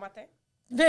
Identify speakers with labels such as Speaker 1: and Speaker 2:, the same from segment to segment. Speaker 1: matin.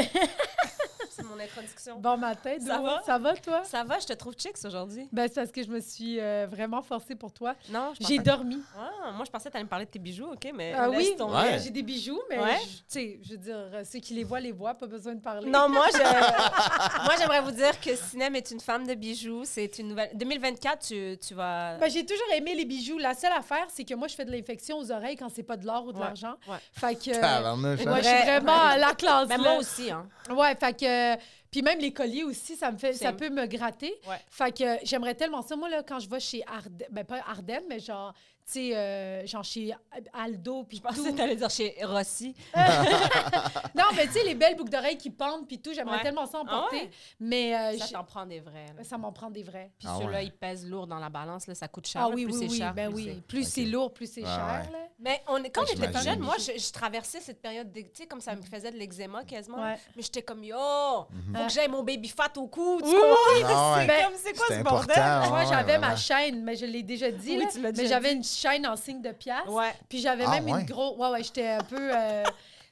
Speaker 1: C'est mon introduction.
Speaker 2: Bon matin,
Speaker 1: Ça
Speaker 2: Dora.
Speaker 1: va?
Speaker 2: Ça va, toi?
Speaker 1: Ça va, je te trouve chicks aujourd'hui.
Speaker 2: Ben, c'est parce que je me suis euh, vraiment forcée pour toi.
Speaker 1: Non, je
Speaker 2: J'ai
Speaker 1: pensais-
Speaker 2: dormi.
Speaker 1: Ah, moi, je pensais que tu allais me parler de tes bijoux, OK, mais
Speaker 2: Ah
Speaker 1: laisse
Speaker 2: oui,
Speaker 1: tomber.
Speaker 2: mais
Speaker 3: Ouais.
Speaker 2: j'ai des bijoux, mais
Speaker 1: Ouais.
Speaker 2: je- tu sais, je veux dire, euh, ceux qui les voient, les voient, pas besoin de parler.
Speaker 1: Non, moi, je... moi, j'aimerais vous dire que Sinem est une femme de bijoux. C'est une nouvelle... 2024, tu, tu vas...
Speaker 2: Ben, j'ai toujours aimé les bijoux. La seule affaire, c'est que moi, je fais de l'infection aux oreilles quand c'est pas de l'or ou de
Speaker 1: Ouais,
Speaker 2: l'argent.
Speaker 1: ouais.
Speaker 2: Fait que. euh,
Speaker 3: Tabarnouche,
Speaker 2: moi,
Speaker 3: hein?
Speaker 2: je suis vraiment à la classe.
Speaker 1: Ben,
Speaker 2: là.
Speaker 1: moi aussi, hein.
Speaker 2: Ouais, fait que. Puis même les colliers aussi, ça me fait, ça
Speaker 1: Same.
Speaker 2: peut me gratter.
Speaker 1: Ouais.
Speaker 2: Fait que j'aimerais tellement ça. Moi, là, quand je vais chez Arden, ben pas Arden, mais genre, tu sais, euh, genre chez Aldo, puis
Speaker 1: Je pensais
Speaker 2: tout.
Speaker 1: que tu allais dire chez Rossi.
Speaker 2: Non, mais tu sais, les belles boucles d'oreilles qui pendent, puis tout, j'aimerais
Speaker 1: Ouais.
Speaker 2: tellement ça en
Speaker 1: Ah
Speaker 2: porter.
Speaker 1: ouais?
Speaker 2: Mais euh,
Speaker 1: Ça
Speaker 2: j-
Speaker 1: t'en prend des vrais. là.
Speaker 2: ça m'en prend des vrais.
Speaker 1: Puis
Speaker 3: Ah
Speaker 1: ceux-là,
Speaker 3: ouais.
Speaker 1: ils pèsent lourd dans la balance. Là, ça coûte cher.
Speaker 2: Ah
Speaker 1: là,
Speaker 2: oui,
Speaker 1: plus
Speaker 2: oui,
Speaker 1: c'est
Speaker 2: oui.
Speaker 1: cher,
Speaker 2: Ben
Speaker 1: plus
Speaker 2: oui,
Speaker 1: c'est-
Speaker 2: plus
Speaker 3: Ok.
Speaker 2: c'est lourd, plus c'est
Speaker 3: Ouais,
Speaker 2: cher.
Speaker 1: Mais on, est- quand
Speaker 3: Ouais,
Speaker 1: j'étais plus
Speaker 3: Ah, j'imagine.
Speaker 1: jeune, moi, je, je traversais cette période, de- tu sais, comme ça me faisait de l'eczéma quasiment.
Speaker 2: là. Ouais.
Speaker 1: Mais j'étais comme, yo, faut
Speaker 2: Ah.
Speaker 1: que j'aille mon baby fat au cou. Tu
Speaker 2: Ouh!
Speaker 1: comprends?
Speaker 3: Ah ouais.
Speaker 1: C'est comme, c'est quoi
Speaker 3: C'est
Speaker 1: ce bordel?
Speaker 3: important.
Speaker 2: Moi,
Speaker 3: Ah, ouais,
Speaker 2: j'avais ma
Speaker 3: vraiment.
Speaker 2: chaîne, mais je l'ai déjà dit,
Speaker 1: Oui,
Speaker 2: là,
Speaker 1: tu l'as
Speaker 2: mais
Speaker 1: déjà
Speaker 2: j'avais une chaîne en signe de pièce.
Speaker 1: Ouais.
Speaker 2: Puis j'avais
Speaker 3: Ah
Speaker 2: même
Speaker 3: ouais.
Speaker 2: une grosse... Ouais, ouais, j'étais un peu... euh,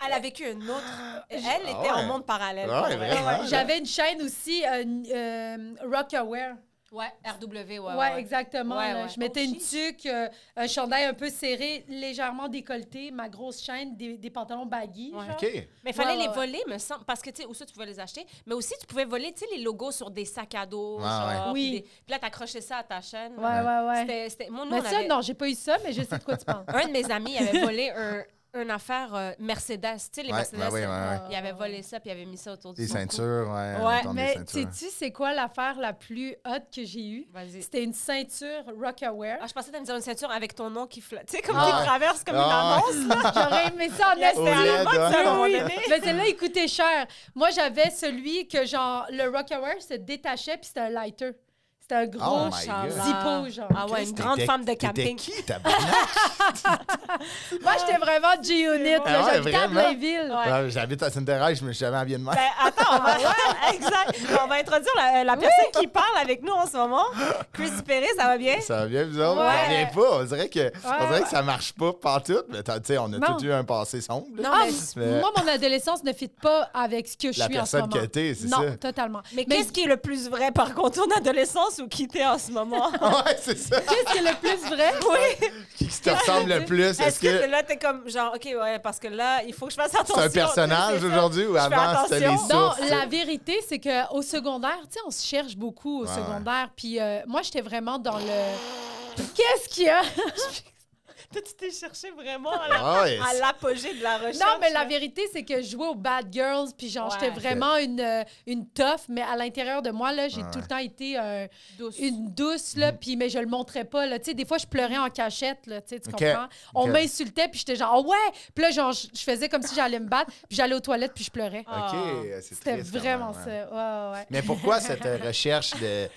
Speaker 1: Elle a vécu une autre. Elle était en
Speaker 3: Ah, ouais. Ah,
Speaker 1: monde parallèle.
Speaker 3: Ouais,
Speaker 1: pour vrai.
Speaker 3: vraiment, là.
Speaker 2: J'avais une chaîne aussi, euh, euh, Rock Aware.
Speaker 1: Ouais, RW, ouais.
Speaker 2: Ouais,
Speaker 1: ouais.
Speaker 2: exactement.
Speaker 1: Ouais,
Speaker 2: là.
Speaker 1: ouais.
Speaker 2: Je mettais
Speaker 1: Oh,
Speaker 2: une
Speaker 1: shit.
Speaker 2: tuque, euh, un chandail un peu serré, légèrement décolleté, ma grosse chaîne, des, des pantalons baggy.
Speaker 1: Ouais.
Speaker 2: genre.
Speaker 3: OK.
Speaker 1: Mais il fallait
Speaker 2: Ouais, ouais,
Speaker 1: les voler, me semble. Parce que, tu sais, aussi, tu pouvais les acheter. Mais aussi, tu pouvais voler, tu sais, les logos sur des sacs à dos.
Speaker 3: Ah, Ouais,
Speaker 1: genre,
Speaker 2: ouais.
Speaker 1: puis
Speaker 2: Oui.
Speaker 1: des- Puis là, t'accrochais ça à ta chaîne.
Speaker 2: Ouais, ouais, ouais.
Speaker 1: C'était- c'était- Moi, nous,
Speaker 2: Mais
Speaker 1: on
Speaker 2: ça,
Speaker 1: avait-
Speaker 2: non, j'ai pas eu ça, mais je sais de quoi tu parles.
Speaker 1: Un de mes amis avait volé un, une affaire euh, Mercedes. Tu sais, les
Speaker 3: Ouais,
Speaker 1: Mercedes.
Speaker 3: ben oui,
Speaker 1: euh,
Speaker 3: ouais, ouais.
Speaker 1: Il avait volé ça, puis il avait mis ça autour du
Speaker 3: Des ceintures, ouais.
Speaker 1: Ouais,
Speaker 3: on
Speaker 2: Mais
Speaker 3: mais des
Speaker 2: sais-tu, c'est quoi l'affaire la plus hot que j'ai eue?
Speaker 1: Vas-y.
Speaker 2: C'était une ceinture Rock Aware.
Speaker 1: Ah, je pensais que t'allais me dire une ceinture avec ton nom qui flotte. Tu sais, comme
Speaker 3: Ah.
Speaker 1: qui traverse comme
Speaker 3: Ah.
Speaker 1: une annonce. là.
Speaker 2: J'aurais aimé ça en
Speaker 1: Yes,
Speaker 2: est.
Speaker 3: Au Oh
Speaker 1: C'était Ah, à la
Speaker 3: LED,
Speaker 1: mode, ça, à un
Speaker 3: ouais.
Speaker 1: moment
Speaker 2: Oui, oui.
Speaker 1: donné.
Speaker 2: Mais celle-là, il coûtait cher. Moi, j'avais celui que, genre, le Rock Aware se détachait, puis c'était un lighter. C'était un gros
Speaker 3: Oh my God.
Speaker 2: zippo, genre.
Speaker 1: Ah ouais, une
Speaker 3: T'étais-
Speaker 1: grande femme de
Speaker 3: t'étais
Speaker 1: camping.
Speaker 3: qui, tabarnak?
Speaker 2: Moi, j'étais vraiment G-Unit. là.
Speaker 3: Ah ouais,
Speaker 2: J'habitais à
Speaker 3: vraiment?
Speaker 2: Blainville.
Speaker 1: Ouais.
Speaker 3: Ouais, J'habite à Sainte-Thérèse, mais je suis jamais habillé de même.
Speaker 1: Ben, attends, on va, Ouais, exact. On va introduire la, la personne qui parle avec nous en ce moment. Chris Perry, ça va bien?
Speaker 3: Ça va bien, vous autres?
Speaker 1: Ouais.
Speaker 3: Ça vient pas. On dirait que, on dirait
Speaker 2: ouais.
Speaker 3: que ça marche pas partout. Mais t'as- tu sais, on a
Speaker 2: Non.
Speaker 3: tous eu un passé sombre. là.
Speaker 1: Non,
Speaker 2: Ah,
Speaker 1: mais-
Speaker 3: mais-
Speaker 2: Moi, mon adolescence ne fit pas avec ce que je
Speaker 3: La
Speaker 2: suis en ce
Speaker 3: personne
Speaker 2: moment.
Speaker 3: que t'es, c'est
Speaker 2: non,
Speaker 3: ça.
Speaker 2: totalement.
Speaker 1: Mais, qu'est-ce qui est le plus vrai, par contre, ton adolescence ou quitter en ce moment?
Speaker 3: ouais, c'est ça.
Speaker 2: qu'est-ce qui est le plus vrai?
Speaker 1: oui.
Speaker 3: Qui qui te ressemble le plus?
Speaker 1: Est-ce que, là, t'es comme genre, OK, ouais, parce que là, il faut que je fasse attention.
Speaker 3: C'est un
Speaker 1: tu
Speaker 3: personnage
Speaker 1: sais, c'est ça.
Speaker 3: aujourd'hui ou
Speaker 1: fais
Speaker 3: avant c'était les
Speaker 1: attention.
Speaker 2: Non,
Speaker 3: sources?
Speaker 2: la vérité, c'est qu'au secondaire, tu sais, on se cherche beaucoup au
Speaker 3: Ouais,
Speaker 2: secondaire. Puis euh, moi, j'étais vraiment dans le. Qu'est-ce qu'il y a?
Speaker 1: Toi, tu t'es cherché vraiment à la-
Speaker 3: Ah ouais,
Speaker 1: à l'apogée de la recherche.
Speaker 2: Non, mais la
Speaker 1: là.
Speaker 2: vérité, c'est que je jouais aux Bad Girls, puis genre,
Speaker 1: Ouais.
Speaker 2: j'étais vraiment une, euh, une tough, mais à l'intérieur de moi, là, j'ai
Speaker 3: Ouais. Mm.
Speaker 2: tout le temps été euh,
Speaker 1: Douce.
Speaker 2: une douce, là, puis mais je le montrais pas, là. Tu sais, des fois, je pleurais en cachette, là, tu sais, tu
Speaker 3: Ok.
Speaker 2: comprends? On
Speaker 3: Ok.
Speaker 2: m'insultait, puis j'étais genre, Ah ouais! Puis là, genre, je je faisais comme si j'allais me battre, puis j'allais aux toilettes, puis je pleurais.
Speaker 1: Ah.
Speaker 3: OK, c'est
Speaker 2: C'était
Speaker 3: triste quand
Speaker 2: vraiment
Speaker 3: même,
Speaker 2: ça.
Speaker 3: hein.
Speaker 2: Ouais, ouais, ouais.
Speaker 3: Mais pourquoi cette euh, recherche de,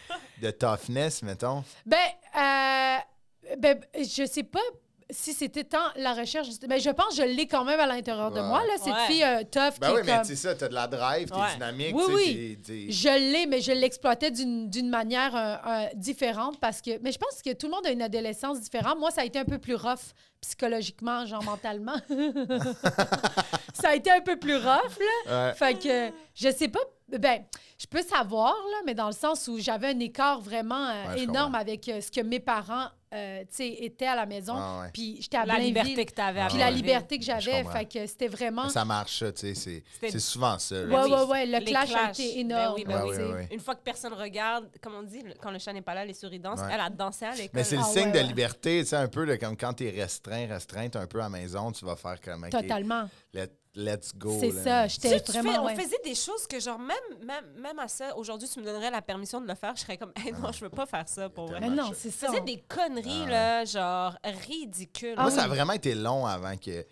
Speaker 3: de toughness, mettons?
Speaker 2: Ben, euh, ben, je sais pas si c'était tant la recherche. Mais je pense que je l'ai quand même à l'intérieur de
Speaker 3: Ouais.
Speaker 2: moi, là, cette
Speaker 1: Ouais.
Speaker 2: fille euh, tough
Speaker 3: Ben
Speaker 2: qui
Speaker 3: oui,
Speaker 2: est
Speaker 3: mais
Speaker 2: comme-
Speaker 3: c'est ça, t'as de la drive, t'es
Speaker 1: Ouais.
Speaker 3: dynamique,
Speaker 2: Oui,
Speaker 3: tu sais,
Speaker 2: oui.
Speaker 3: t'es- t'es-
Speaker 2: Je l'ai, mais je l'exploitais d'une d'une manière euh, euh, différente parce que. Mais je pense que tout le monde a une adolescence différente. Moi, ça a été un peu plus rough psychologiquement, genre mentalement. ça a été un peu plus rough, là.
Speaker 3: Ah Ouais.
Speaker 2: Fait que je sais pas. Ben, je peux savoir, là, mais dans le sens où j'avais un écart vraiment euh,
Speaker 3: Ouais, je
Speaker 2: énorme
Speaker 3: comprends.
Speaker 2: avec euh, ce que mes parents, euh, tu sais, étaient à la maison.
Speaker 3: Ah ouais.
Speaker 2: Puis j'étais à
Speaker 1: La
Speaker 2: Blainville.
Speaker 1: liberté que t'avais à
Speaker 2: Puis
Speaker 3: Ah
Speaker 2: la
Speaker 3: ouais.
Speaker 2: liberté que
Speaker 3: Je
Speaker 2: j'avais.
Speaker 3: comprends.
Speaker 2: Fait que c'était vraiment.
Speaker 3: Ça marche, ça, tu sais, c'est-
Speaker 1: C'était-
Speaker 3: c'est souvent ça.
Speaker 2: Ouais,
Speaker 3: là.
Speaker 2: ouais,
Speaker 1: oui.
Speaker 2: ouais. Le
Speaker 1: Les
Speaker 2: clash a
Speaker 1: clashs.
Speaker 2: été
Speaker 1: Ben
Speaker 2: énorme.
Speaker 1: oui, ben
Speaker 3: Ah, Ouais,
Speaker 1: oui.
Speaker 3: ouais, ouais.
Speaker 1: Une fois que personne regarde, comme on dit, le- quand le chat n'est pas là, les souris dansent.
Speaker 3: Ouais.
Speaker 1: Elle a dansé à l'école.
Speaker 3: Mais c'est le
Speaker 2: Ah,
Speaker 3: signe
Speaker 2: ouais,
Speaker 3: de
Speaker 2: ouais.
Speaker 3: liberté, tu sais, un peu de comme quand t'es restreint, restreinte un peu à la maison, tu vas faire comme, OK,
Speaker 2: Totalement.
Speaker 3: let- let's go.
Speaker 2: C'est
Speaker 3: là.
Speaker 2: ça.
Speaker 1: Tu sais,
Speaker 2: J'étais
Speaker 1: tu
Speaker 2: vraiment.
Speaker 1: fais- on
Speaker 2: ouais.
Speaker 1: faisait des choses que genre même même, même à ça aujourd'hui tu me donnerais la permission de le faire je serais comme hey,
Speaker 3: Ah.
Speaker 1: non je veux pas faire ça pour vrai
Speaker 2: Mais non, c'est
Speaker 1: tu
Speaker 2: ça.
Speaker 1: faisais des conneries là genre ridicules
Speaker 2: Ah
Speaker 3: Moi, ça a
Speaker 2: oui.
Speaker 3: vraiment été long avant que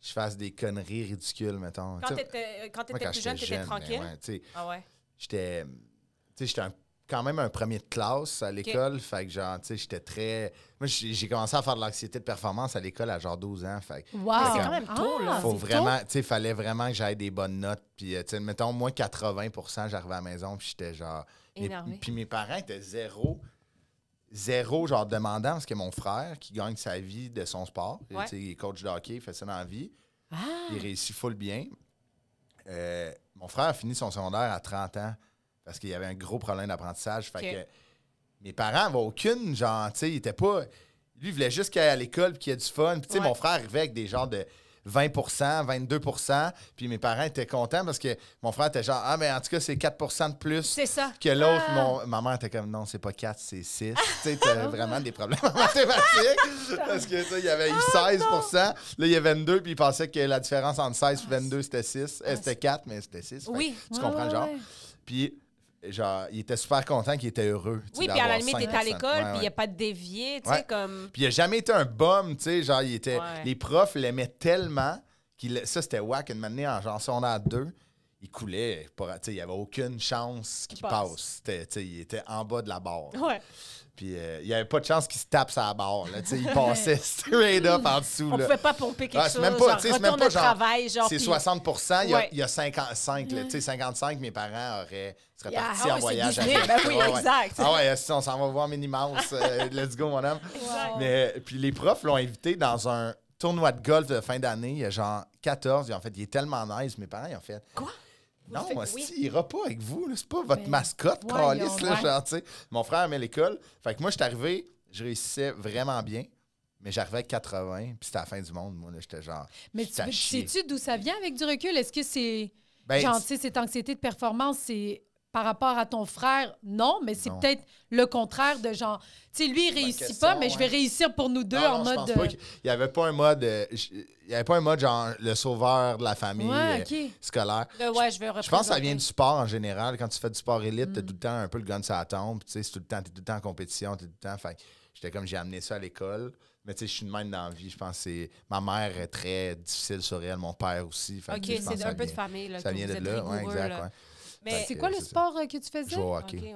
Speaker 3: je fasse des conneries ridicules, mettons.
Speaker 1: quand
Speaker 3: Tu sais,
Speaker 1: t'étais quand
Speaker 3: moi,
Speaker 1: t'étais plus jeune t'étais
Speaker 3: j'étais jeune, mais
Speaker 1: tranquille
Speaker 3: ouais, tu sais,
Speaker 1: ah ouais
Speaker 3: j'étais tu sais j'étais un- quand même un premier de classe à l'école fait que genre tu sais j'étais très moi j'ai j'ai commencé à faire de l'anxiété de performance à l'école à genre 12 ans fait que
Speaker 2: Wow.
Speaker 3: C'est quand
Speaker 1: même tôt, là.
Speaker 2: Ah,
Speaker 3: faut
Speaker 2: c'est
Speaker 3: vraiment tu sais fallait vraiment que j'aille des bonnes notes puis euh, tu sais mettons moi 80% j'arrivais à la maison puis j'étais genre mes-
Speaker 1: Énervé.
Speaker 3: puis mes parents étaient zéro zéro genre demandant parce que mon frère qui gagne sa vie de son sport tu
Speaker 1: Ouais.
Speaker 3: sais, il est coach de hockey il fait ça dans la vie
Speaker 2: Ah.
Speaker 3: il réussit full bien. euh, mon frère a fini son secondaire à 30 ans parce qu'il y avait un gros problème d'apprentissage. Fait
Speaker 1: OK.
Speaker 3: que mes parents avaient aucune, genre, tu sais, ils étaient pas. Lui, il voulait juste qu'il aille à l'école puis qu'il y ait du fun. Puis, tu sais,
Speaker 1: Ouais.
Speaker 3: mon frère arrivait avec des genres de 20 22 Puis mes parents étaient contents parce que mon frère était genre, ah, mais en tout cas, c'est 4 de plus
Speaker 1: C'est ça.
Speaker 3: que l'autre,
Speaker 2: Ah.
Speaker 3: mon, ma mère était comme non, c'est pas 4, c'est 6. tu sais, t'as vraiment des problèmes en mathématiques. parce que ça, il y avait eu
Speaker 1: Oh,
Speaker 3: 16 Là, il y a 22, puis il pensait que la différence entre 16 et 22, c'était 6. Euh, c'était 4, mais c'était 6. Fait que
Speaker 1: Ah, Oui.
Speaker 3: Tu
Speaker 2: Ouais,
Speaker 3: comprends le
Speaker 2: ouais,
Speaker 3: genre.
Speaker 2: ouais.
Speaker 3: Puis, genre, il était super content qu'il était heureux. tu sais,
Speaker 1: Oui, puis à la
Speaker 3: d'avoir
Speaker 1: limite,
Speaker 3: cinq
Speaker 1: t'es à
Speaker 3: personnes.
Speaker 1: l'école,
Speaker 3: Ouais,
Speaker 1: puis il
Speaker 3: ouais.
Speaker 1: n'y a pas de dévié, tu sais,
Speaker 3: Ouais.
Speaker 1: comme...
Speaker 3: Puis il a jamais été un bum, tu sais, genre il était
Speaker 1: Ouais.
Speaker 3: les profs l'aimaient tellement qu'il ça c'était whack une année en genre secondaire 2, il coulait pas, tu sais, il y avait aucune chance qu'il
Speaker 1: passe. Oh.
Speaker 3: passe. C'était- tu sais, il était en bas de la barre.
Speaker 1: Ouais.
Speaker 3: Puis euh, il y avait pas de chance qu'il se tape sa barre, là, tu sais, il passait straight up en dessous
Speaker 1: On
Speaker 3: là.
Speaker 1: pouvait pas pomper quelque
Speaker 3: Ah, c'est
Speaker 1: chose,
Speaker 3: même pas,
Speaker 1: genre,
Speaker 3: tu sais, c'est
Speaker 1: retourne
Speaker 3: même pas
Speaker 1: au
Speaker 3: genre-
Speaker 1: travail, genre...
Speaker 3: C'est
Speaker 1: puis-
Speaker 3: 60 il y a,
Speaker 1: Ouais.
Speaker 3: il y a 55, là, tu sais, 55 mes parents auraient seraient
Speaker 2: Yeah.
Speaker 3: partis
Speaker 1: Ah
Speaker 3: en
Speaker 1: oui, c'est
Speaker 3: voyage
Speaker 1: Disney,
Speaker 3: avec.
Speaker 1: ben oui,
Speaker 3: Ouais, ouais.
Speaker 1: exact.
Speaker 3: Ah ouais, si on s'en va voir Minnie Mouse, euh, let's go mon homme.
Speaker 1: Exact.
Speaker 3: Mais puis les profs l'ont invité dans un tournoi de golf de fin d'année, il y a genre 14, ils ont fait il est tellement nice, mes parents ils ont fait.
Speaker 1: Quoi?
Speaker 3: Non,
Speaker 1: Vous
Speaker 3: hostie,
Speaker 1: faites-
Speaker 3: il ira pas avec vous, là, c'est pas votre
Speaker 2: Ben,
Speaker 3: mascotte
Speaker 2: voyons
Speaker 3: calice là,
Speaker 2: donc.
Speaker 3: genre, tu sais. Mon frère aimait l'école, fait que moi je suis arrivé, je réussissais vraiment bien. Mais j'arrivais à 80, puis c'était la fin du monde. Moi, là, j'étais genre.
Speaker 2: Mais
Speaker 3: j'étais à
Speaker 2: tu
Speaker 3: chier.
Speaker 2: sais-tu d'où ça vient avec du recul? Est-ce que c'est.
Speaker 3: Ben,
Speaker 2: genre, tu sais, cette anxiété de performance, c'est par rapport à ton frère? Non, mais c'est
Speaker 3: Non.
Speaker 2: peut-être le contraire de genre. Tu sais, lui, il
Speaker 3: Bonne
Speaker 2: réussit
Speaker 3: question,
Speaker 2: pas, mais je vais
Speaker 3: ouais.
Speaker 2: réussir pour nous deux
Speaker 3: Non,
Speaker 2: en
Speaker 3: non, je
Speaker 2: mode. euh,
Speaker 3: pense pas qu'il- il n'y avait pas un mode. euh, je- il y avait pas un mode genre le sauveur de la famille
Speaker 2: Ouais,
Speaker 3: euh,
Speaker 2: OK.
Speaker 3: scolaire.
Speaker 1: Euh, ouais, je hein. Mm. vais
Speaker 3: Je pense que ça vient
Speaker 1: représenter.
Speaker 3: du sport en général. Quand tu fais du sport élite, t'as tout le temps un peu le gun sur la tombe. Tu sais, c'est tout le temps, t'es tout le temps en compétition, t'es tout le temps. Fait que j'étais comme j'ai amené ça à l'école. Mais tu sais, je suis de même dans la vie. Je pense que c'est- ma mère est très difficile sur elle, mon père aussi. Fait que
Speaker 1: OK,
Speaker 3: je pense que
Speaker 1: c'est
Speaker 3: ça
Speaker 1: un peu de
Speaker 3: vient-
Speaker 1: famille, là,
Speaker 3: Ça
Speaker 1: que
Speaker 3: vient
Speaker 1: vous
Speaker 3: de
Speaker 1: êtes
Speaker 3: là, ouais,
Speaker 1: rigoureux,
Speaker 3: exact.
Speaker 1: là.
Speaker 3: ouais.
Speaker 1: Mais...
Speaker 2: C'est quoi le
Speaker 3: c'est ça.
Speaker 2: sport euh, que tu faisais?
Speaker 3: Je vois, ok.
Speaker 1: OK, ouais.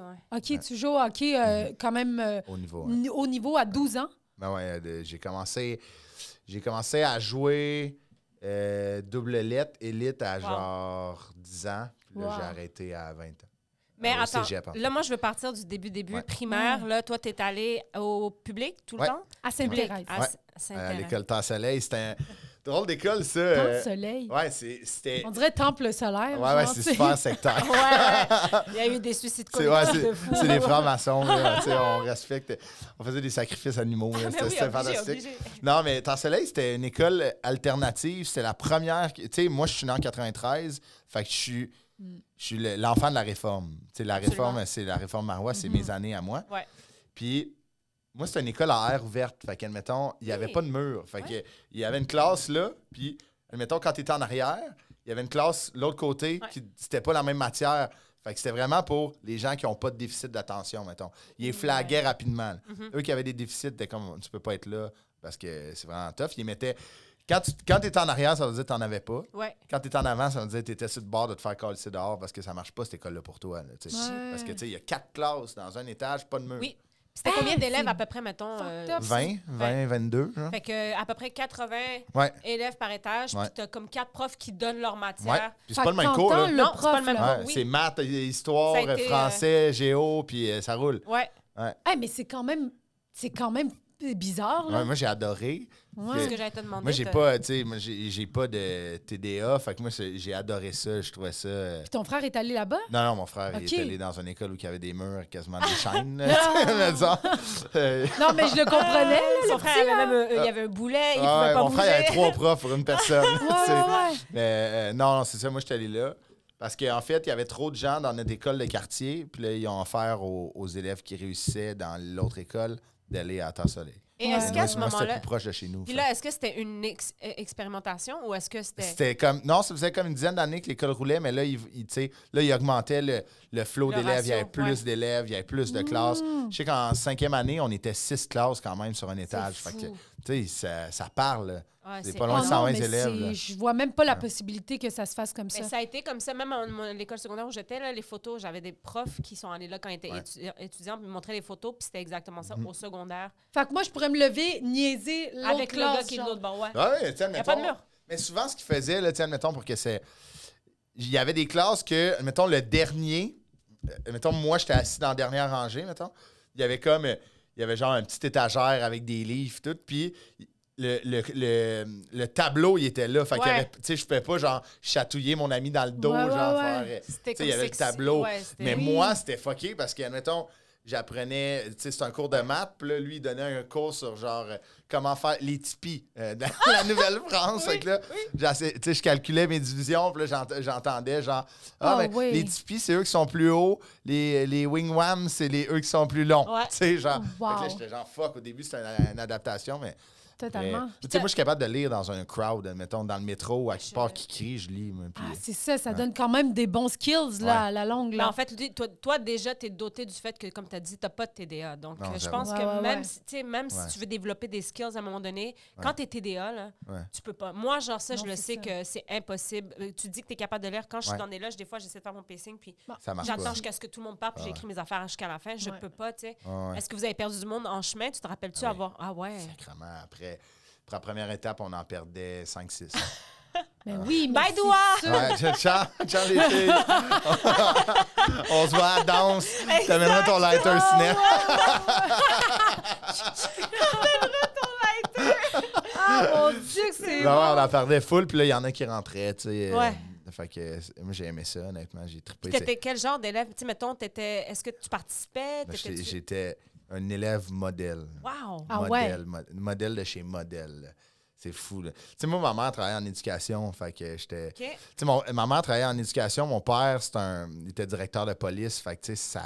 Speaker 2: Ok, tu joues au hockey
Speaker 3: Mm-hmm.
Speaker 2: euh, quand même euh,
Speaker 3: Au niveau.
Speaker 1: Mm.
Speaker 3: hein.
Speaker 2: n- au niveau à 12 ans.
Speaker 3: Ben ouais, de- j'ai commencé, j'ai commencé à jouer euh, double lettre, élite à
Speaker 1: Wow.
Speaker 3: genre 10 ans. Puis là,
Speaker 2: Wow.
Speaker 3: j'ai arrêté à 20 ans.
Speaker 1: Mais
Speaker 3: Au
Speaker 1: attends,
Speaker 3: cégep, en fait.
Speaker 1: là, moi, je veux partir du début, début
Speaker 3: Ouais.
Speaker 1: primaire. Là, toi, t'es allé au public tout le
Speaker 3: Ouais.
Speaker 1: temps?
Speaker 2: À
Speaker 1: Public,
Speaker 2: Sainte-Thérèse.
Speaker 1: à
Speaker 3: Ouais.
Speaker 1: S-
Speaker 3: Euh, à
Speaker 1: Sainte-Thérèse.
Speaker 3: l'école Temps Soleil. C'était un drôle d'école, ça.
Speaker 2: Temps de
Speaker 3: Euh,
Speaker 2: soleil.
Speaker 3: Ouais, c'est- c'était.
Speaker 2: On dirait temple solaire.
Speaker 3: Ouais, ouais,
Speaker 2: genre,
Speaker 3: c'est
Speaker 2: tu sais.
Speaker 3: super sectaire.
Speaker 1: Ouais, ouais. Il y a eu des suicides
Speaker 3: C'est ouais,
Speaker 1: collectifs
Speaker 3: c'est-
Speaker 1: de fou.
Speaker 3: c'est des francs-maçons. là, tu sais, on respecte. On faisait des sacrifices animaux. là,
Speaker 1: Mais
Speaker 3: C'était
Speaker 1: Ah, ben oui,
Speaker 3: c'était
Speaker 1: obligé,
Speaker 3: fantastique.
Speaker 1: obligé.
Speaker 3: Non, mais Tancelet, c'était une école alternative. C'était la première. qui- Tu sais, moi, je suis né en 93. Fait que je suis, je suis le- l'enfant de la réforme. Tu sais, la
Speaker 1: Hmm. Absolument. Mhm.
Speaker 3: réforme, c'est la réforme marois, c'est mes années à moi.
Speaker 1: Ouais.
Speaker 3: Puis, moi, c'était une école à air ouverte. Fait qu'admettons, il n'y avait
Speaker 1: Oui.
Speaker 3: pas de mur. Fait que, il y avait une classe là. Puis, admettons, quand tu étais en arrière, il y avait une classe l'autre côté
Speaker 1: Ouais.
Speaker 3: qui c'était pas la même matière. Fait que c'était vraiment pour les gens qui n'ont pas de déficit d'attention, mettons. Ils
Speaker 1: Mm.
Speaker 3: les flaguaient rapidement. là.
Speaker 1: Mm-hmm.
Speaker 3: Eux qui avaient des déficits, t'es comme tu peux pas être là parce que c'est vraiment tough. Ils mettaient. Quand tu quand étais en arrière, ça veut dire que t'en avais pas.
Speaker 1: Ouais.
Speaker 3: Quand t'étais en avant, ça veut dire que t'étais sur le bord de te faire coller dehors parce que ça marche pas cette école-là pour toi. là, tu sais.
Speaker 2: Ouais.
Speaker 3: Parce que tu sais, il y a quatre classes dans un étage, pas de mur.
Speaker 1: Oui. C'était combien d'élèves à peu près, mettons?
Speaker 2: Fucked
Speaker 1: euh,
Speaker 2: up.
Speaker 3: 20, 20, 22. genre.
Speaker 1: Fait que à peu près 80
Speaker 3: Ouais.
Speaker 1: élèves par étage,
Speaker 3: Ouais.
Speaker 1: puis t'as comme quatre profs qui donnent leur
Speaker 3: Ouais.
Speaker 1: matière.
Speaker 3: Puis
Speaker 2: Fait
Speaker 3: c'est pas
Speaker 2: que
Speaker 3: le même
Speaker 2: t'entends
Speaker 3: cours, là.
Speaker 2: le
Speaker 1: Non, c'est
Speaker 2: prof,
Speaker 1: pas le même
Speaker 2: là.
Speaker 1: cours.
Speaker 3: Ouais,
Speaker 1: oui.
Speaker 3: C'est maths, histoire,
Speaker 1: Ça a été, euh,
Speaker 3: français, géo, puis euh, ça roule.
Speaker 1: Ouais.
Speaker 3: Ouais.
Speaker 2: Hey, mais c'est quand même, c'est quand même bizarre. Là.
Speaker 3: Ouais, moi, j'ai adoré.
Speaker 2: Ouais.
Speaker 3: Puis,
Speaker 1: C'est ce que j'allais te demander.
Speaker 3: Moi, j'ai
Speaker 1: t'as-
Speaker 3: pas, tu sais, moi, j'ai j'ai pas de TDA. Fait que moi, c'est- j'ai adoré ça. Je trouvais ça. euh,
Speaker 2: Puis ton frère est allé là-bas.
Speaker 3: Non, non, mon frère, il
Speaker 2: Ok.
Speaker 3: est allé dans une école où il y avait des murs, quasiment des chaînes. là, tu sais, disons. Euh,
Speaker 2: Non, mais je le comprenais.
Speaker 1: Euh,
Speaker 2: là,
Speaker 1: son
Speaker 2: le
Speaker 1: frère
Speaker 2: petit,
Speaker 1: avait
Speaker 2: là.
Speaker 1: même un- il y avait un boulet, il
Speaker 3: ah ouais,
Speaker 1: pouvait pas
Speaker 3: mon frère, il y avait
Speaker 1: bouger.
Speaker 3: trois profs pour une personne. tu sais.
Speaker 2: Ouais, ouais, ouais.
Speaker 3: Mais euh, non, non, c'est ça. Moi, je suis allé là. Parce qu'en fait, il y avait trop de gens dans notre école de quartier. Puis là, ils ont offert aux, aux élèves qui réussissaient dans l'autre école d'aller à Temps-Soleil.
Speaker 1: Et est-ce
Speaker 2: Ouais.
Speaker 1: qu'à
Speaker 3: Moi,
Speaker 1: ce
Speaker 3: moi, c'était
Speaker 1: moment-là...
Speaker 3: plus proche de chez nous.
Speaker 1: Puis
Speaker 3: fait
Speaker 1: là, est-ce que c'était une ex- euh, expérimentation ou est-ce que c'était...
Speaker 3: C'était comme. Non, ça faisait comme une dizaine d'années que l'école roulait, mais là, il, il- tu sais, là, il augmentait le, le flot
Speaker 1: Le
Speaker 3: d'élèves. Il y avait
Speaker 1: ratio, ouais. Mmh.
Speaker 3: plus d'élèves, il y avait plus de classes. Je sais qu'en cinquième année, on était six classes quand même sur un étage. Fait que,
Speaker 1: fou.
Speaker 3: tu sais, ça, ça parle.
Speaker 1: Ouais,
Speaker 3: c'est
Speaker 1: Ah, c'est
Speaker 3: pas loin de
Speaker 2: Oh
Speaker 3: 120
Speaker 2: non, mais
Speaker 3: élèves.
Speaker 2: c'est-
Speaker 3: là.
Speaker 2: Je vois même pas la possibilité que ça se fasse comme ça.
Speaker 1: Mais ça a été comme ça, même à mon- l'école secondaire où j'étais, là, les photos, j'avais des profs qui sont allés là quand ils étaient
Speaker 3: Ouais. Mhm.
Speaker 1: étudi- étudiants, puis ils montraient les photos, puis c'était exactement ça au secondaire.
Speaker 2: Fait que moi, je pourrais me lever, niaiser l'autre
Speaker 1: Avec le gars
Speaker 2: classe,
Speaker 1: qui est de
Speaker 2: genre.
Speaker 1: l'autre bord, ouais.
Speaker 3: Ouais, tu sais,
Speaker 1: Y a pas de
Speaker 3: admettons-
Speaker 1: mur.
Speaker 3: Mais souvent, ce qu'ils faisaient, là, tu sais, admettons, pour que c'est. Il y avait des classes que, mettons, le dernier. euh, Mettons, moi, j'étais assis dans la dernière rangée, mettons. Il y avait comme. euh, Il y avait genre une petite étagère avec des livres, tout. Puis, le, le, le, le tableau, il était là. Fait qu'il y
Speaker 1: Ouais.
Speaker 3: avait- tu sais, je pouvais pas, genre, chatouiller mon ami dans le dos,
Speaker 2: Ouais, ouais,
Speaker 3: genre,
Speaker 2: ouais.
Speaker 3: faire, euh,
Speaker 1: C'était
Speaker 3: tu sais,
Speaker 1: comme
Speaker 3: il y avait le
Speaker 1: sexy.
Speaker 3: tableau.
Speaker 1: Ouais, c'était-
Speaker 3: Mais
Speaker 2: Oui.
Speaker 3: moi, c'était fucké parce que, admettons, j'apprenais, tu sais, c'est un cours de maths, puis là, lui, il donnait un cours sur, genre, euh, comment faire les tipis euh, dans la Nouvelle-France. Fait que là, j'essa- tu sais, je calculais mes divisions, puis là, j'ent- j'entendais, genre,
Speaker 2: Ah
Speaker 3: ah, ben,
Speaker 2: oui.
Speaker 3: les tipis, c'est eux qui sont plus hauts, les, les wing-wams, c'est les, eux qui sont plus longs.
Speaker 1: Ouais.
Speaker 3: Tu sais, genre,
Speaker 2: Oh, Wow.
Speaker 3: fait que là, j'étais genre, fuck, au début, c'était une- une adaptation, mais.
Speaker 2: Totalement.
Speaker 3: Mais, tu sais, moi, je suis capable de lire dans un crowd, mettons, dans le métro, à qui part qui crie, je lis. moi, puis-
Speaker 2: Ah, c'est ça, ça donne quand même des bons skills
Speaker 3: Ouais.
Speaker 2: là, à la longue.
Speaker 1: Mais
Speaker 2: Là.
Speaker 1: Ben, en fait, lui, toi, toi, déjà, tu es doté du fait que, comme tu as dit, tu n'as pas de TDA. Donc,
Speaker 3: Non,
Speaker 1: euh, je
Speaker 3: zéro.
Speaker 1: pense
Speaker 2: Ouais,
Speaker 1: que
Speaker 2: ouais,
Speaker 1: même,
Speaker 2: ouais.
Speaker 1: Si, tu sais, même
Speaker 3: Ouais.
Speaker 1: si tu veux développer des skills à un moment donné, quand tu es TDA, là,
Speaker 3: Ouais.
Speaker 1: tu peux pas. Moi, genre ça,
Speaker 2: Non,
Speaker 1: je le
Speaker 2: c'est
Speaker 1: sais
Speaker 2: ça.
Speaker 1: que c'est impossible. Euh, Tu dis que tu es capable de lire. Quand je
Speaker 3: Ouais. Ah,
Speaker 1: suis dans des loges, des fois, j'essaie de faire mon pacing, puis
Speaker 3: ça marche
Speaker 1: j'attends
Speaker 3: pas.
Speaker 1: jusqu'à ce que tout le monde parte, puis j'écris mes affaires jusqu'à la fin. Je
Speaker 2: Ouais.
Speaker 1: peux pas, tu sais.
Speaker 3: Ah ouais.
Speaker 1: Est-ce que vous avez perdu du monde en chemin? Tu te rappelles-tu
Speaker 3: Ah oui.
Speaker 1: avoir... Ah ouais.
Speaker 3: Sacrement, après, après la première étape, on en perdait 5-6.
Speaker 1: Ah,
Speaker 2: Mais oui, mais
Speaker 1: Bye,
Speaker 2: c'est
Speaker 1: Doua!
Speaker 2: sûr.
Speaker 3: ouais, ciao, ciao, ciao, les filles. on se voit à la danse. T'amèneras ton lighter ciné.
Speaker 2: Oh Ah, mon Dieu, que c'est
Speaker 3: Ben ouais, on en perdait full, puis là, il y en a qui rentraient, tu sais. euh,
Speaker 1: Ouais.
Speaker 3: Fait que c'est- moi, j'ai aimé ça, honnêtement, j'ai trippé. c'est-
Speaker 1: T'étais quel genre d'élève? Tu sais, mettons, t'étais... Est-ce que tu participais?
Speaker 3: Ben,
Speaker 1: T'étais-tu-
Speaker 3: j'étais- J'étais un élève modèle.
Speaker 1: Wow!
Speaker 2: Ah ouais?
Speaker 3: modèle, mo- modèle de chez modèle. C'est fou. là. Tu sais, moi, ma mère travaillait en éducation, fait que j'étais...
Speaker 1: OK.
Speaker 3: Tu sais, mon- ma mère travaillait en éducation, mon père, c'est un, il était directeur de police, fait que, tu sais, ça,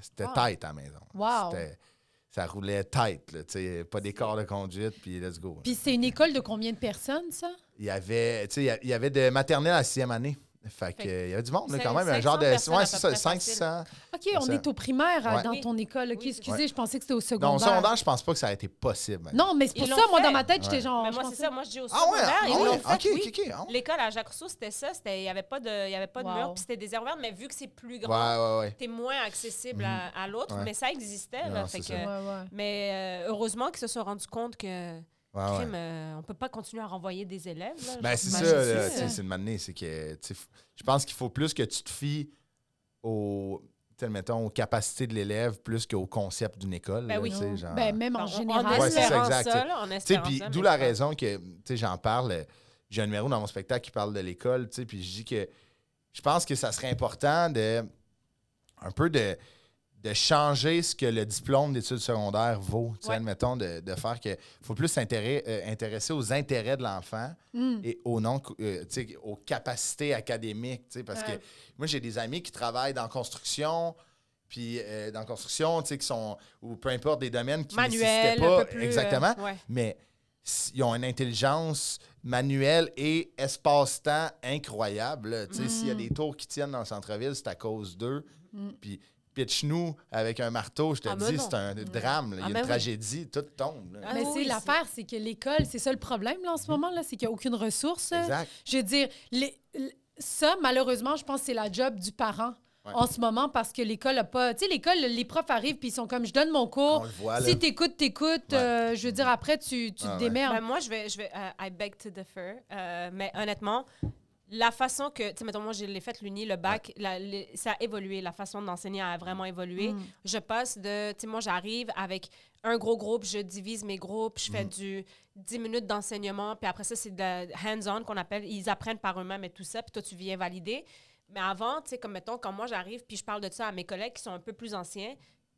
Speaker 3: c'était
Speaker 2: Wow.
Speaker 3: tête à la maison.
Speaker 2: Wow.
Speaker 3: C'était- Ça roulait tête, là, tu sais, pas des corps de conduite, puis let's go.
Speaker 2: Puis c'est une école de combien de personnes, ça?
Speaker 3: Il y avait, tu sais, il y a- il y avait de maternelle à sixième année. Fait que,
Speaker 1: Fait que
Speaker 3: euh, il y avait du monde, là,
Speaker 1: c'est
Speaker 3: quand même, un
Speaker 1: 500
Speaker 3: genre de...
Speaker 1: personnes à
Speaker 3: Ouais,
Speaker 1: peu
Speaker 3: c'est ça,
Speaker 1: près
Speaker 3: 500.
Speaker 2: OK,
Speaker 3: Ben,
Speaker 2: on
Speaker 3: ça-
Speaker 2: est au primaire euh,
Speaker 3: Ouais.
Speaker 2: dans
Speaker 1: Oui.
Speaker 2: ton école. OK,
Speaker 1: Oui.
Speaker 2: excusez,
Speaker 3: Ouais.
Speaker 2: je pensais que c'était au secondaire.
Speaker 3: Non, au secondaire, je pense pas que ça a été possible. maintenant.
Speaker 2: Non, mais c'est pour
Speaker 1: Ils
Speaker 2: ça,
Speaker 1: l'ont
Speaker 2: moi,
Speaker 1: fait.
Speaker 2: dans ma tête, j'étais genre.
Speaker 1: Mais
Speaker 2: je
Speaker 1: moi, c'est
Speaker 2: pensais-
Speaker 1: ça. Moi, je dis au
Speaker 3: Ah ouais,
Speaker 1: secondaire,
Speaker 3: ah
Speaker 1: ils
Speaker 3: ouais,
Speaker 1: l'ont
Speaker 3: ok,
Speaker 1: fait, oui.
Speaker 3: ok, ok. ah ouais.
Speaker 1: L'école à Jacques Rousseau, c'était ça. c'était- Il n'y avait pas de, il y avait pas de
Speaker 2: Wow.
Speaker 1: mur, puis c'était des ouvertes, mais vu que c'est plus
Speaker 3: Ouais,
Speaker 1: grand,
Speaker 3: ouais, ouais.
Speaker 1: t'es moins accessible à, à l'autre,
Speaker 3: Ouais.
Speaker 1: mais ça existait.
Speaker 3: Non,
Speaker 1: là,
Speaker 3: c'est
Speaker 1: fait
Speaker 3: ça.
Speaker 1: que-
Speaker 2: Ouais, ouais.
Speaker 1: Mais euh, heureusement qu'ils se sont rendus compte que
Speaker 3: Ouais, Ah ouais.
Speaker 1: crime, euh, on peut pas continuer à renvoyer des élèves. là,
Speaker 3: Ben,
Speaker 1: genre,
Speaker 3: c'est
Speaker 2: Ben,
Speaker 3: ça,
Speaker 2: c'est
Speaker 3: là,
Speaker 2: ça.
Speaker 3: tu sais, c'est de m'amener, c'est que tu sais, f- je pense qu'il faut plus que tu te fies au, tu sais, mettons, aux capacités de l'élève plus qu'au concept d'une école.
Speaker 1: Ben
Speaker 3: là,
Speaker 1: oui.
Speaker 3: tu sais, genre.
Speaker 2: Ben, même
Speaker 1: Ben,
Speaker 2: en
Speaker 1: on-
Speaker 2: général.
Speaker 1: En
Speaker 3: Ouais, c'est ça,
Speaker 1: espérant
Speaker 3: exact, tu sais.
Speaker 1: ça, là, en
Speaker 3: Tu sais,
Speaker 1: espérant
Speaker 3: puis
Speaker 1: ça,
Speaker 3: d'où
Speaker 1: mais
Speaker 3: la
Speaker 1: je pense-
Speaker 3: raison que tu sais, j'en parle. euh, J'ai un numéro dans mon spectacle qui parle de l'école, tu sais, puis je dis que je pense que ça serait important de un peu de, de changer ce que le diplôme d'études secondaires vaut. Tu sais,
Speaker 1: Ouais.
Speaker 3: admettons, de, de faire que faut plus s'intéresser euh, intéresser aux intérêts de l'enfant
Speaker 2: Hmm.
Speaker 3: et aux, non, euh, tu sais, aux capacités académiques. tu sais, Parce
Speaker 2: Ouais.
Speaker 3: que moi, j'ai des amis qui travaillent dans construction, puis euh, dans construction, tu sais, qui sont, ou peu importe, des domaines qui n'existaient
Speaker 1: Manuel,
Speaker 3: pas.
Speaker 1: un peu plus,
Speaker 3: exactement.
Speaker 1: euh, ouais.
Speaker 3: Mais s- ils ont une intelligence manuelle et espace-temps incroyable. là. Tu sais, S'il y
Speaker 1: Mm.
Speaker 3: a des tours qui tiennent dans le centre-ville, c'est à cause d'eux. Puis pitch-nous avec un marteau, je te
Speaker 1: Ah, ben
Speaker 3: dis,
Speaker 1: non.
Speaker 3: c'est un drame. là. Il y a
Speaker 1: Ah,
Speaker 3: une
Speaker 1: ben oui.
Speaker 3: tragédie, tout tombe. là.
Speaker 1: Ah,
Speaker 2: Mais
Speaker 1: oui,
Speaker 2: c'est
Speaker 1: c'est-
Speaker 2: l'affaire, c'est que l'école, c'est ça le problème là, en ce moment, là, c'est qu'il n'y a aucune ressource.
Speaker 3: Mhm. Exact.
Speaker 2: Je veux dire, les- l- ça, malheureusement, je pense que c'est la job du parent
Speaker 3: Ouais.
Speaker 2: en ce moment parce que l'école n'a pas. Tu sais, l'école, les profs arrivent puis ils sont comme je donne mon cours.
Speaker 3: On le voit, Ah, là.
Speaker 2: Si t'écoutes, t'écoutes.
Speaker 3: Ouais.
Speaker 2: euh, je veux dire, après, tu, tu
Speaker 3: Ah, ouais.
Speaker 2: te démerdes.
Speaker 1: Ben, moi, je vais, je vais euh, I beg to differ, Euh, mais honnêtement, la façon que, tu sais, mettons, moi, je l'ai fait l'uni, le bac, la- les- ça a évolué, la façon d'enseigner a vraiment évolué.
Speaker 2: Mm.
Speaker 1: Je passe de, tu sais, moi, j'arrive avec un gros groupe, je divise mes groupes, je fais du 10 minutes d'enseignement, puis après ça, c'est de la hands-on qu'on appelle, ils apprennent par eux-mêmes et tout ça, puis toi, tu viens valider. Mais avant, tu sais, comme mettons, quand moi j'arrive, puis je parle de ça à mes collègues qui sont un peu plus anciens,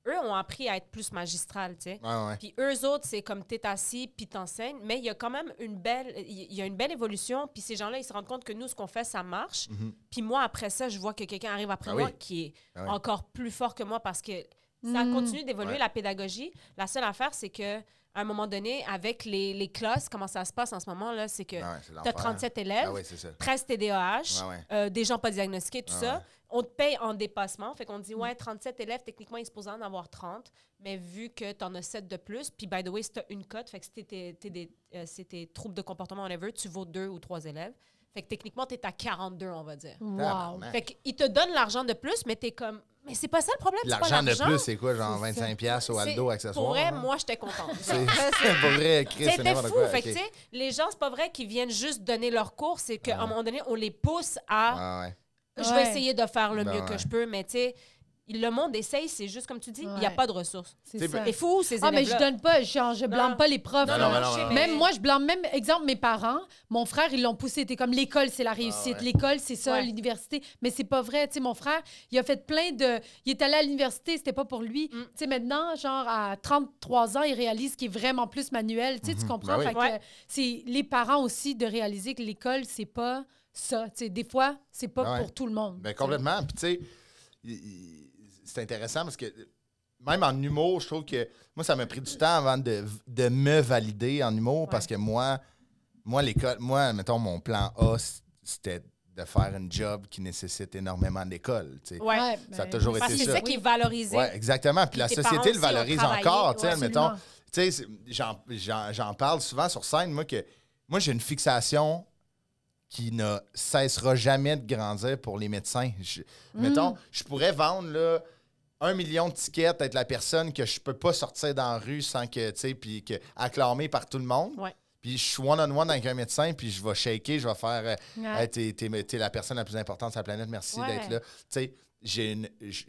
Speaker 1: eux ont appris à être plus magistral, tu sais.
Speaker 3: Ouais, ouais.
Speaker 1: Puis eux autres, c'est comme t'es assis, puis t'enseignes. Mais il y a quand même une belle, il y a une belle évolution. Puis ces gens-là, ils se rendent compte que nous, ce qu'on fait, ça marche.
Speaker 3: Mhm.
Speaker 1: Puis moi, après ça, je vois que quelqu'un arrive après
Speaker 3: Ah
Speaker 1: moi
Speaker 3: oui.
Speaker 1: qui est
Speaker 3: Ah oui.
Speaker 1: encore plus fort que moi parce que ça
Speaker 2: Mhm.
Speaker 1: continue d'évoluer,
Speaker 3: Ouais.
Speaker 1: la pédagogie. La seule affaire, c'est que à un moment donné, avec les, les classes, comment ça se passe en ce moment, là, c'est que
Speaker 3: Ah ouais, c'est
Speaker 1: t'as
Speaker 3: l'enfer.
Speaker 1: 37 élèves,
Speaker 3: Ah oui, c'est ça.
Speaker 1: 13 TDAH,
Speaker 3: Ah ouais.
Speaker 1: euh, des gens pas diagnostiqués, tout
Speaker 3: Ah
Speaker 1: ça.
Speaker 3: ouais.
Speaker 1: On te paye en dépassement. Fait qu'on te dit, ouais, 37 élèves, techniquement, il est supposé en avoir 30. Mais vu que tu en as 7 de plus, puis by the way, si tu une cote, fait que si t'es- t'es- t'es des- euh, c'est tes troubles de comportement, whatever, tu vaux 2 ou 3 élèves. Fait que techniquement, tu es à 42, on va dire.
Speaker 2: Wow.
Speaker 3: Tabarnak.
Speaker 1: Fait qu'ils te donnent l'argent de plus, mais tu es comme, mais c'est pas ça le problème, c'est pas
Speaker 3: L'argent de
Speaker 1: l'argent.
Speaker 3: plus, c'est quoi, genre
Speaker 2: C'est ça.
Speaker 3: 25$ piastres au Aldo
Speaker 1: C'est-
Speaker 3: accessoires?
Speaker 1: Pour vrai,
Speaker 3: là?
Speaker 1: moi, j'étais contente.
Speaker 3: C'est-
Speaker 1: Ça, c'est-
Speaker 3: Pour vrai, Chris, c'est
Speaker 1: c'était
Speaker 3: n'importe
Speaker 1: fou.
Speaker 3: quoi.
Speaker 1: Fait
Speaker 3: ok.
Speaker 1: que, tu sais, les gens, c'est pas vrai qu'ils viennent juste donner leur cours, c'est qu'à un moment donné, on les pousse à
Speaker 3: Ah ouais.
Speaker 1: je vais
Speaker 2: Ouais.
Speaker 1: essayer de faire le
Speaker 3: Ben
Speaker 1: mieux
Speaker 3: ouais.
Speaker 1: que je peux, mais tu sais, le monde essaye, c'est juste comme tu dis, il n'y a
Speaker 2: Ouais.
Speaker 1: pas de ressources.
Speaker 2: C'est
Speaker 3: C'est
Speaker 2: ça.
Speaker 1: C'est fou, ces
Speaker 2: Ah, mais je
Speaker 1: élèves-là.
Speaker 2: donne pas, genre, je blâme
Speaker 1: Non.
Speaker 2: pas les profs.
Speaker 3: Non,
Speaker 2: là.
Speaker 3: non, mais non, non, non.
Speaker 2: Même moi, je blâme même, exemple, mes parents. Mon frère, ils l'ont poussé. C'était comme l'école, c'est la réussite.
Speaker 3: Ah ouais.
Speaker 2: L'école, c'est ça,
Speaker 1: Ouais.
Speaker 2: l'université. Mais c'est pas vrai. Tu sais, mon frère, il a fait plein de. Il est allé à l'université, c'était pas pour lui.
Speaker 1: Mm.
Speaker 2: Tu sais, maintenant, genre, à 33 ans, il réalise qu'il est vraiment plus manuel. Tu sais, tu
Speaker 3: Mhm.
Speaker 2: comprends?
Speaker 3: Ben oui.
Speaker 2: Fait que
Speaker 1: Ouais.
Speaker 2: c'est les parents aussi de réaliser que l'école, c'est pas ça. Tu sais, des fois, c'est pas
Speaker 3: Ben ouais.
Speaker 2: pour tout le monde.
Speaker 3: Ben, complètement. Puis, tu sais, il- il- c'est intéressant parce que même en humour, je trouve que moi, ça m'a pris du temps avant de, de me valider en humour parce que moi, moi, l'école, moi, mettons, mon plan A, c'était de faire un job qui nécessite énormément d'école. tu sais.
Speaker 1: Ouais.
Speaker 2: ben
Speaker 3: Ça a toujours
Speaker 1: Parce que
Speaker 3: été
Speaker 1: c'est
Speaker 3: ça.
Speaker 1: ça qui est valorisé.
Speaker 3: Ouais, exactement. Puis
Speaker 1: Puis
Speaker 3: la
Speaker 1: tes
Speaker 3: société
Speaker 1: parents
Speaker 3: le
Speaker 1: aussi ont
Speaker 3: valorise
Speaker 1: travaillé,
Speaker 3: encore, tu sais,
Speaker 1: ouais,
Speaker 3: admettons.
Speaker 2: absolument.
Speaker 3: Tu sais, c'est- j'en- j'en j'en parle souvent sur scène, moi, que moi, j'ai une fixation qui ne cessera jamais de grandir pour les médecins. Je- Mettons, je pourrais vendre, là, un million de tickets, être la personne que je peux pas sortir dans la rue sans que, tu sais, puis que, acclamée par tout le monde.
Speaker 1: Ouais.
Speaker 3: Puis je suis one-on-one avec un médecin, puis je vais shaker, je vais faire... euh,
Speaker 2: Ouais.
Speaker 3: Hey, t'es, t'es- t'es la personne la plus importante sur la planète, merci
Speaker 1: Ouais.
Speaker 3: d'être là. Tu sais, j'ai une- j-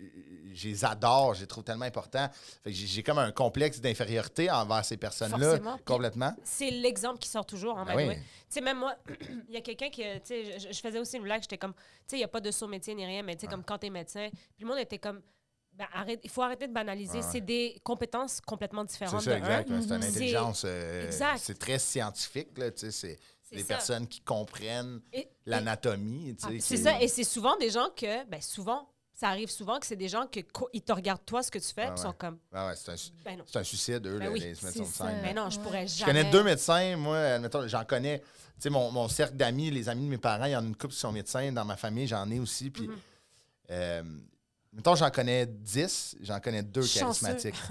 Speaker 3: je les adore, je les trouve tellement importants. Fait que j'ai, j'ai comme un complexe d'infériorité envers ces personnes-là,
Speaker 1: Forcément.
Speaker 3: complètement.
Speaker 1: C'est l'exemple qui sort toujours en
Speaker 3: Ben
Speaker 1: mode,
Speaker 3: oui.
Speaker 1: ouais. Tu sais, même moi, il y a quelqu'un qui. euh, Tu sais, je, je faisais aussi une blague, j'étais comme. Tu sais, il n'y a pas de saut métier ni rien, mais tu sais, comme quand t'es médecin. Puis le monde était comme. Ben, arrête, il faut arrêter de banaliser.
Speaker 3: Ouais, ouais.
Speaker 1: C'est des compétences complètement différentes.
Speaker 3: C'est ça,
Speaker 1: de un.
Speaker 3: exact. ouais, C'est une
Speaker 1: Mhm.
Speaker 3: intelligence. euh,
Speaker 1: Exact.
Speaker 3: C'est très scientifique, là, tu sais, c'est
Speaker 1: C'est
Speaker 3: des
Speaker 1: ça.
Speaker 3: personnes qui comprennent
Speaker 1: Et- et-
Speaker 3: l'anatomie. tu sais,
Speaker 1: C'est
Speaker 3: qui-
Speaker 1: ça, et c'est souvent des gens que, ben souvent, ça arrive souvent que c'est des gens que co- ils te regardent toi ce que tu fais,
Speaker 3: Ouais,
Speaker 1: puis ils sont comme,
Speaker 3: Ah ouais, c'est, un, su-
Speaker 1: ben non,
Speaker 3: c'est un suicide, eux,
Speaker 1: Ben
Speaker 3: là,
Speaker 1: oui,
Speaker 3: les
Speaker 2: c'est
Speaker 3: médecins de
Speaker 2: ça.
Speaker 3: scène. là.
Speaker 1: ben non, je
Speaker 2: Euh, Ouais.
Speaker 1: pourrais
Speaker 3: Je
Speaker 1: jamais.
Speaker 3: connais deux médecins, moi, admettons, j'en connais. Tu sais, mon, mon cercle d'amis, les amis de mes parents, il y en a une couple qui sont médecins. Dans ma famille, j'en ai aussi. Puis,
Speaker 1: Mhm.
Speaker 3: euh, mettons, j'en connais 10, j'en connais deux
Speaker 1: Chanceux.
Speaker 3: charismatiques.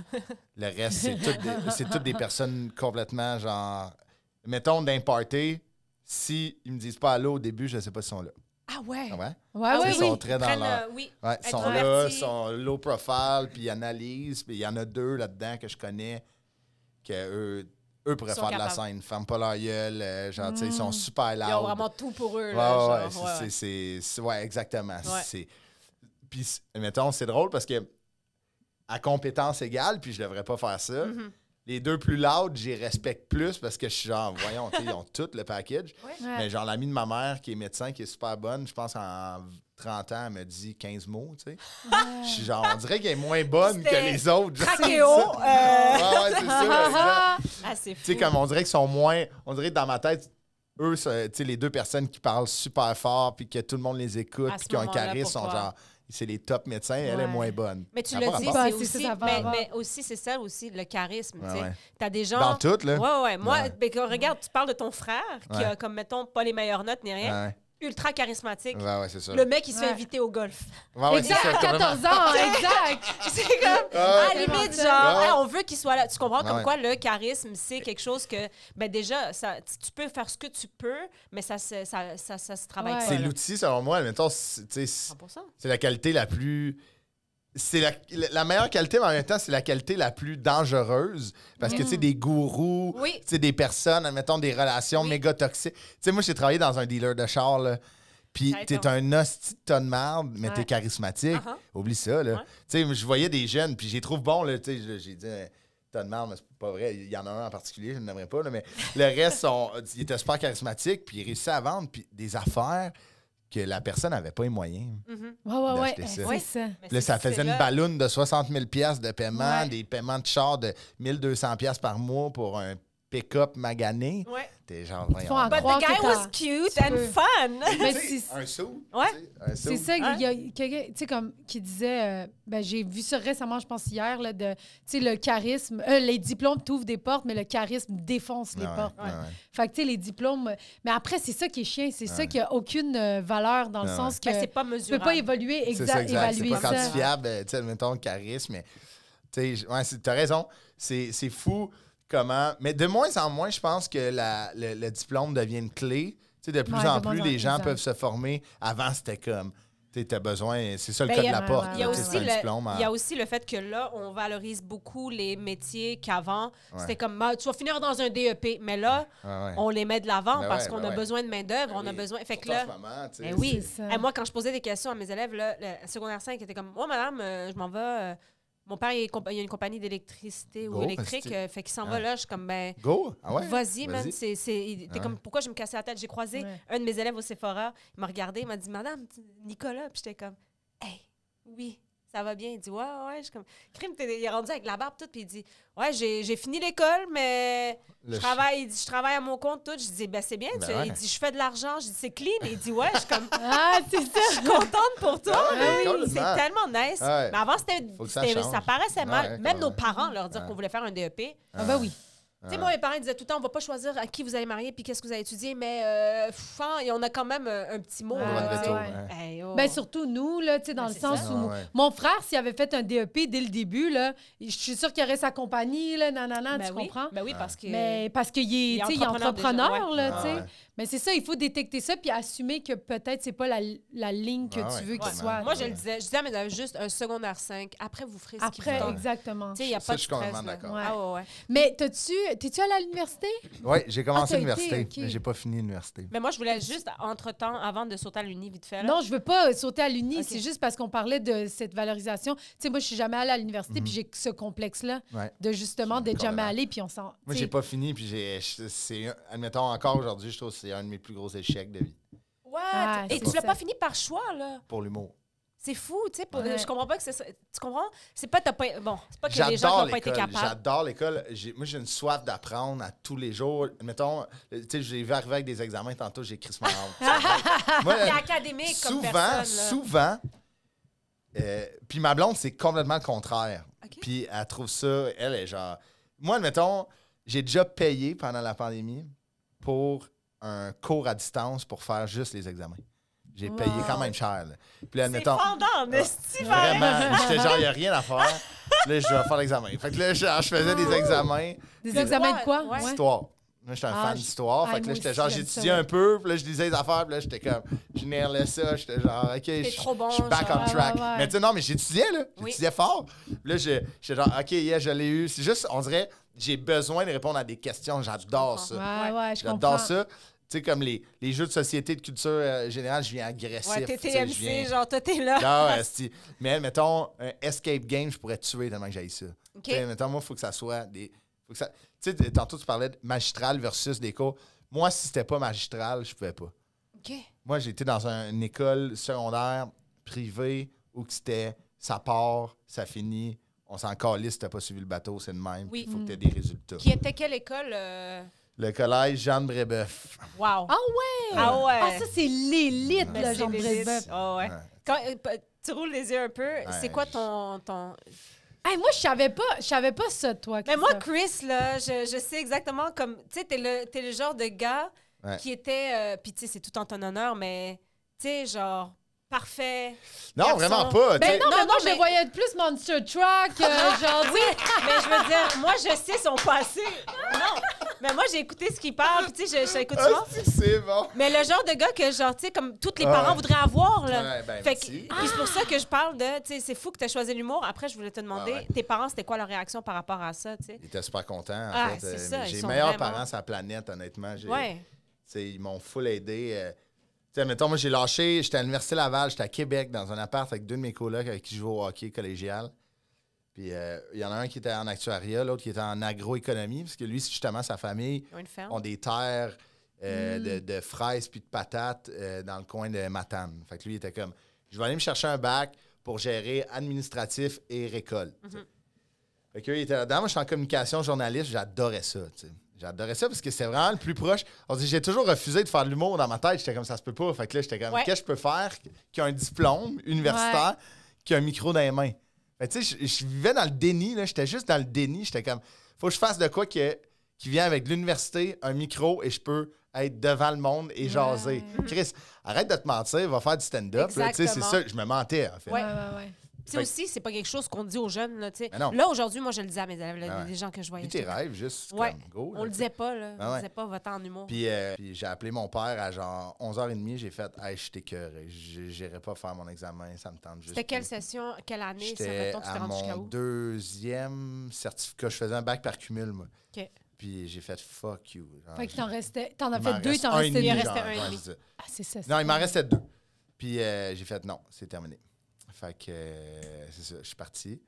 Speaker 3: Le reste, c'est toutes, des- c'est toutes des personnes complètement, genre, mettons, d'imparter. Si ils me disent pas allô au début, je ne sais pas s'ils sont là.
Speaker 1: Ah ouais.
Speaker 3: Tu comprends?
Speaker 2: Ouais,
Speaker 1: Ah
Speaker 2: oui,
Speaker 3: Ils
Speaker 1: oui.
Speaker 2: oui.
Speaker 3: sont très dans
Speaker 1: Prennent,
Speaker 3: leur...
Speaker 1: euh, oui.
Speaker 3: Ouais, ils sont là,
Speaker 1: introvertis.
Speaker 3: sont low profile, puis ils analysent. Puis il y en a deux là-dedans que je connais que eux, eux pourraient
Speaker 1: Sont
Speaker 3: faire de la
Speaker 1: capables. Hmm.
Speaker 3: scène. Ferme pas leur gueule. euh, genre, tu sais, ils sont super loud.
Speaker 1: Ils ont vraiment tout pour eux.
Speaker 3: Ouais,
Speaker 1: Là,
Speaker 3: ouais,
Speaker 1: genre,
Speaker 3: c'est-
Speaker 1: ouais, ouais.
Speaker 3: c'est- c'est- c'est- ouais, exactement.
Speaker 1: Ouais.
Speaker 3: C'est- Puis, c'est- mettons, c'est drôle parce que à compétence égale, puis je devrais pas faire ça.
Speaker 1: Mhm.
Speaker 3: Les deux plus loud, j'y respecte plus parce que je suis genre, voyons, tu sais, ils ont tout le package.
Speaker 2: Ouais.
Speaker 3: Mais genre, l'ami de ma mère qui est médecin, qui est super bonne, je pense en 30 ans, elle me dit 15 mots, tu sais. Je suis genre, on dirait qu'elle est moins bonne que
Speaker 1: C'était
Speaker 3: les autres. genre.
Speaker 1: Trachéo, euh,
Speaker 3: Ouais, ouais, c'est ça. exact.
Speaker 1: ah, c'est fou.
Speaker 3: Tu sais, comme on dirait qu'ils sont moins. On dirait que dans ma tête, eux, ça- tu sais, les deux personnes qui parlent super fort, puis que tout le monde les écoute,
Speaker 1: À
Speaker 3: puis
Speaker 1: ce
Speaker 3: qui ont un
Speaker 1: moment-là,
Speaker 3: charisme, sont
Speaker 1: pourquoi?
Speaker 3: genre, c'est les top médecins, elle
Speaker 2: Ouais.
Speaker 3: est moins bonne.
Speaker 1: Mais tu
Speaker 3: Ça
Speaker 1: le
Speaker 3: n'a pas
Speaker 1: dis,
Speaker 3: rapport.
Speaker 1: c'est
Speaker 2: Ben, c'est ça,
Speaker 1: aussi,
Speaker 2: ça va
Speaker 1: mais,
Speaker 2: avoir.
Speaker 1: mais aussi c'est ça aussi le charisme.
Speaker 3: Ouais,
Speaker 1: tu sais.
Speaker 3: ouais.
Speaker 1: T'as des gens.
Speaker 3: Dans tout, là.
Speaker 1: Ouais, ouais. Moi,
Speaker 3: Ouais.
Speaker 1: ben, que- regarde, tu parles de ton frère qui
Speaker 3: Ouais.
Speaker 1: a, comme mettons, pas les meilleures notes ni rien,
Speaker 3: Ouais,
Speaker 1: ultra charismatique.
Speaker 3: ouais, ouais, c'est ça.
Speaker 1: Le mec, il se fait
Speaker 2: Ouais.
Speaker 1: inviter au golf.
Speaker 3: Ah Ouais, ouais, c'est
Speaker 2: exact,
Speaker 3: ça,
Speaker 2: à
Speaker 3: carrément.
Speaker 2: 14 ans, exact.
Speaker 1: C'est comme,
Speaker 3: Ah,
Speaker 1: à la limite, genre,
Speaker 3: Ouais.
Speaker 1: hey, on veut qu'il soit là. Tu comprends comme
Speaker 3: Ah Ouais.
Speaker 1: quoi le charisme, c'est quelque chose que, ben déjà, ça, tu tu peux faire ce que tu peux, mais ça se, ça, ça, ça se travaille
Speaker 2: Ouais.
Speaker 1: pas.
Speaker 3: C'est
Speaker 1: là.
Speaker 3: l'outil, selon moi, mettons, c'est- tu sais,
Speaker 1: 100%.
Speaker 3: C'est la qualité la plus. C'est la, la meilleure qualité, mais en même temps, c'est la qualité la plus dangereuse. Parce que, tu sais, des gourous,
Speaker 1: Mm. Oui.
Speaker 3: tu sais, des personnes, admettons, des relations
Speaker 1: Oui.
Speaker 3: méga toxiques. Tu sais, moi, j'ai travaillé dans un dealer de char, là. Puis
Speaker 1: Ça a été
Speaker 3: t'es un hostie de tonne marde, mais
Speaker 1: Ouais.
Speaker 3: t'es charismatique.
Speaker 1: Uh-huh.
Speaker 3: Oublie ça, là.
Speaker 1: Ouais.
Speaker 3: Tu sais, je voyais des jeunes, puis je les trouve bons, là. Tu sais, je- j'ai dit, euh, tonne marde, mais c'est pas vrai. Il y en a un en particulier, je n'aimerais pas, là. Mais le reste, sont, ils étaient super charismatiques, puis ils réussissaient à vendre puis des affaires que la personne n'avait pas les moyens.
Speaker 1: Mhm.
Speaker 2: Ouais, ouais, ouais.
Speaker 3: D'acheter ça.
Speaker 2: C'est
Speaker 1: Ouais.
Speaker 2: ça.
Speaker 1: Mais
Speaker 3: Là,
Speaker 1: c'est-
Speaker 3: ça
Speaker 1: c'est
Speaker 3: faisait une
Speaker 1: là-
Speaker 3: balloune de 60 000 de paiement,
Speaker 2: Ouais.
Speaker 3: des paiements de char de 1200 par mois pour un pick-up magané.
Speaker 1: Ouais.
Speaker 3: T'es genre,
Speaker 2: Ils
Speaker 3: voyons
Speaker 2: font en
Speaker 3: donc.
Speaker 1: But
Speaker 2: croire
Speaker 1: the guy
Speaker 2: que t'as-
Speaker 1: was cute and
Speaker 2: peux.
Speaker 1: fun.
Speaker 2: Mais
Speaker 3: Tu sais,
Speaker 2: c'est-
Speaker 3: Un sou.
Speaker 1: Ouais.
Speaker 3: tu sais, un
Speaker 2: C'est
Speaker 3: sou.
Speaker 2: ça,
Speaker 1: Hein?
Speaker 2: il y a quelqu'un, tu sais, comme, qui disait, euh, ben, j'ai vu ça récemment, je pense, hier, là, de, tu sais, le charisme, euh, les diplômes t'ouvrent des portes, mais le charisme défonce les
Speaker 3: Ouais,
Speaker 2: portes.
Speaker 3: ouais, ouais.
Speaker 2: Fait que, tu sais, les diplômes, euh, mais après, c'est ça qui est chiant, c'est ça
Speaker 3: Ouais.
Speaker 2: qui a aucune euh, valeur dans le
Speaker 3: Ouais,
Speaker 2: sens que
Speaker 1: Mais Ben, c'est pas
Speaker 2: tu peux pas
Speaker 1: mesurable.
Speaker 2: évoluer,
Speaker 3: C'est
Speaker 2: exact,
Speaker 3: ça, exact. C'est
Speaker 2: évaluer
Speaker 3: pas
Speaker 2: ça.
Speaker 3: quantifiable. euh, Tu sais, mettons, charisme. Mais, tu sais, j- ouais, c'est- t'as raison. C'est c'est fou comment. Mais de moins en moins, je pense que la- le, le diplôme devient une clé. Tu sais, de plus
Speaker 2: Ouais,
Speaker 3: en
Speaker 2: de moins
Speaker 3: plus,
Speaker 2: en-
Speaker 3: les gens
Speaker 2: exact.
Speaker 3: peuvent se former. Avant, c'était comme. Tu as besoin, c'est ça le
Speaker 2: Ben,
Speaker 3: code
Speaker 2: il y
Speaker 3: de
Speaker 2: a-
Speaker 3: la porte.
Speaker 1: Il y, a
Speaker 3: là, tu sais,
Speaker 1: aussi
Speaker 3: c'est un diplôme
Speaker 1: le,
Speaker 3: en-
Speaker 1: il y a aussi le fait que là, on valorise beaucoup les métiers qu'avant.
Speaker 3: Ouais.
Speaker 1: C'était comme, Ah, tu vas finir dans un DEP. Mais là,
Speaker 3: Ouais, ouais.
Speaker 1: on les met de l'avant
Speaker 3: Ben
Speaker 1: parce
Speaker 3: ouais,
Speaker 1: qu'on
Speaker 3: ben
Speaker 1: a
Speaker 3: ouais.
Speaker 1: besoin de main-d'œuvre,
Speaker 3: Ben
Speaker 1: on a
Speaker 3: oui.
Speaker 1: besoin. Fait que
Speaker 3: Surtout en
Speaker 1: là,
Speaker 3: ce moment, tu sais,
Speaker 1: ben oui.
Speaker 2: C'est ça.
Speaker 1: Eh, moi, quand je posais des questions à mes élèves, là, le secondaire 5 était comme Moi, madame, euh, je m'en vais. euh, mon père, il, est compa- il a une compagnie d'électricité ou
Speaker 3: Go,
Speaker 1: électrique.
Speaker 3: esti.
Speaker 1: euh, fait qu'il s'en
Speaker 3: Ah.
Speaker 1: va là. Je suis comme Ben,
Speaker 3: Go! Ah ouais?
Speaker 1: vas-y, man.
Speaker 3: vas-y.
Speaker 1: c'est- c'est- il- T'es
Speaker 3: Ah
Speaker 1: comme Pourquoi je me cassais la tête J'ai croisé
Speaker 2: Ouais.
Speaker 1: un de mes élèves au Sephora. Il m'a regardé. Il m'a dit Madame, tu- Nicolas. Puis j'étais comme Hey, oui. Ça va bien. Il dit Ouais, ouais. Je suis comme Crime, t'es- il est rendu avec la barbe toute. Puis il dit Ouais, j'ai j'ai fini l'école, mais
Speaker 3: Le
Speaker 1: je travaille, il dit, je travaille à mon compte, tout. Je dis, ben c'est bien.
Speaker 3: Ben
Speaker 1: tu-
Speaker 3: ouais.
Speaker 1: Il dit, je fais de l'argent. Je dis, c'est clean. Il dit, ouais, je suis comme,
Speaker 2: Ah, c'est ça!
Speaker 1: je suis contente pour toi.
Speaker 3: Ah ouais,
Speaker 1: Oui,
Speaker 3: complètement.
Speaker 1: c'est tellement nice.
Speaker 3: Ah Ouais.
Speaker 1: Mais avant, c'était,
Speaker 3: Faut que ça
Speaker 1: c'était-
Speaker 3: change.
Speaker 1: ça paraissait
Speaker 3: Ah
Speaker 1: mal.
Speaker 3: ouais,
Speaker 1: Même
Speaker 3: quand
Speaker 1: nos
Speaker 3: même.
Speaker 1: parents leur dire
Speaker 3: Ouais.
Speaker 1: qu'on voulait faire un DEP.
Speaker 2: Ah, ben oui.
Speaker 1: Tu sais, moi, mes parents ils disaient tout le temps, on va pas choisir à qui vous allez marier puis qu'est-ce que vous allez étudier, mais euh, pff, hein, et on a quand même euh, un petit mot.
Speaker 2: Ouais,
Speaker 3: Droit
Speaker 1: là,
Speaker 3: de
Speaker 2: ouais,
Speaker 1: tu sais.
Speaker 3: veto,
Speaker 2: ouais.
Speaker 3: hein.
Speaker 1: Hey, oh.
Speaker 2: Ben surtout nous, là, tu sais, dans
Speaker 1: Ben,
Speaker 2: le
Speaker 1: c'est
Speaker 2: sens
Speaker 1: ça.
Speaker 2: où
Speaker 3: Ah ouais.
Speaker 2: mon frère, s'il avait fait un DEP dès le début, là, je suis sûre qu'il aurait sa compagnie, là, nanana,
Speaker 1: Ben
Speaker 2: tu
Speaker 1: oui.
Speaker 2: comprends?
Speaker 1: Ben oui, parce que.
Speaker 2: Mais parce qu'il est,
Speaker 1: Il est
Speaker 2: tu sais, il est
Speaker 1: entrepreneur déjà,
Speaker 2: entrepreneur,
Speaker 1: ouais.
Speaker 2: là,
Speaker 3: Ah
Speaker 2: tu sais.
Speaker 3: ouais.
Speaker 2: Mais c'est ça, il faut détecter ça puis assumer que peut-être c'est pas la, la ligne que
Speaker 3: Ah
Speaker 2: tu
Speaker 3: ouais,
Speaker 2: veux qu'il
Speaker 1: Ouais.
Speaker 2: soit.
Speaker 1: Moi,
Speaker 3: ouais.
Speaker 1: je le disais, je disais à mes élèves, juste un secondaire 5. Après, vous ferez ce qui
Speaker 2: Après,
Speaker 1: vous tente.
Speaker 2: exactement.
Speaker 1: Tu sais, il n'y a
Speaker 3: Ça,
Speaker 1: pas de
Speaker 3: je suis
Speaker 1: stress.
Speaker 3: complètement
Speaker 1: là.
Speaker 3: d'accord.
Speaker 1: Ah, ouais, ouais.
Speaker 2: Mais t'as-tu, t'es-tu allé à l'université?
Speaker 3: Oui, j'ai commencé
Speaker 2: Ah, t'as été,
Speaker 3: l'université,
Speaker 2: ok.
Speaker 3: mais j'ai pas fini l'université.
Speaker 1: Mais moi, je voulais juste, entre-temps, avant de sauter à l'uni, vite fait. là.
Speaker 2: Non, je veux pas euh, sauter à l'uni,
Speaker 1: Ok.
Speaker 2: c'est juste parce qu'on parlait de cette valorisation. Tu sais, moi, je suis jamais allée à l'université puis j'ai ce complexe-là
Speaker 3: Ouais.
Speaker 2: de justement
Speaker 3: Mhm. Je suis
Speaker 2: d'être jamais
Speaker 3: complètement.
Speaker 2: allée puis on s'en.
Speaker 3: Moi,
Speaker 2: tu
Speaker 3: j'ai
Speaker 2: sais,
Speaker 3: pas fini, puis j'ai. je- c'est un- Admettons, encore aujourd'hui, je trouve que c'est un de mes plus gros échecs de vie
Speaker 1: What?
Speaker 2: Ah,
Speaker 1: Et
Speaker 2: c'est
Speaker 1: tu l'as
Speaker 2: ça.
Speaker 1: pas fini par choix, là.
Speaker 3: pour l'humour.
Speaker 1: C'est fou, tu sais. pour-
Speaker 2: Ouais.
Speaker 1: Je comprends pas que c'est ça. Tu comprends? C'est pas, t'as pas. Bon, c'est pas que les gens
Speaker 3: J'adore
Speaker 1: n'ont pas été
Speaker 3: l'école.
Speaker 1: capables.
Speaker 3: J'adore l'école. J'ai- Moi, j'ai une soif d'apprendre à tous les jours. Mettons, tu sais, j'ai vu arriver avec des examens tantôt, j'ai écrit ce moment. Moi,
Speaker 1: T'es académique comme
Speaker 3: souvent,
Speaker 1: personne. là.
Speaker 3: souvent, euh, puis ma blonde, c'est complètement le contraire.
Speaker 1: Ok.
Speaker 3: Puis elle trouve ça, elle est genre. Moi, admettons, j'ai déjà payé pendant la pandémie pour un cours à distance pour faire juste les examens. J'ai payé
Speaker 2: Wow.
Speaker 3: quand même cher. là. Puis là,
Speaker 1: C'est
Speaker 3: admettons.
Speaker 1: fendant, mais c'est vrai.
Speaker 3: Vraiment, j'étais genre, il n'y a rien à faire. Là, je dois faire l'examen. Fait que là, je, je faisais des examens
Speaker 2: Des
Speaker 1: Le
Speaker 2: examens de quoi?
Speaker 1: droit, ouais.
Speaker 2: Ouais.
Speaker 3: d'histoire. Moi, j'étais un
Speaker 2: Ah,
Speaker 3: fan
Speaker 2: je-
Speaker 3: d'histoire.
Speaker 2: Ah,
Speaker 3: Fait que là,
Speaker 2: moi
Speaker 3: j'étais
Speaker 2: aussi,
Speaker 3: genre,
Speaker 2: j'aime
Speaker 3: j'étudiais
Speaker 2: ça, ouais.
Speaker 3: un peu, puis là, je lisais les affaires, puis là, j'étais comme, je nerlais ça, j'étais genre, OK, je je
Speaker 1: trop bon,
Speaker 3: suis back
Speaker 1: genre.
Speaker 3: on track.
Speaker 2: Ouais, ouais, ouais.
Speaker 3: Mais tu sais, non, mais j'étudiais, là.
Speaker 1: Oui.
Speaker 3: J'étudiais fort. Puis là, je- j'étais genre, OK, yeah, je l'ai eu. C'est juste, on dirait, j'ai besoin de répondre à des questions. J'adore
Speaker 1: Je
Speaker 3: ça.
Speaker 2: Ouais, ouais, je comprends.
Speaker 3: J'adore ça. Tu sais, comme les, les jeux de société, de culture euh, générale, je viens agressif.
Speaker 1: Ouais,
Speaker 3: tu
Speaker 1: t'es
Speaker 3: sais, je viens-
Speaker 1: TMC, genre, toi, t'es là.
Speaker 3: ah ouais, esti. Mais mettons, un escape game, je pourrais tuer tellement que j'aille ça.
Speaker 1: OK.
Speaker 3: T'sais, mettons, moi, il faut que ça soit des. faut que ça... Tu sais, tantôt, tu parlais de magistral versus des cours. Moi, si c'était pas magistral, je pouvais pas.
Speaker 1: OK.
Speaker 3: Moi, j'étais dans un- une école secondaire privée où que c'était ça part, ça finit, on s'en calisse si t'as pas suivi le bateau, c'est le même.
Speaker 1: Oui.
Speaker 3: Il faut que t'aies des résultats.
Speaker 1: Qui était quelle école? euh?
Speaker 3: Le collège Jeanne Brébeuf.
Speaker 1: Wow.
Speaker 2: Ah ouais!
Speaker 1: Ah ouais.
Speaker 2: Ah, ça, c'est l'élite,
Speaker 1: Mais
Speaker 2: là,
Speaker 1: c'est
Speaker 2: Jean
Speaker 1: des
Speaker 2: Brébeuf.
Speaker 1: listes. Ah ouais.
Speaker 3: Ouais.
Speaker 1: Quand, euh, pa- tu roules les yeux un peu. C'est quoi ton. ton...
Speaker 2: Hey, moi, je savais pas, je savais pas ça, toi.
Speaker 1: Mais moi,
Speaker 2: Christophe.
Speaker 1: Chris, là, je, je sais exactement comme. Tu sais, t'es le, t'es le genre de gars
Speaker 3: Ouais.
Speaker 1: qui était. euh, Puis, tu sais, c'est tout en ton honneur, mais, tu sais, genre, parfait.
Speaker 3: Non,
Speaker 1: Garçon.
Speaker 3: vraiment pas.
Speaker 2: Ben
Speaker 3: t'sais.
Speaker 2: non,
Speaker 1: Non,
Speaker 2: mais moi,
Speaker 1: non,
Speaker 2: je
Speaker 1: mais- Ah,
Speaker 2: le voyais de plus Monster Truck, euh, genre, oui.
Speaker 1: Mais je veux dire, moi, je sais son passé. Non. Mais moi, j'ai écouté ce qu'il parle, puis, tu sais, je, je l'écoute souvent.
Speaker 3: Esti, Ah, c'est bon.
Speaker 1: Mais le genre de gars que, genre, tu sais, comme tous les
Speaker 3: Ouais.
Speaker 1: parents voudraient avoir, là.
Speaker 3: Ouais, ben,
Speaker 1: Fait que- ah.
Speaker 3: merci.
Speaker 1: puis c'est pour ça que je parle de, tu sais, c'est fou que tu as choisi l'humour. Après, je voulais te demander,
Speaker 3: Ouais, ouais.
Speaker 1: tes parents, c'était quoi leur réaction par rapport à ça, tu sais?
Speaker 3: Ils étaient super contents. En
Speaker 1: Ah,
Speaker 3: fait.
Speaker 1: c'est
Speaker 3: Euh,
Speaker 1: ça,
Speaker 3: mais
Speaker 1: ils
Speaker 3: J'ai les
Speaker 1: sont
Speaker 3: meilleurs
Speaker 1: vraiment-
Speaker 3: parents sur la planète, honnêtement. J'ai-
Speaker 1: Ouais.
Speaker 3: Tu sais, ils m'ont full aidé. euh. Tu sais, mettons, moi, j'ai lâché, j'étais à l'Université Laval, j'étais à Québec, dans un appart avec deux de mes colocs avec qui je jouais au hockey collégial. Puis euh, il y en a un qui était en actuariat, l'autre qui était en agroéconomie, parce que lui, c'est justement, sa famille
Speaker 1: Ils ont une ferme.
Speaker 3: ont des terres euh, de, de fraises puis de patates euh, dans le coin de Matane. Fait que lui, il était comme, je vais aller me chercher un bac pour gérer administratif et récolte. tu sais. Fait qu'eux, ils étaient là-dedans. Moi, je suis en communication, journaliste, j'adorais ça, tu sais. J'adorais ça parce que c'est vraiment le plus proche. On dit, j'ai toujours refusé de faire de l'humour dans ma tête. J'étais comme, ça se peut pas. Fait que là, j'étais comme,
Speaker 1: Ouais.
Speaker 3: qu'est-ce que je peux faire qui a un diplôme universitaire, qui a un micro dans les mains? Mais tu sais, je- je vivais dans le déni, là. J'étais juste dans le déni. J'étais comme, faut que je fasse de quoi que- qui vient avec de l'université, un micro, et je peux être devant le monde et
Speaker 1: Hmm.
Speaker 3: jaser. Chris, arrête de te mentir, va faire du stand-up. là. Tu sais, c'est
Speaker 1: Exactement.
Speaker 3: ça, je me mentais, en fait.
Speaker 1: Ouais.
Speaker 2: ouais, ouais.
Speaker 1: Puis
Speaker 3: Fait-
Speaker 1: aussi, c'est pas quelque chose qu'on dit aux jeunes. Là, tu sais.
Speaker 3: Mais non.
Speaker 1: là aujourd'hui, moi, je le disais à mes élèves, là,
Speaker 3: Ah ouais.
Speaker 1: les gens que je voyais.
Speaker 3: Puis tes rêves, juste
Speaker 1: Ouais.
Speaker 3: comme go.
Speaker 1: On
Speaker 3: là,
Speaker 1: le disait pas, là.
Speaker 3: Ah
Speaker 1: On
Speaker 3: ouais.
Speaker 1: le disait pas, va-t'en en humour.
Speaker 3: Puis, euh, puis j'ai appelé mon père à genre 11h30, j'ai fait Hey, je t'écœuré, J- j'irai pas faire mon examen, ça me tente juste.
Speaker 1: C'était quelle
Speaker 3: plus.
Speaker 1: session, quelle année, ça,
Speaker 3: J'étais
Speaker 1: mettons, que tu t'es
Speaker 3: à
Speaker 1: rendu jusqu'à
Speaker 3: mon
Speaker 1: où?
Speaker 3: deuxième certificat. Je faisais un bac par cumul, moi.
Speaker 1: OK.
Speaker 3: Puis j'ai fait fuck you. Genre,
Speaker 2: Fait que
Speaker 3: je-
Speaker 2: t'en restais. T'en as
Speaker 3: Ah, il m'en
Speaker 2: fait deux,
Speaker 3: reste
Speaker 2: t'en
Speaker 3: un et
Speaker 2: restais
Speaker 3: demi,
Speaker 1: Il
Speaker 2: deux.
Speaker 1: restait
Speaker 3: genre,
Speaker 1: un et
Speaker 3: ouais,
Speaker 1: demi.
Speaker 3: c'est ça.
Speaker 2: Ah, c'est ça.
Speaker 3: Non, il m'en restait deux. Puis euh, j'ai fait non, c'est terminé. Fait que euh, c'est ça, je suis parti.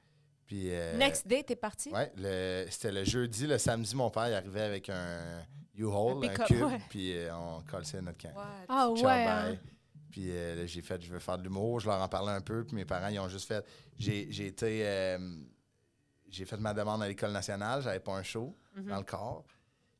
Speaker 3: Puis. euh,
Speaker 1: Next day, t'es parti?
Speaker 3: Ouais, le- c'était le jeudi, le samedi, mon père il arrivait avec un U-Haul,
Speaker 1: Un
Speaker 3: un,
Speaker 1: pick-up,
Speaker 3: cube,
Speaker 1: ouais.
Speaker 3: puis euh, on collait notre camp.
Speaker 1: What?
Speaker 2: Ah ouais.
Speaker 3: Ciao,
Speaker 2: hein.
Speaker 3: bye. Puis euh, là, j'ai fait, je veux faire de l'humour, je leur en parlais un peu, puis mes parents, ils ont juste fait, j'ai j'ai été, euh, j'ai fait ma demande à l'École nationale, j'avais pas un show
Speaker 1: Mhm.
Speaker 3: dans le corps.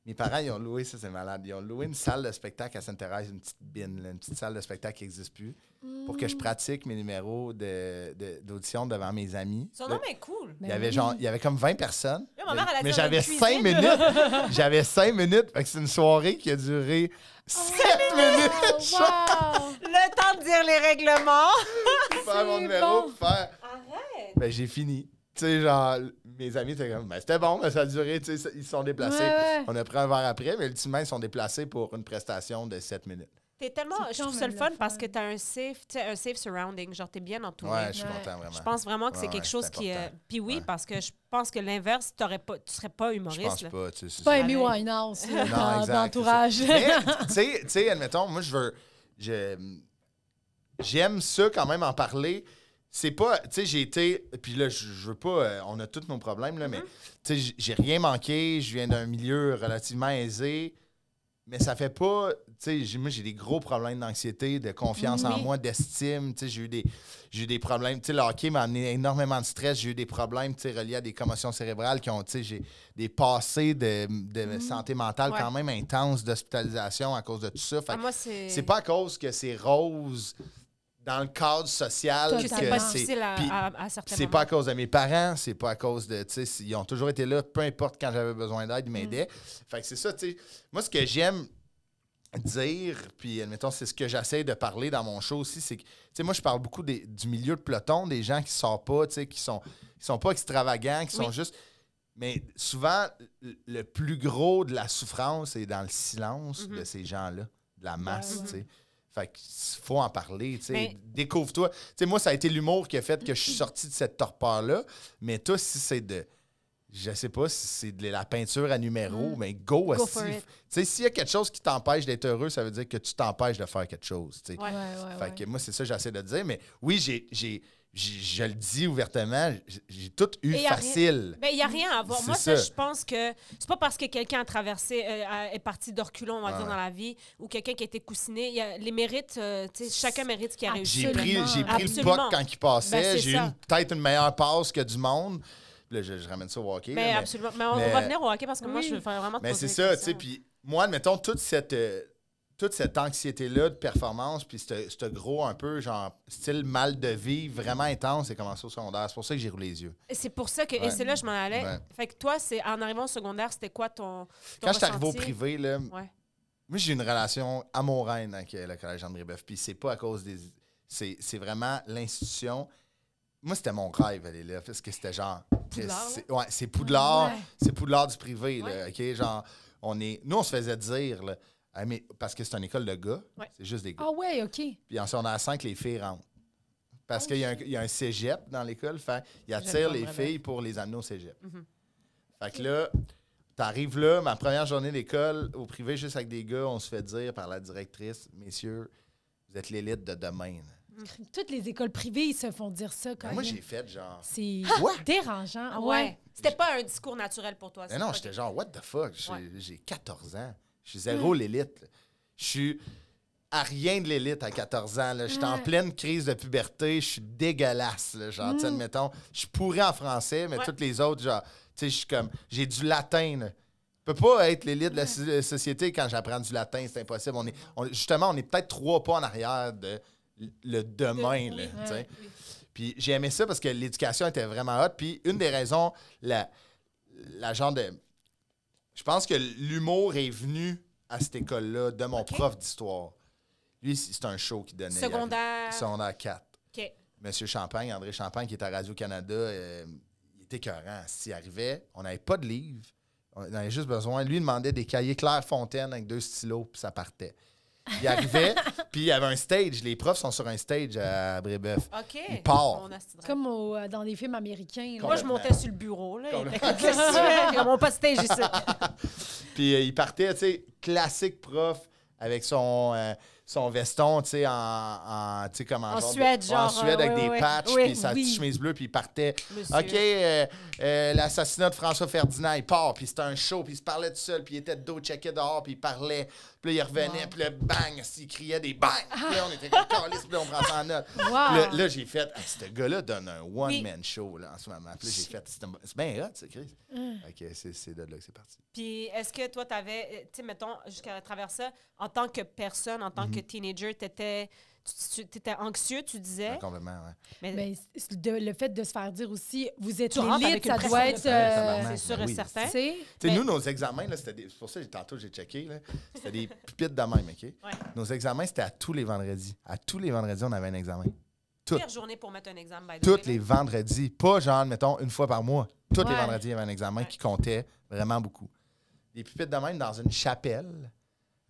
Speaker 3: Mes parents, ils ont loué, ça c'est malade, ils ont loué une salle de spectacle à Sainte-Thérèse, une petite bine, là, une petite salle de spectacle qui n'existe plus,
Speaker 2: Mm.
Speaker 3: pour
Speaker 1: Mm.
Speaker 3: que je pratique mes numéros de- de- d'audition devant mes amis.
Speaker 1: Son
Speaker 3: Le-
Speaker 1: nom est cool.
Speaker 2: Ben
Speaker 3: il y avait genre, il y avait comme 20 personnes.
Speaker 1: Là, ma mère, elle a dit,
Speaker 3: mais
Speaker 1: on a
Speaker 3: j'avais
Speaker 1: une
Speaker 3: 5
Speaker 1: cuisine.
Speaker 3: minutes. j'avais 5 minutes. Fait que c'est une soirée qui a duré
Speaker 1: Oh,
Speaker 3: 7 minutes.
Speaker 2: Oh, wow!
Speaker 1: Le temps de dire les règlements.
Speaker 3: pour faire mon
Speaker 2: c'est
Speaker 3: numéro,
Speaker 2: bon.
Speaker 3: pour faire.
Speaker 1: Arrête.
Speaker 3: Ben, j'ai fini. Tu sais, genre, mes amis étaient comme, ben, c'était bon, mais ça a duré, tu sais, ça- ils se sont déplacés.
Speaker 2: Ouais, ouais.
Speaker 3: On a pris un verre après, mais ultimement, ils se sont déplacés pour une prestation de 7 minutes.
Speaker 1: T'es tellement.
Speaker 2: C'est
Speaker 1: Je trouve
Speaker 2: quand
Speaker 1: ça
Speaker 2: même
Speaker 1: le
Speaker 2: le
Speaker 1: fun
Speaker 2: fun.
Speaker 1: parce que t'as un safe, tu sais, un safe surrounding. Genre, t'es bien entouré.
Speaker 3: Ouais, je suis
Speaker 2: Ouais.
Speaker 3: content, vraiment.
Speaker 1: Je pense vraiment que c'est
Speaker 3: Ouais,
Speaker 1: quelque
Speaker 3: ouais,
Speaker 1: chose
Speaker 3: c'est
Speaker 1: qui. est...
Speaker 3: important.
Speaker 1: Puis oui,
Speaker 3: Ouais.
Speaker 1: parce que je pense que l'inverse, t'aurais pas, tu serais pas
Speaker 3: Je
Speaker 1: humoriste.
Speaker 3: pense
Speaker 1: là.
Speaker 3: pas, tu sais. c'est
Speaker 2: Pas
Speaker 3: ça.
Speaker 2: Amy Winehouse là,
Speaker 3: Non,
Speaker 2: dans-
Speaker 3: exact,
Speaker 2: dans l'entourage.
Speaker 3: Mais, tu sais- tu sais, admettons, moi, je veux. je- J'aime ça quand même en parler. C'est pas. Tu sais, j'ai été. Puis là, je je veux pas. euh, on a tous nos problèmes, là, mais.
Speaker 2: Mm-hmm.
Speaker 3: Tu sais, j- j'ai rien manqué. Je viens d'un milieu relativement aisé. Mais ça fait pas. Tu sais, j'ai- moi, j'ai des gros problèmes d'anxiété, de confiance en
Speaker 2: Oui.
Speaker 3: moi, d'estime. Tu sais, j'ai eu des. J'ai eu des problèmes. Tu sais, le hockey m'a amené énormément de stress. J'ai eu des problèmes, tu sais, reliés à des commotions cérébrales qui ont, tu sais, j'ai des passés de, de santé mentale
Speaker 1: Mm-hmm. Ouais.
Speaker 3: quand même intense d'hospitalisation à cause de tout ça. Fait
Speaker 1: Ah,
Speaker 3: que
Speaker 1: moi, c'est.
Speaker 3: c'est pas à cause que c'est rose dans le cadre social
Speaker 2: Que
Speaker 1: que
Speaker 3: que
Speaker 1: c'est pas
Speaker 2: c'est-
Speaker 1: difficile à,
Speaker 3: puis
Speaker 1: à, à certains
Speaker 3: c'est
Speaker 1: moments.
Speaker 3: pas à cause de mes parents, c'est pas à cause de. Tu sais, c'est- ils ont toujours été là, peu importe quand j'avais besoin d'aide,
Speaker 1: Mm.
Speaker 3: ils m'aidaient. Fait que c'est ça, tu sais. Moi, ce que j'aime dire, puis admettons, c'est ce que j'essaie de parler dans mon show aussi, c'est que, tu sais, moi, je parle beaucoup des- du milieu de peloton, des gens qui sortent pas, tu sais, qui sont, qui sont pas extravagants, qui sont
Speaker 1: Oui.
Speaker 3: juste. Mais souvent, le- le plus gros de la souffrance est dans le silence
Speaker 1: Mhm.
Speaker 3: de ces gens-là, de la masse,
Speaker 2: Ouais, ouais.
Speaker 3: tu sais. Fait qu'il faut en parler, tu sais.
Speaker 1: Mais-
Speaker 3: Découvre-toi. Tu sais, moi, ça a été l'humour qui a fait que je suis sorti de cette torpeur-là. Mais toi, si c'est de. Je sais pas si c'est de la peinture à numéro, mais go,
Speaker 1: Mm. Go
Speaker 3: asti.
Speaker 1: for
Speaker 3: Tu
Speaker 1: it.
Speaker 3: sais, s'il y a quelque chose qui t'empêche d'être heureux, ça veut dire que tu t'empêches de faire quelque chose, tu sais.
Speaker 1: Ah Ouais.
Speaker 2: ouais,
Speaker 3: Fait que moi, c'est ça que j'essaie de dire. Mais oui, j'ai, j'ai, j'ai- je le dis ouvertement, j'ai, j'ai tout eu
Speaker 1: Et y a rien-
Speaker 3: facile.
Speaker 1: Ben, il n'y a rien à voir.
Speaker 3: C'est
Speaker 1: Moi, ça,
Speaker 3: ça.
Speaker 1: je pense que c'est pas parce que quelqu'un a traversé, euh, a- est parti de reculons, on va
Speaker 3: Ouais,
Speaker 1: dire,
Speaker 3: ouais.
Speaker 1: dans la vie, ou quelqu'un qui a été coussiné. il y a- les mérites, euh, tu sais, chacun mérite ce qu'il a réussi.
Speaker 3: J'ai
Speaker 1: là.
Speaker 3: pris, j'ai pris le
Speaker 1: Absolument.
Speaker 3: puck quand il passait.
Speaker 1: Ben, c'est
Speaker 3: j'ai eu
Speaker 1: ça.
Speaker 3: une- peut-être une meilleure passe que du monde. Puis Là, je, je ramène ça au hockey. là,
Speaker 1: Mais
Speaker 3: mais-
Speaker 1: Ben, absolument. Mais on, on
Speaker 3: mais-
Speaker 1: va venir au hockey parce que moi,
Speaker 2: Oui.
Speaker 1: je veux vraiment te
Speaker 3: Mais
Speaker 1: poser
Speaker 3: c'est
Speaker 1: des
Speaker 3: ça, tu sais.
Speaker 1: questions.
Speaker 3: Puis moi, admettons, toute cette, euh, toute cette anxiété-là de performance, puis ce ce gros un peu, genre, style mal de vie, vraiment intense, c'est commencé au secondaire. C'est pour ça que j'ai roulé les yeux.
Speaker 1: Et C'est pour ça que.
Speaker 3: Ouais.
Speaker 1: Et c'est là que je m'en allais.
Speaker 3: Ouais.
Speaker 1: Fait que toi, c'est en arrivant au secondaire, c'était quoi ton. ton
Speaker 3: Quand je suis arrivé au
Speaker 1: ressenti?
Speaker 3: privé, là,
Speaker 1: Ouais.
Speaker 3: moi, j'ai une relation amoureuse avec euh, le collège André-Boeuf. Puis c'est pas à cause des. C'est c'est vraiment l'institution. Moi, c'était mon rêve d'aller là, parce que c'était genre.
Speaker 1: Poudlard,
Speaker 3: c'est- Ouais, c'est Poudlard.
Speaker 2: Ouais.
Speaker 3: C'est Poudlard du privé, là,
Speaker 1: Ouais.
Speaker 3: OK? Genre, on est. Nous, on se faisait dire, là. Ah, mais, parce que c'est une école de gars.
Speaker 1: Ouais.
Speaker 3: C'est juste des gars.
Speaker 2: Ah ouais, OK.
Speaker 3: Puis en secondaire 5, les filles rentrent. Parce qu'il y, a un- il y a un cégep dans l'école, fait il attire
Speaker 1: pas
Speaker 3: les
Speaker 1: vraiment.
Speaker 3: filles pour les amener au cégep.
Speaker 1: Mhm.
Speaker 3: Fait que là, t'arrives là, ma première journée d'école, au privé, juste avec des gars, on se fait dire par la directrice, messieurs, vous êtes l'élite de demain.
Speaker 2: Toutes les écoles privées, ils se font dire ça quand
Speaker 3: Ben moi,
Speaker 2: même.
Speaker 3: j'ai fait genre.
Speaker 2: C'est
Speaker 3: Quoi?
Speaker 2: dérangeant.
Speaker 1: Ah ouais.
Speaker 2: ouais.
Speaker 1: C'était pas un discours naturel pour toi.
Speaker 3: Mais
Speaker 1: c'est
Speaker 3: non,
Speaker 1: pas
Speaker 3: j'étais
Speaker 1: que-
Speaker 3: genre, what the fuck? J'ai
Speaker 1: Ouais. Hmm.
Speaker 3: j'ai 14 ans. Je suis zéro l'élite. là. Je suis à rien de l'élite à 14 ans. là. J'étais en
Speaker 1: Hmm.
Speaker 2: Ouais.
Speaker 3: pleine crise de puberté. Je suis dégueulasse. Là. Genre, tu sais, admettons, je pourrais en français, mais
Speaker 1: Hmm. Ouais.
Speaker 3: toutes les autres, genre, tu sais, je suis comme, j'ai du latin. là. Je peux pas être l'élite de la so-
Speaker 1: Hmm.
Speaker 3: euh, société quand j'apprends du latin, c'est impossible. On est, on- justement, on est peut-être trois pas en arrière de l- le demain.
Speaker 1: De-
Speaker 3: là,
Speaker 1: oui.
Speaker 3: tu sais.
Speaker 2: Ouais.
Speaker 3: Puis j'ai aimé ça parce que l'éducation était vraiment hot. Puis une des raisons, la, la genre de. Je pense que l'humour est venu à cette école-là de mon
Speaker 1: OK.
Speaker 3: prof d'histoire. Lui, c'est c'est un show qu'il donnait. Il
Speaker 1: Secondaire.
Speaker 3: avait- Secondaire 4.
Speaker 1: OK.
Speaker 3: Monsieur Champagne, André Champagne, qui est à Radio-Canada, euh, il était écœurant. S'il arrivait, on n'avait pas de livres. On avait juste besoin. Lui, il demandait des cahiers Claire Fontaine avec deux stylos, puis ça partait. Il arrivait, puis il y avait un stage. Les profs sont sur un stage à Brébeuf.
Speaker 1: OK.
Speaker 3: Il part.
Speaker 1: On a ce drame.
Speaker 2: Comme au- euh, dans les films américains.
Speaker 1: Moi,
Speaker 2: Là.
Speaker 1: je montais sur le bureau. Là, Il
Speaker 3: Comme-
Speaker 1: était comme, Qu'est-ce que tu fais? Comme on pas de stage ici.
Speaker 3: Puis euh, il partait, tu sais, classique prof, avec son, euh, son veston, tu sais, en, en, tu sais, comme
Speaker 1: En
Speaker 3: genre de-
Speaker 1: Suède,
Speaker 3: En
Speaker 1: genre,
Speaker 3: Suède,
Speaker 1: euh,
Speaker 3: avec
Speaker 1: oui,
Speaker 3: des
Speaker 1: oui.
Speaker 3: patchs,
Speaker 1: Oui,
Speaker 3: puis sa petite
Speaker 1: oui.
Speaker 3: chemise bleue, puis il partait.
Speaker 1: Monsieur.
Speaker 3: OK, euh, euh, l'assassinat de François Ferdinand, il part, puis c'était un show, puis il se parlait tout seul, puis il était dos checké dehors, puis il parlait. Puis là, il revenait, puis le bang, il criait des bangs. Puis là, on était
Speaker 1: Ah.
Speaker 3: comme câlisse, puis là, on prend ça en note.
Speaker 2: Wow.
Speaker 3: Puis Là, là, j'ai fait, Hey, ce gars-là donne un one-man show là, en ce moment. Puis là, j'ai fait, c'est un- c'est bien hot, c'est Chris.
Speaker 1: Ah.
Speaker 3: OK, c'est- c'est de là que c'est parti.
Speaker 1: Puis est-ce que toi, t'avais, euh, tu sais, mettons, jusqu'à travers ça, en tant que personne, en
Speaker 3: Mhm.
Speaker 1: tant que teenager, t'étais, tu, tu- t'étais anxieux, tu disais.
Speaker 3: Ah, Complètement, ouais.
Speaker 1: Mais
Speaker 2: Mais c- Ben, de- le fait de se faire dire aussi, vous êtes
Speaker 1: Tu rentres
Speaker 2: l'élite,
Speaker 1: avec une
Speaker 2: ça
Speaker 1: pression
Speaker 2: doit
Speaker 1: de
Speaker 2: être.
Speaker 1: pression.
Speaker 2: euh,
Speaker 3: Totalement.
Speaker 1: c'est sûr
Speaker 3: Ben
Speaker 1: et
Speaker 3: oui.
Speaker 1: certain.
Speaker 2: tu sais,
Speaker 3: Tu sais,
Speaker 1: Mais-
Speaker 3: nous, nos examens, là, c'était des... c'est pour ça que tantôt j'ai checké, là, c'était des pipites de même, OK? Nos examens, c'était à tous les vendredis. À tous les vendredis, on avait un examen. Tout.
Speaker 1: Première journée pour mettre un examen, by the
Speaker 3: Tous
Speaker 1: way,
Speaker 3: les
Speaker 1: là.
Speaker 3: vendredis. Pas genre, mettons, une fois par mois. Tous les
Speaker 2: Ouais.
Speaker 3: vendredis, il y avait un examen qui comptait vraiment beaucoup. Des pupitres de même dans une chapelle,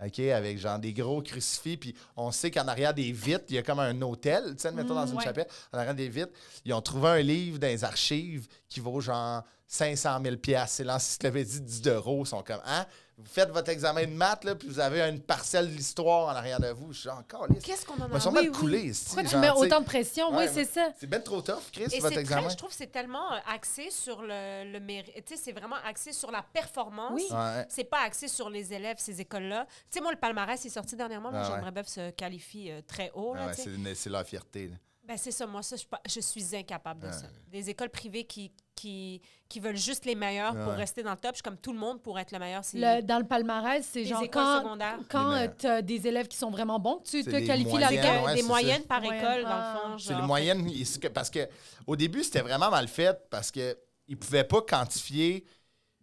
Speaker 3: OK, avec genre des gros crucifix, puis on sait qu'en arrière des vitres, il y a comme un hôtel, tu sais, mettons
Speaker 2: Mm,
Speaker 3: dans une
Speaker 1: ouais.
Speaker 3: chapelle, en arrière des vitres, ils ont trouvé un livre dans les archives qui vaut genre 500 000 pièces. C'est l'encyclopédie de Diderot, ils sont comme, hein, vous faites votre examen de maths, là, puis vous avez une parcelle de l'histoire en arrière de vous. Je suis genre, caliste.
Speaker 1: Qu'est-ce qu'on en
Speaker 3: Ils
Speaker 1: a?
Speaker 3: sont sûrement
Speaker 2: oui,
Speaker 3: le coulé, ici,
Speaker 2: Pourquoi tu
Speaker 3: genre,
Speaker 2: mets
Speaker 3: tu sais.
Speaker 2: autant de pression?
Speaker 3: Ouais,
Speaker 2: oui, c'est ça.
Speaker 3: C'est bien trop tough, Chris,
Speaker 1: Et
Speaker 3: votre
Speaker 1: c'est
Speaker 3: examen.
Speaker 1: très, je trouve, que c'est tellement euh, axé sur le, le mérite. Tu sais, c'est vraiment axé sur la performance.
Speaker 2: Oui.
Speaker 3: Ouais.
Speaker 1: C'est pas axé sur les élèves, ces écoles-là. Tu sais, moi, le palmarès est sorti dernièrement. Moi,
Speaker 3: Ah ouais.
Speaker 1: j'aimerais bien se qualifie euh, très haut.
Speaker 3: Ah
Speaker 1: Là,
Speaker 3: ouais,
Speaker 1: tu sais.
Speaker 3: c'est, c'est leur fierté. là.
Speaker 1: Ben, c'est ça, moi, ça, je, suis pas- je suis incapable de
Speaker 3: Ouais.
Speaker 1: ça. Des écoles privées qui, qui, qui veulent juste les meilleurs pour
Speaker 3: Ouais.
Speaker 1: rester dans le top. Je suis comme tout le monde pour être le meilleur. C'est
Speaker 2: Le- dans le palmarès, c'est
Speaker 1: les
Speaker 2: genre
Speaker 1: écoles
Speaker 2: quand,
Speaker 1: secondaires.
Speaker 2: quand
Speaker 3: Les
Speaker 2: euh,
Speaker 3: meilleurs.
Speaker 2: t'as des élèves qui sont vraiment bons, tu
Speaker 3: C'est
Speaker 2: te
Speaker 3: les
Speaker 2: qualifies
Speaker 1: Des,
Speaker 3: moyens,
Speaker 2: là-dedans.
Speaker 3: ouais,
Speaker 1: des
Speaker 3: c'est ça.
Speaker 1: moyennes par
Speaker 2: Moyenne,
Speaker 1: école, dans
Speaker 2: ah.
Speaker 1: le fond.
Speaker 3: C'est
Speaker 1: genre.
Speaker 3: les moyennes. ils- c'est que- Parce que au début, c'était vraiment mal fait parce qu'ils ne pouvaient pas quantifier.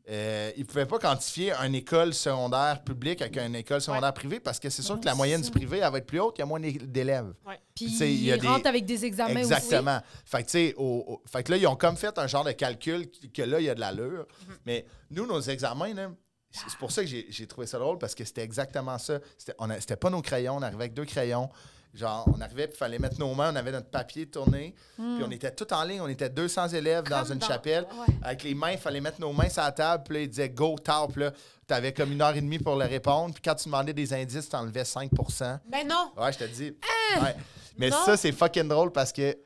Speaker 3: euh, ils pouvaient pas quantifier une école secondaire publique avec une école secondaire privée parce que c'est sûr que la
Speaker 2: Ouais,
Speaker 3: moyenne
Speaker 2: c'est
Speaker 3: du privé elle va être plus haute, il y a moins d'é- d'élèves.
Speaker 1: Ouais.
Speaker 2: Puis
Speaker 3: Tu sais, il y a
Speaker 2: ils
Speaker 3: des-
Speaker 2: rentrent avec des examens aussi.
Speaker 3: Exactement. Fait que, tu sais, au- au- fait que là, ils ont comme fait un genre de calcul qui- que là, il y a de l'allure.
Speaker 1: Mm-hmm.
Speaker 3: Mais nous, nos examens, là, c'est c'est pour ça que j'ai j'ai trouvé ça drôle parce que c'était exactement ça. C'était on a- c'était pas nos crayons, on arrivait avec deux crayons. Genre, on arrivait, puis il fallait mettre nos mains, on avait notre papier tourné, puis on était tout en ligne, on était 200 élèves dans
Speaker 1: Mm. Comme
Speaker 3: une
Speaker 1: dans-
Speaker 3: chapelle.
Speaker 1: ouais.
Speaker 3: Avec les mains, il fallait mettre nos mains sur la table, puis là, il disait go, tard, puis là, t'avais comme une heure et demie pour le répondre, puis quand tu demandais des indices, t'enlevais 5
Speaker 1: Ben non!
Speaker 3: Ouais, je te dis.
Speaker 2: Hein?
Speaker 3: Ouais. Mais
Speaker 1: Non.
Speaker 3: ça, c'est fucking drôle parce que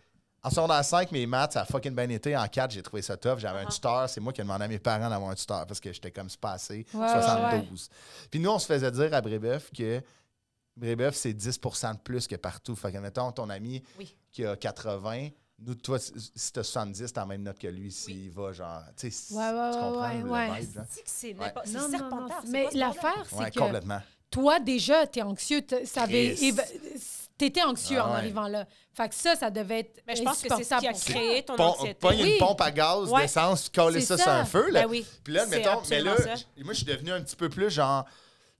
Speaker 3: en secondaire 5, mes maths, ça a fucking bien été. En 4, j'ai trouvé ça tough. J'avais
Speaker 2: Uh-huh.
Speaker 3: un tuteur. C'est moi qui ai demandé à mes parents d'avoir un tuteur parce que j'étais comme spassé.
Speaker 2: Ouais,
Speaker 3: 72. Puis nous, on se faisait dire à Brébeuf que Brébeuf, c'est 10 de plus que partout. Fait que, mettons, ton ami
Speaker 1: Oui.
Speaker 3: qui a 80, nous, toi, si si t'as 70, t'as la même note que lui s'il va genre. Tu sais,
Speaker 2: Ouais, ouais,
Speaker 3: tu
Speaker 2: ouais,
Speaker 3: comprends
Speaker 2: ouais,
Speaker 3: le
Speaker 2: ouais.
Speaker 3: vibe, genre?
Speaker 1: C'est que c'est
Speaker 3: Ouais.
Speaker 1: n'importe- c'est
Speaker 2: Non, non, non,
Speaker 1: serpentard. c'est
Speaker 2: Mais
Speaker 1: quoi ce bordel?
Speaker 2: l'affaire, c'est
Speaker 3: Ouais,
Speaker 2: que
Speaker 3: complètement.
Speaker 2: toi, déjà, t'es anxieux. t'es- ça avait
Speaker 3: Christ.
Speaker 2: éva- T'étais anxieux
Speaker 3: Ah
Speaker 2: en
Speaker 3: ouais.
Speaker 2: arrivant là. Fait que ça, ça devait être
Speaker 1: Mais je pense que c'est ça
Speaker 2: insupportable
Speaker 1: qui a
Speaker 2: pour toi.
Speaker 1: créé ton
Speaker 3: Pon-
Speaker 1: anxiété.
Speaker 3: Pogne
Speaker 2: Oui.
Speaker 3: une pompe à gaz
Speaker 1: Ouais.
Speaker 3: d'essence, coller
Speaker 2: C'est
Speaker 3: ça,
Speaker 2: ça.
Speaker 3: sur un feu. Là.
Speaker 1: Ben oui.
Speaker 3: Puis là,
Speaker 1: C'est
Speaker 3: mettons, mais là,
Speaker 1: absolument ça.
Speaker 3: j- moi, je suis devenu un petit peu plus genre.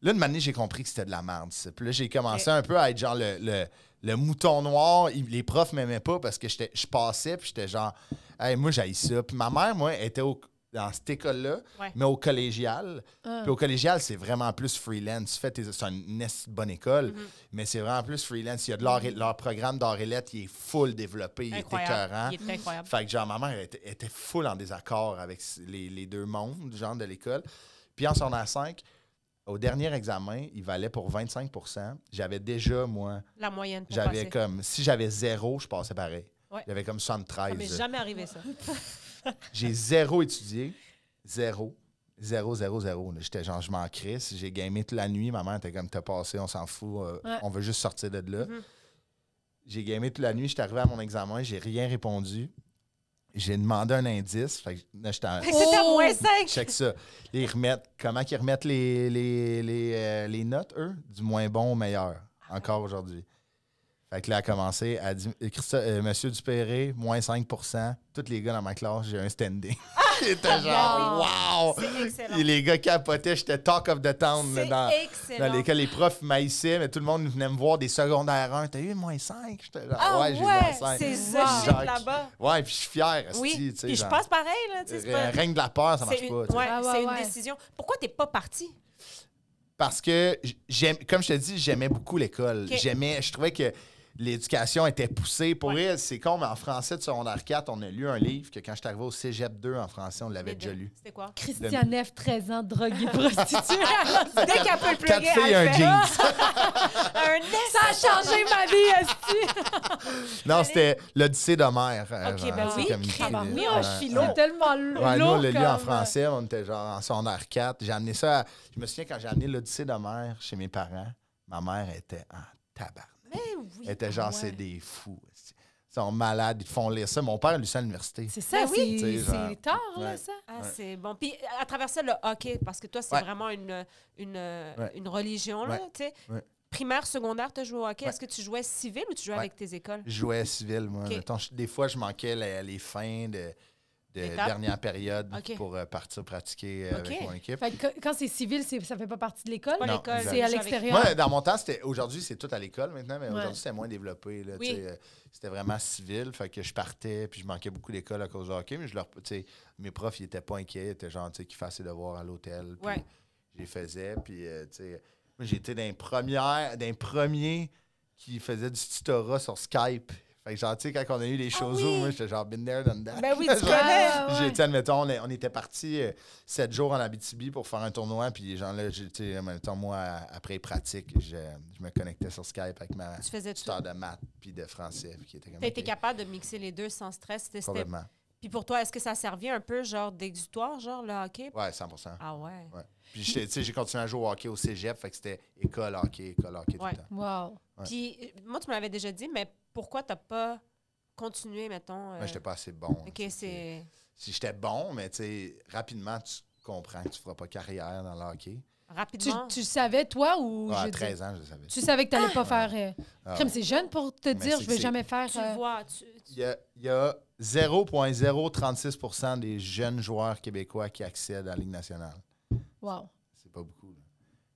Speaker 3: Là, une année, j'ai compris que c'était de la merde. ça. Puis là, j'ai commencé un peu à être genre le, le, le mouton noir. Ils- les profs m'aimaient pas parce que j'étais- je passais, puis j'étais genre, hey, moi, j'haïs ça. Puis ma mère, moi, était au- dans cette école-là,
Speaker 1: Ouais. Ah.
Speaker 3: mais au collégial. Puis au collégial, c'est vraiment plus freelance. Tu fais tes- C'est une esti de bonne école,
Speaker 1: Mhm.
Speaker 3: mais c'est vraiment plus freelance. Il y a de leur, leur programme d'art et lettres, il est full développé, il est écœurant.
Speaker 1: Incroyable. Il est incroyable.
Speaker 3: Fait que genre, ma mère était, était full en désaccord avec s- les, les deux mondes, genre de l'école. Puis en son 5, au dernier examen, il valait pour 25 J'avais déjà, moi,
Speaker 1: La moyenne pour
Speaker 3: j'avais
Speaker 1: passer.
Speaker 3: comme, si j'avais zéro, je passais pareil.
Speaker 1: Ouais.
Speaker 3: J'avais comme
Speaker 1: Ça m'est
Speaker 3: 73.
Speaker 1: Ah, jamais arrivé,
Speaker 2: Oh!
Speaker 1: ça.
Speaker 3: J'ai zéro étudié. Zéro. Zéro, zéro, zéro. là. J'étais genre, je m'en crisse. J'ai gamé toute la nuit. Ma mère était comme, t'as passé, on s'en fout. euh,
Speaker 2: Ouais.
Speaker 3: On veut juste sortir de là.
Speaker 1: Mm-hmm.
Speaker 3: J'ai gamé toute la nuit. J'étais arrivé à mon examen. J'ai rien répondu. J'ai demandé un indice. Fait que là, j'étais en-
Speaker 1: Fait que t'étais à
Speaker 2: Oh!
Speaker 1: moins 5.
Speaker 3: Check ça. Ils remettent, comment qu'ils remettent les, les, les, euh, les notes, eux? Du moins bon au meilleur, encore aujourd'hui. Fait que là, elle a commencé, à dit, Christo- euh, Monsieur Dupéré, moins 5 Tous les gars dans ma classe, j'ai un standing. J'étais genre, wow!
Speaker 1: C'est excellent.
Speaker 3: Et les gars capotaient, j'étais talk of the town là,
Speaker 1: C'est
Speaker 3: dans,
Speaker 1: excellent.
Speaker 3: dans l'école. Les profs maïssaient, mais tout le monde venait me voir des secondaires 1. T'as eu moins 5? J'étais genre,
Speaker 1: Ah ouais,
Speaker 3: j'ai eu moins 5.
Speaker 1: c'est
Speaker 2: Wow.
Speaker 1: ça, shit,
Speaker 3: Jacques.
Speaker 1: là-bas.
Speaker 3: Ouais, puis je suis fier.
Speaker 1: Oui,
Speaker 3: esti, tu sais,
Speaker 1: puis je
Speaker 3: genre,
Speaker 1: passe pareil, là, tu sais, c'est pas-
Speaker 3: euh, Règne de la peur,
Speaker 1: c'est
Speaker 3: ça marche
Speaker 1: une,
Speaker 3: pas. tu sais.
Speaker 1: ouais,
Speaker 2: Ah ouais,
Speaker 1: c'est une
Speaker 2: ouais.
Speaker 1: décision. Pourquoi t'es pas parti?
Speaker 3: parce que j- j'aime comme je te dis j'aimais beaucoup l'école
Speaker 1: Ok.
Speaker 3: j'aimais je trouvais que l'éducation était poussée pour
Speaker 1: Ouais.
Speaker 3: elle c'est con mais en français de secondaire 4 on a lu un livre que quand je suis arrivé au cégep 2 en français on l'avait déjà lu
Speaker 1: C'était quoi?
Speaker 2: Christiane F, 13 ans, droguée, prostituée.
Speaker 1: Dès qu'elle peut le
Speaker 3: quatre
Speaker 1: plugger,
Speaker 3: filles
Speaker 1: elle
Speaker 3: un
Speaker 1: fait
Speaker 3: jeans
Speaker 1: un S.
Speaker 2: Ça a changé ma vie, Esti.
Speaker 3: non c'était l'Odyssée d'Homère euh,
Speaker 1: Ah, Ok,
Speaker 3: genre,
Speaker 1: ben
Speaker 3: tu sais,
Speaker 1: oui,
Speaker 3: comme une
Speaker 1: crème.
Speaker 3: télé-
Speaker 1: Oui,
Speaker 3: ouais,
Speaker 1: un
Speaker 2: C'est
Speaker 1: philo.
Speaker 3: ouais.
Speaker 2: tellement
Speaker 3: Ouais, nous,
Speaker 2: lourd
Speaker 3: on l'a lu
Speaker 2: comme,
Speaker 3: en
Speaker 2: euh,
Speaker 3: français, on était genre en secondaire 4. J'ai amené ça à- Je me souviens quand j'ai amené l'Odyssée de mer chez mes parents, ma mère était en tabarnak.
Speaker 1: Ben
Speaker 3: Elle
Speaker 1: ah
Speaker 3: était genre, c'est des fous. Ils sont malades, ils font lire ça. Mon père, lui, c'est à l'université.
Speaker 2: C'est ça,
Speaker 1: Ben
Speaker 3: Tu sais,
Speaker 2: oui.
Speaker 3: genre,
Speaker 2: C'est tard, là,
Speaker 3: ouais.
Speaker 2: ça.
Speaker 1: Ah,
Speaker 3: Ouais.
Speaker 1: c'est bon. Puis à travers ça, le hockey, parce que toi, c'est
Speaker 3: Ouais.
Speaker 1: vraiment une, une,
Speaker 3: Ouais.
Speaker 1: une religion, là,
Speaker 3: Ouais.
Speaker 1: tu sais.
Speaker 3: Ouais.
Speaker 1: Primaire, secondaire, tu as joué au hockey.
Speaker 3: Ouais.
Speaker 1: Est-ce que tu jouais civil ou tu jouais
Speaker 3: Ouais.
Speaker 1: avec tes écoles?
Speaker 3: Je jouais civil, moi.
Speaker 1: Ok.
Speaker 3: Mettons, je- des fois, je manquais les, les fins de, de
Speaker 1: D'étape.
Speaker 3: dernière période
Speaker 1: Ok.
Speaker 3: pour euh, partir pratiquer euh, avec
Speaker 1: Ok.
Speaker 3: mon équipe.
Speaker 2: Fait que quand- quand c'est civil, c'est- ça fait pas partie de l'école.
Speaker 1: Pas
Speaker 3: Non,
Speaker 1: l'école.
Speaker 3: exact.
Speaker 2: C'est à
Speaker 1: Jouer avec-
Speaker 2: l'extérieur.
Speaker 3: Moi, dans mon temps, c'était aujourd'hui, c'est tout à l'école maintenant, mais
Speaker 2: Ouais.
Speaker 3: aujourd'hui, c'était moins développé. là,
Speaker 1: Oui.
Speaker 3: tu sais, euh, C'était vraiment civil. Fait que je partais, puis je manquais beaucoup d'école à cause du hockey, mais je leur, tu sais, mes profs, ils étaient pas inquiets. Ils étaient genre, tu sais, qu'ils fassent ses devoirs à l'hôtel. Puis
Speaker 1: Ouais.
Speaker 3: Je les faisais, puis, euh, tu sais, moi, j'étais d'un première, d'un premier qui faisait du tutorat sur Skype. Fait que, genre, tu sais, quand on a eu les
Speaker 1: Ah
Speaker 3: choses,
Speaker 1: oui.
Speaker 3: moi, j'étais genre, been there, done that.
Speaker 1: Ben oui, tu
Speaker 3: Genre,
Speaker 1: connais.
Speaker 2: Ah, ouais.
Speaker 3: j'ai- tu sais, admettons, on, est- on était parti sept jours en Abitibi pour faire un tournoi, puis les gens là, j'ai- tu sais, en même temps, moi, après pratique, je, je me connectais sur Skype avec ma
Speaker 1: Tu faisais tout.
Speaker 3: tuteur de maths puis de français, puis qui était comme
Speaker 1: T'as été
Speaker 3: OK,
Speaker 1: capable de mixer les deux sans stress. c'était- c'était-
Speaker 3: complètement.
Speaker 1: Puis pour toi, est-ce que ça servait un peu genre d'exutoire, genre le hockey?
Speaker 3: Ouais, 100
Speaker 1: Ah ouais.
Speaker 3: ouais. Puis j'étais- tu sais, j'ai continué à jouer au hockey au cégep, fait que c'était école, hockey, école, hockey
Speaker 1: Ouais.
Speaker 3: tout le temps.
Speaker 2: Wow.
Speaker 3: Ouais.
Speaker 1: Puis euh, moi, tu me l'avais déjà dit, mais pourquoi t'as pas continué, mettons? euh,
Speaker 3: Moi, Ben, j'étais pas assez bon.
Speaker 1: OK,
Speaker 3: tu sais,
Speaker 1: c'est...
Speaker 3: Si j'étais bon, mais tu sais, rapidement, tu comprends que tu feras pas carrière dans le hockey.
Speaker 2: Tu,
Speaker 1: Rapidement.
Speaker 2: tu savais, toi, ou
Speaker 3: Ah,
Speaker 2: je
Speaker 3: à
Speaker 2: veux dire,
Speaker 3: 13 ans, je le savais.
Speaker 2: Tu savais que t'allais pas faire... euh,
Speaker 3: Ah,
Speaker 2: Crème,
Speaker 3: ouais.
Speaker 2: c'est jeune pour te dire,
Speaker 3: c'est
Speaker 2: je
Speaker 3: que
Speaker 2: vais
Speaker 3: c'est-
Speaker 2: jamais faire...
Speaker 1: Tu
Speaker 2: euh,
Speaker 1: le vois. Tu, tu-
Speaker 3: Il y a, il y a 0,036 des jeunes joueurs québécois qui accèdent à la Ligue nationale.
Speaker 2: Wow.
Speaker 3: C'est pas beaucoup. là.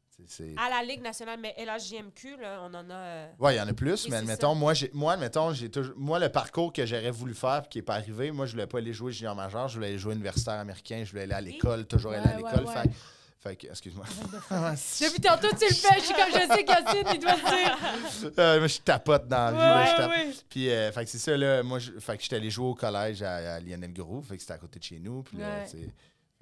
Speaker 3: C'est- c'est-
Speaker 2: Ah.
Speaker 1: À la Ligue nationale, mais LHJMQ, là, on en a... euh,
Speaker 3: Ouais, il y en a plus,
Speaker 1: Oui, c'est
Speaker 3: mais admettons, moi, j'ai, moi, admettons, j'ai toujours, moi, le parcours que j'aurais voulu faire et qui n'est pas arrivé, moi, je voulais pas aller jouer junior major, je voulais aller jouer universitaire américain, je voulais aller à l'école, toujours aller à
Speaker 2: Ouais, ouais,
Speaker 3: l'école.
Speaker 2: ouais.
Speaker 3: Fait, fait que, excuse-moi.
Speaker 2: Depuis tantôt, tu le fais. Je suis comme, je sais qu'Assine, il doit le dire.
Speaker 3: Euh, je tapote dans la vie. là, je
Speaker 2: Ouais,
Speaker 3: tape-
Speaker 2: ouais.
Speaker 3: Puis, euh, fait que c'est ça, là. Moi, je, fait que j'étais allé jouer au collège à, à Lionel Gros, fait que c'était à côté de chez nous. Puis là,
Speaker 2: Ouais.
Speaker 3: tu sais,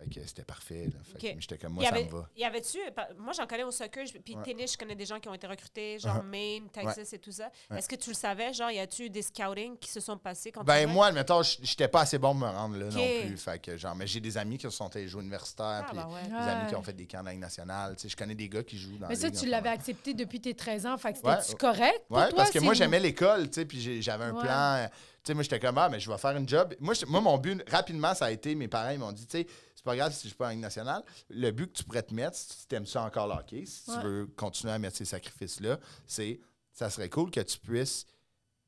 Speaker 3: fait que c'était parfait. là. Fait que
Speaker 1: Ok.
Speaker 3: j'étais comme, moi,
Speaker 1: il y
Speaker 3: ça
Speaker 1: avait,
Speaker 3: me va. Ben,
Speaker 1: il y avait-tu- pa- Moi, j'en connais au soccer, je- puis
Speaker 3: Ouais.
Speaker 1: tennis, je connais des gens qui ont été recrutés, genre
Speaker 3: Uh-huh.
Speaker 1: Maine, Texas et tout ça.
Speaker 3: Ouais.
Speaker 1: Est-ce que tu le savais? Genre, y a-tu eu des scouting qui se sont passés quand tu
Speaker 3: Ben,
Speaker 1: jouais?
Speaker 3: moi, admettons, j- j'étais pas assez bon pour me rendre là
Speaker 1: Ok.
Speaker 3: non plus. Fait que, genre, mais j'ai des amis qui sont allés jouer universitaire,
Speaker 1: Ah,
Speaker 3: puis
Speaker 1: ben ouais.
Speaker 3: des
Speaker 2: Ouais.
Speaker 3: amis qui ont fait des camps de Ligue nationale. Tu sais, je connais des gars qui jouent dans
Speaker 2: Mais
Speaker 3: la
Speaker 2: ça,
Speaker 3: Ligue en
Speaker 2: tu
Speaker 3: ce
Speaker 2: l'avais
Speaker 3: moment.
Speaker 2: accepté depuis tes 13 ans. Fait que
Speaker 3: Ouais.
Speaker 2: c'était-tu correct pour
Speaker 3: Ouais,
Speaker 2: toi?
Speaker 3: parce que
Speaker 2: c'est
Speaker 3: moi,
Speaker 2: une-
Speaker 3: j'aimais l'école, tu sais, puis j'ai- j'avais un
Speaker 2: Ouais.
Speaker 3: plan. euh, Tu sais, moi, j'étais comme, ah, mais je vais faire une job. Moi, j'étais- moi, mon but, rapidement, ça a été, mes parents, ils m'ont dit, tu sais, c'est pas grave si je suis pas en Ligue nationale. Le but que tu pourrais te mettre, si tu aimes ça encore le hockey, si
Speaker 2: Ouais.
Speaker 3: tu veux continuer à mettre ces sacrifices-là, c'est, ça serait cool que tu puisses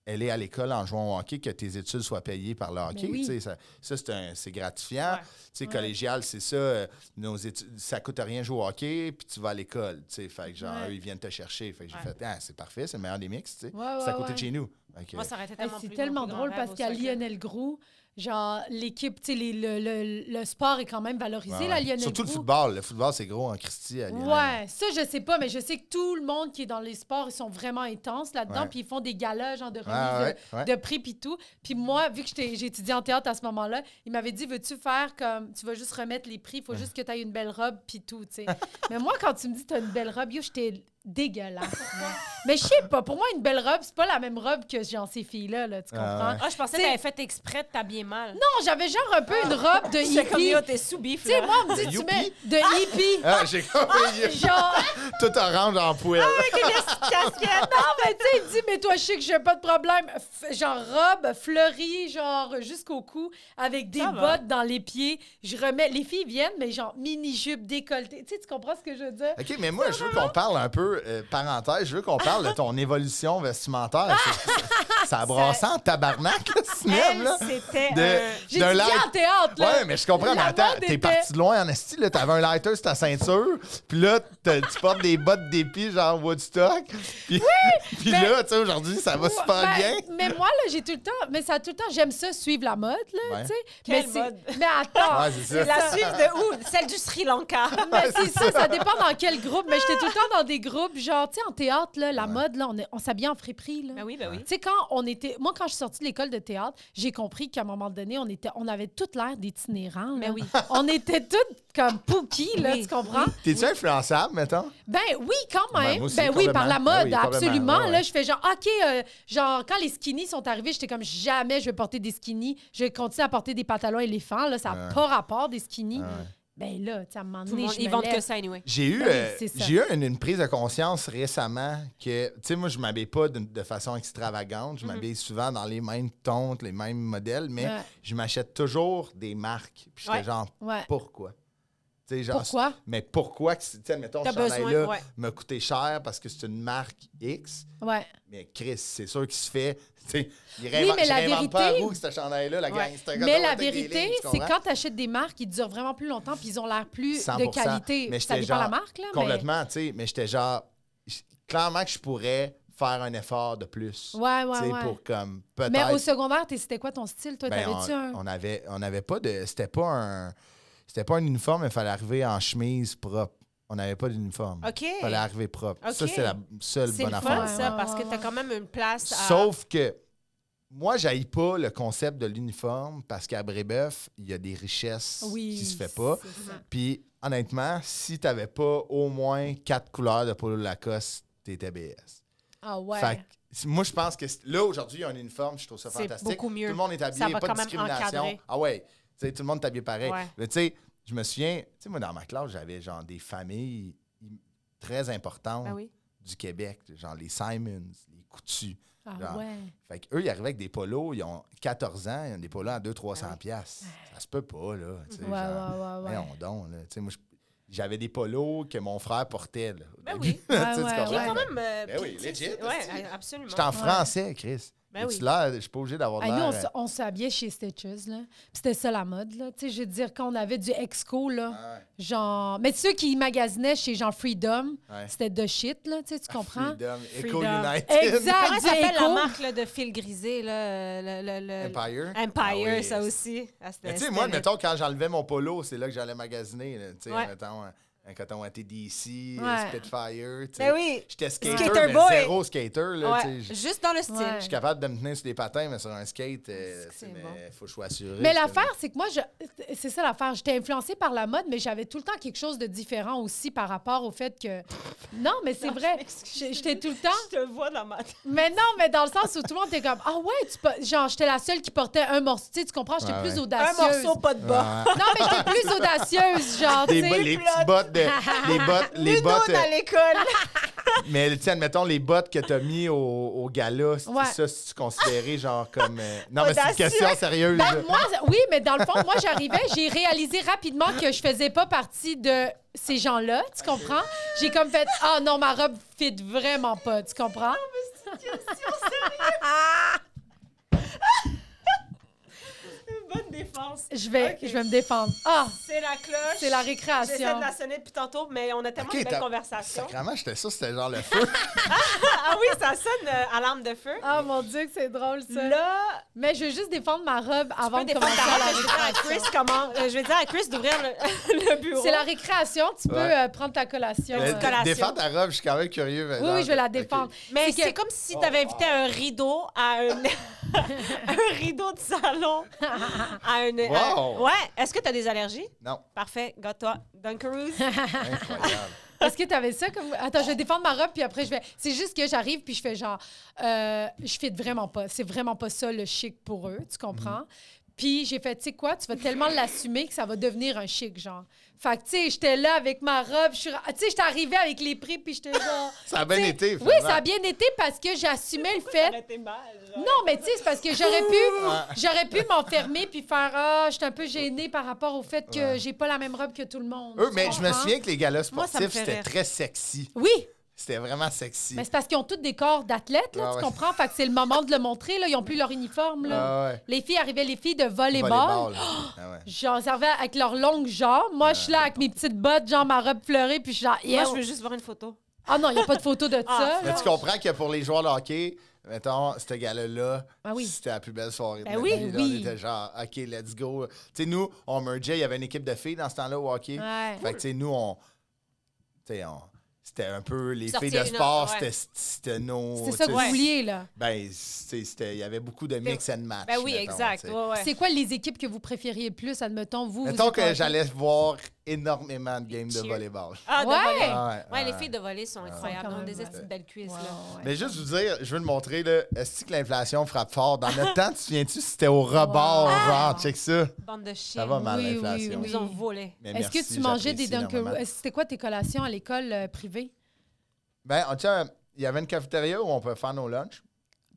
Speaker 3: aller à l'école en jouant au hockey, que tes études soient payées par le hockey.
Speaker 2: Ben oui.
Speaker 3: tu sais, Ça, ça, c'est un- c'est gratifiant.
Speaker 1: Ouais.
Speaker 3: Tu sais, collégial, c'est ça. euh, Nos études, ça coûte rien jouer au hockey, puis tu vas à l'école. tu sais. Fait que genre,
Speaker 2: Ouais.
Speaker 3: eux, ils viennent te chercher. Fait que j'ai
Speaker 1: Ouais.
Speaker 3: fait, ah, c'est parfait, c'est le meilleur des mix. tu sais.
Speaker 2: Ouais,
Speaker 3: C'est
Speaker 2: ouais,
Speaker 3: à côté
Speaker 2: ouais.
Speaker 3: de chez nous. Fait que-
Speaker 1: Moi, ça aurait été
Speaker 2: Hey,
Speaker 1: tellement
Speaker 2: c'est
Speaker 1: plus
Speaker 2: tellement
Speaker 1: mon plus
Speaker 2: drôle
Speaker 1: grand
Speaker 2: parce
Speaker 1: rêve au
Speaker 2: qu'à
Speaker 1: soccer.
Speaker 2: Lionel Groux, genre, l'équipe, tu sais, les- le, le- le sport est quand même valorisé, là,
Speaker 3: Ouais, ouais.
Speaker 2: Lionel
Speaker 3: Surtout le
Speaker 2: Groux.
Speaker 3: football. Le football, c'est gros en Christie. à Lionel.
Speaker 2: Ouais, ça, je sais pas, mais je sais que tout le monde qui est dans les sports, ils sont vraiment intenses là-dedans,
Speaker 3: Ouais.
Speaker 2: puis ils font des galas, genre de remise
Speaker 3: Ah,
Speaker 2: de-
Speaker 3: ouais, ouais.
Speaker 2: de prix puis tout. Puis moi, vu que j'étais- j'ai étudié en théâtre à ce moment-là, il m'avait dit veux-tu faire comme tu vas juste remettre les prix, il faut juste que tu aies une belle robe puis tout, tu sais. Mais moi quand tu me dis tu as une belle robe, yo, j'étais dégueulasse. Mais je sais pas, pour moi une belle robe, c'est pas la même robe que genre ces filles-là, là, tu
Speaker 3: Ah,
Speaker 2: comprends
Speaker 3: ouais.
Speaker 1: Ah, je pensais que
Speaker 2: T'sais-
Speaker 1: t'avais fait exprès de t'habiller mal.
Speaker 2: Non, j'avais genre un peu une robe de
Speaker 1: J'étais comme,
Speaker 2: hippie.
Speaker 1: yo, t'es sous-bif,
Speaker 2: Tu sais
Speaker 1: là.
Speaker 2: moi on me dit tu
Speaker 3: Youpi.
Speaker 2: mets de hippie.
Speaker 3: Ah, j'ai compris.
Speaker 2: Genre,
Speaker 3: Tout orange en poêle.
Speaker 2: Ah, non, mais tu sais, il me dit, mais toi, chic, j'ai pas de problème. F- genre, robe fleurie, genre, jusqu'au cou, avec des
Speaker 1: Ça
Speaker 2: bottes
Speaker 1: va.
Speaker 2: dans les pieds. Je remets. Les filles viennent, mais genre, mini-jupe décolletée. Tu sais, tu comprends ce que je veux dire?
Speaker 3: OK, mais moi, je veux qu'on parle un peu veux, euh, parenthèse, je veux qu'on parle de ton évolution
Speaker 2: Ah!
Speaker 3: vestimentaire. C'est- Ça a brassé en tabarnak, ce
Speaker 1: Elle,
Speaker 3: là.
Speaker 1: c'était
Speaker 3: De-
Speaker 1: un-
Speaker 2: euh, J'ai
Speaker 3: d'un
Speaker 2: dit
Speaker 3: light-
Speaker 2: en théâtre, là.
Speaker 3: Ouais, mais je comprends, mais
Speaker 2: La
Speaker 3: attends,
Speaker 2: mode
Speaker 3: t'es
Speaker 2: était-
Speaker 3: parti de loin en esti, là. T'avais un lighter sur ta ceinture, puis là, t'as- tu portes des bottes d'épis genre Woodstock. Puis, puis
Speaker 2: mais-
Speaker 3: là, tu sais, aujourd'hui, ça va
Speaker 2: Ouais,
Speaker 3: super
Speaker 2: ben,
Speaker 3: bien.
Speaker 2: Mais moi, là, j'ai tout le temps. Mais ça, tout le temps, j'aime ça, suivre la mode, là,
Speaker 3: Ouais.
Speaker 2: tu sais.
Speaker 1: Quelle
Speaker 2: mais c'est-
Speaker 1: mode?
Speaker 2: Mais attends.
Speaker 3: Ouais, c'est ça.
Speaker 1: La suivre de où? Celle du Sri Lanka.
Speaker 2: Mais c'est ça, ça dépend dans quel groupe. Mais j'étais tout le temps dans des groupes, genre, tu sais, en théâtre, là, la mode, là, on, est- on s'habillait en friperie, là.
Speaker 1: Ben oui, ben oui.
Speaker 2: Tu sais, quand on était. Moi, quand je suis sortie de l'école de théâtre, j'ai compris qu'à un moment donné, on, était... on avait toute l'air d'itinérants.
Speaker 1: Mais Ben
Speaker 2: là.
Speaker 1: oui.
Speaker 2: On était toutes comme Pookie, là,
Speaker 1: Oui,
Speaker 2: tu comprends?
Speaker 3: T'es-tu influençable, mettons?
Speaker 2: Ben oui, quand
Speaker 3: Ben,
Speaker 2: même.
Speaker 3: moi
Speaker 2: Ben,
Speaker 3: aussi,
Speaker 2: oui, par la
Speaker 3: complètement. Ben
Speaker 2: mode,
Speaker 3: oui, complètement,
Speaker 2: absolument.
Speaker 3: ouais, ouais.
Speaker 2: Là, je fais genre, OK, euh, genre, quand les skinny sont arrivés, j'étais comme, jamais je vais porter des skinny. Je vais continuer à porter des pantalons éléphants. Là, ça n'a
Speaker 3: Ouais.
Speaker 2: pas rapport des skinny.
Speaker 3: Ouais.
Speaker 2: Ben là, tu sais, à un moment
Speaker 1: Tout le
Speaker 2: donné,
Speaker 1: monde,
Speaker 2: je
Speaker 1: ils
Speaker 2: me
Speaker 1: vendent que
Speaker 2: lève.
Speaker 1: ça, anyway.
Speaker 3: J'ai eu,
Speaker 2: Ben oui,
Speaker 3: euh,
Speaker 2: c'est ça.
Speaker 3: j'ai eu une, une prise de conscience récemment que, tu sais, moi, je m'habille pas de, de façon extravagante. Je m'habille souvent dans les mêmes tontes, les mêmes modèles, mais
Speaker 2: Mhm. Ouais.
Speaker 3: je m'achète toujours des marques. Puis j'étais
Speaker 1: Ouais.
Speaker 3: genre,
Speaker 2: Ouais.
Speaker 3: pourquoi? Tu sais, genre,
Speaker 2: Pourquoi?
Speaker 3: Mais pourquoi, que c'est- tu sais, mettons, ce
Speaker 1: T'as besoin,
Speaker 3: chandail-là
Speaker 1: ouais.
Speaker 3: m'a coûté cher parce que c'est une marque X.
Speaker 2: Ouais.
Speaker 3: Mais Chris, c'est sûr qu'il se fait. tu sais, Il
Speaker 2: mais
Speaker 3: réinvente, je
Speaker 2: la
Speaker 3: réinvente pas à
Speaker 2: vérité-
Speaker 3: vous que ce chandail-là, la
Speaker 1: Ouais.
Speaker 3: gang. c'est un
Speaker 2: Mais
Speaker 3: coton
Speaker 2: la
Speaker 3: avec des
Speaker 2: vérité,
Speaker 3: lignes, tu
Speaker 2: c'est
Speaker 3: comprends?
Speaker 2: quand tu achètes des marques, ils durent vraiment plus longtemps puis ils ont l'air plus
Speaker 3: 100%.
Speaker 2: de qualité.
Speaker 3: Mais
Speaker 2: ça
Speaker 3: j'étais
Speaker 2: dépend de la
Speaker 3: genre
Speaker 2: marque, là. mais-
Speaker 3: Complètement, tu sais, mais j'étais genre. j- Clairement que je pourrais faire un effort de plus.
Speaker 2: Ouais, ouais,
Speaker 3: tu sais,
Speaker 2: ouais.
Speaker 3: pour comme.
Speaker 2: Mais
Speaker 3: Peut-être.
Speaker 2: au secondaire, t'es- c'était quoi ton style, toi?
Speaker 3: ben,
Speaker 2: T'avais-tu un.
Speaker 3: on, on avait, on avait pas de. C'était pas un. C'était pas un uniforme, il fallait arriver en chemise propre. On n'avait pas d'uniforme.
Speaker 1: OK.
Speaker 3: Il fallait arriver propre. Ça,
Speaker 1: Ok.
Speaker 3: c'est la seule
Speaker 1: C'est
Speaker 3: bonne
Speaker 1: le
Speaker 3: affaire.
Speaker 1: fun, ça,
Speaker 2: Ouais,
Speaker 1: parce
Speaker 2: ouais,
Speaker 1: que t'as
Speaker 2: ouais.
Speaker 1: quand même une place à...
Speaker 3: Sauf que moi, j'aille pas le concept de l'uniforme parce qu'à Brébeuf, il y a des richesses
Speaker 2: Oui.
Speaker 3: qui se fait pas.
Speaker 2: c'est ça.
Speaker 3: Puis honnêtement, si t'avais pas au moins quatre couleurs de polo Lacoste, t'étais BS.
Speaker 2: Ah ouais.
Speaker 3: Fait que, si- moi, je pense que c'est- là, aujourd'hui, il y a un uniforme, je trouve ça
Speaker 1: C'est
Speaker 3: fantastique.
Speaker 1: beaucoup mieux.
Speaker 3: Tout le monde est habillé,
Speaker 1: Ça va
Speaker 3: pas de
Speaker 1: quand même
Speaker 3: discrimination.
Speaker 1: encadrer.
Speaker 3: Ah ouais, tu sais, tout le monde est habillé pareil.
Speaker 1: Ouais.
Speaker 3: Mais tu sais, je me souviens, tu sais, moi, dans ma classe, j'avais genre des familles très importantes
Speaker 1: Ben oui.
Speaker 3: du Québec, genre les Simons, les Coutus.
Speaker 2: Ah
Speaker 3: genre.
Speaker 2: ouais.
Speaker 3: Fait qu'eux, ils arrivaient avec des polos, ils ont 14 ans, ils ont des polos à 200-300
Speaker 1: Ah
Speaker 3: piastres. Ça se peut pas, là. tu sais,
Speaker 2: Ouais,
Speaker 3: genre,
Speaker 2: ouais, ouais, ouais.
Speaker 3: voyons donc, là. Tu sais, moi, je- j'avais des polos que mon frère portait, là. au
Speaker 1: Ben
Speaker 3: début.
Speaker 1: oui.
Speaker 3: Tu sais,
Speaker 2: Ouais,
Speaker 3: tu
Speaker 2: ouais,
Speaker 3: comprends?
Speaker 1: Qui est quand
Speaker 3: Ben,
Speaker 1: même... euh,
Speaker 3: Ben oui,
Speaker 1: petit,
Speaker 3: legit,
Speaker 1: c'est-
Speaker 3: hostie.
Speaker 1: Ouais, absolument.
Speaker 3: J'étais en français, Chris.
Speaker 1: Ben oui.
Speaker 3: J'ai-tu l'air- Je suis pas obligé d'avoir de
Speaker 2: Ah, nous, on
Speaker 3: l'air... euh,
Speaker 2: s- on s'habillait chez Stitches, là. Puis c'était ça la mode, là. Tu sais, je veux dire, quand on avait du Exco, là,
Speaker 3: euh, ouais.
Speaker 2: genre... Mais ceux qui magasinaient chez genre Freedom,
Speaker 3: Ouais. Ah,
Speaker 2: c'était de shit, là, tu sais, tu comprends?
Speaker 3: Freedom, Eco
Speaker 1: Freedom.
Speaker 3: United.
Speaker 2: Exact.
Speaker 1: Comment s'appelle la
Speaker 2: Diego.
Speaker 1: marque là, de fil grisé, là? Le, le- le-
Speaker 3: Empire.
Speaker 1: Empire,
Speaker 3: Ah oui.
Speaker 1: ça aussi. Ah, c'était-
Speaker 3: Mais tu sais, moi,
Speaker 1: c'était-
Speaker 3: mettons, quand j'enlevais mon polo, c'est là que j'allais magasiner, là. Tu sais,
Speaker 1: Ouais.
Speaker 3: mettons, un, un coton à TDC, un
Speaker 2: Ouais.
Speaker 3: Spitfire, tu sais.
Speaker 1: Ben oui.
Speaker 3: J'étais skater,
Speaker 1: Skater
Speaker 3: mais
Speaker 1: boy.
Speaker 3: zéro skater, là.
Speaker 1: Ouais,
Speaker 3: tu sais, je-
Speaker 1: Juste dans le style.
Speaker 2: Ouais.
Speaker 3: Je suis capable de me tenir sur des patins, mais sur un skate,
Speaker 1: C'est
Speaker 3: euh,
Speaker 1: que
Speaker 3: tu sais,
Speaker 1: c'est
Speaker 3: mais
Speaker 1: bon.
Speaker 3: faut que je sois assuré.
Speaker 2: Mais
Speaker 3: je te-
Speaker 2: l'affaire, c'est que moi, je... c'est ça l'affaire. J'étais influencée par la mode, mais j'avais tout le temps quelque chose de différent aussi par rapport au fait que. Non, mais c'est
Speaker 1: Non, je
Speaker 2: vrai.
Speaker 1: m'excuse.
Speaker 2: J'étais tout le temps.
Speaker 1: Je te vois dans ma
Speaker 2: Mais non, mais dans le sens où tout le monde était comme Ah ouais, tu po- genre, j'étais la seule qui portait un morceau. Tu sais, tu comprends? J'étais
Speaker 3: Ouais,
Speaker 2: plus
Speaker 3: ouais.
Speaker 2: audacieuse.
Speaker 1: pas de bas.
Speaker 3: Ah,
Speaker 2: Non, mais j'étais plus audacieuse, genre, tu
Speaker 3: des bo-
Speaker 2: sais.
Speaker 3: les petites bottes, de- les bottes, les
Speaker 1: Ludo
Speaker 3: bottes.
Speaker 1: à
Speaker 3: euh,
Speaker 1: l'école.
Speaker 3: mais tiens, mettons les bottes que t'as mis au, au gala, c'est
Speaker 2: Ouais.
Speaker 3: ça, si tu considéré genre comme. euh, Non, mais c'est une
Speaker 1: Audacieux.
Speaker 3: question sérieuse. là.
Speaker 2: Ben, moi, oui, mais dans le fond, moi, j'arrivais, j'ai réalisé rapidement que je faisais pas partie de ces gens-là, tu comprends? J'ai comme fait « Ah non, ma robe fit vraiment pas », tu comprends?
Speaker 1: Bonne défense.
Speaker 2: Je vais,
Speaker 1: Ok.
Speaker 2: je vais me défendre. Ah,
Speaker 1: C'est la cloche.
Speaker 2: c'est la
Speaker 1: J'essaie
Speaker 2: récréation.
Speaker 1: de la sonner depuis tantôt, mais on a tellement
Speaker 3: Ok,
Speaker 1: de belles
Speaker 3: t'as-
Speaker 1: conversations.
Speaker 3: Sacrément, j'étais sûr que c'était genre le feu.
Speaker 1: Ah oui, ça sonne euh, alarme de feu.
Speaker 2: Ah, mon Dieu, que c'est drôle, ça.
Speaker 1: Là,
Speaker 2: Mais je veux juste défendre ma robe
Speaker 1: tu peux
Speaker 2: avant de
Speaker 1: défendre
Speaker 2: commencer
Speaker 1: ta
Speaker 2: la
Speaker 1: robe, je vais dire à
Speaker 2: récréation.
Speaker 1: Chris comment. euh, je vais dire à Chris d'ouvrir le, le bureau.
Speaker 2: C'est la récréation, tu peux
Speaker 3: Ouais.
Speaker 2: euh, prendre ta collation. euh.
Speaker 3: Mais
Speaker 1: collation.
Speaker 3: Défends ta robe, je suis quand même curieux.
Speaker 2: Oui, oui, je vais la défendre.
Speaker 1: Mais
Speaker 2: C'est
Speaker 1: c'est
Speaker 2: que-
Speaker 1: comme
Speaker 3: Oh.
Speaker 1: si tu avais invité un rideau à un, un rideau de salon à un. à-
Speaker 3: Wow!
Speaker 1: ouais. Est-ce que tu as des allergies?
Speaker 3: Non,
Speaker 1: Parfait. Gâte-toi. Dunkaroos.
Speaker 3: incroyable.
Speaker 2: Est-ce que tu avais ça comme. Attends, je vais défendre ma robe, puis après, je vais. C'est juste que j'arrive, puis je fais genre. euh, je fit vraiment pas. C'est vraiment pas ça le chic pour eux, tu comprends? Puis j'ai fait, tu sais quoi, tu vas tellement l'assumer que ça va devenir un chic, genre. Fait que, tu sais, j'étais là avec ma robe, je suis. Tu sais, j'étais arrivée avec les prix, puis j'étais genre.
Speaker 3: Ça a bien
Speaker 2: tu sais,
Speaker 3: été,
Speaker 2: Oui,
Speaker 3: finalement.
Speaker 2: ça a bien été parce que j'assumais le fait.
Speaker 1: Arrêtez mal. genre.
Speaker 2: Non, mais tu sais, c'est parce que j'aurais pu, j'aurais pu m'enfermer puis faire ah, je suis un peu gênée par rapport au fait que j'ai pas la même robe que tout le monde.
Speaker 3: Eux,
Speaker 2: Tu
Speaker 3: mais je me
Speaker 2: comprends?
Speaker 3: souviens que les galas
Speaker 1: Moi, ça me
Speaker 3: sportifs,
Speaker 1: fait
Speaker 3: c'était
Speaker 1: rire.
Speaker 3: très sexy.
Speaker 2: Oui,
Speaker 3: C'était vraiment sexy.
Speaker 2: Mais c'est parce qu'ils ont tous des corps d'athlètes, là,
Speaker 3: Ah
Speaker 2: tu
Speaker 3: ouais.
Speaker 2: comprends? Fait que c'est le moment de le montrer, là. Ils n'ont plus leur uniforme, là.
Speaker 3: Ah ouais.
Speaker 2: Les filles arrivaient, les filles de volleyball.
Speaker 3: Volleyball, là. Ah ouais.
Speaker 2: J'en servais avec leurs longues jambes. Moi, je suis là avec mes petites bottes, genre ma robe fleurée, puis je suis genre,
Speaker 1: Moi,
Speaker 2: Yo.
Speaker 1: je veux juste voir une photo.
Speaker 2: Ah non, il n'y a pas de photo de
Speaker 1: Ah,
Speaker 2: ça.
Speaker 3: Mais
Speaker 2: là.
Speaker 3: tu comprends que pour les joueurs de hockey, mettons, ce gars-là,
Speaker 2: Ah oui.
Speaker 3: c'était la plus belle soirée de
Speaker 1: Ben
Speaker 3: ma
Speaker 1: oui,
Speaker 3: vie, là.
Speaker 2: oui.
Speaker 3: On était genre, OK, let's go. Tu sais, nous, on mergeait, il y avait une équipe de filles dans ce temps-là au hockey.
Speaker 2: Ouais.
Speaker 3: Fait que, tu sais, nous, on. Tu sais, on. C'était un peu les
Speaker 1: Sortir
Speaker 3: filles de
Speaker 1: une
Speaker 3: sport,
Speaker 1: autre, ouais.
Speaker 3: c'était- c'était nos.
Speaker 2: C'était ça que
Speaker 3: tu
Speaker 2: vous
Speaker 3: sais,
Speaker 1: Ouais.
Speaker 2: vouliez, là.
Speaker 3: Ben, tu sais, c'était- il y avait beaucoup de mix and match.
Speaker 1: Ben oui,
Speaker 3: mettons,
Speaker 1: exact.
Speaker 3: tu sais.
Speaker 1: ouais, ouais.
Speaker 2: C'est quoi les équipes que vous préfériez plus, admettons, vous? vous
Speaker 3: Mettons
Speaker 2: êtes pas-
Speaker 3: que j'allais voir énormément de games de
Speaker 1: Cheers.
Speaker 3: volleyball.
Speaker 1: Ah, de
Speaker 2: Ouais!
Speaker 1: voler.
Speaker 3: Ah
Speaker 1: Ouais, les
Speaker 3: ouais.
Speaker 1: filles de voler sont incroyables.
Speaker 2: quand
Speaker 1: Ils ont
Speaker 2: même,
Speaker 1: des
Speaker 2: ouais.
Speaker 1: estis de belles cuisses,
Speaker 2: Wow,
Speaker 1: là.
Speaker 2: ouais.
Speaker 3: Mais juste vous dire, je veux le montrer, là, est-ce que l'inflation frappe fort? Dans notre temps, tu te souviens-tu, c'était au rebord,
Speaker 2: Wow.
Speaker 3: genre, check ça.
Speaker 1: Bande de chiens.
Speaker 3: Ça va mal,
Speaker 2: Oui, oui,
Speaker 1: Ils
Speaker 3: l'inflation.
Speaker 2: oui.
Speaker 1: nous ont volé.
Speaker 3: Mais
Speaker 2: Est-ce
Speaker 3: merci,
Speaker 2: que tu mangeais des
Speaker 3: j'apprécie
Speaker 2: Dunkaroos?
Speaker 3: énormément.
Speaker 2: Est-ce- C'était quoi tes collations à l'école euh, privée?
Speaker 3: Ben, on- tiens, il y avait une cafétéria où on peut faire nos lunchs.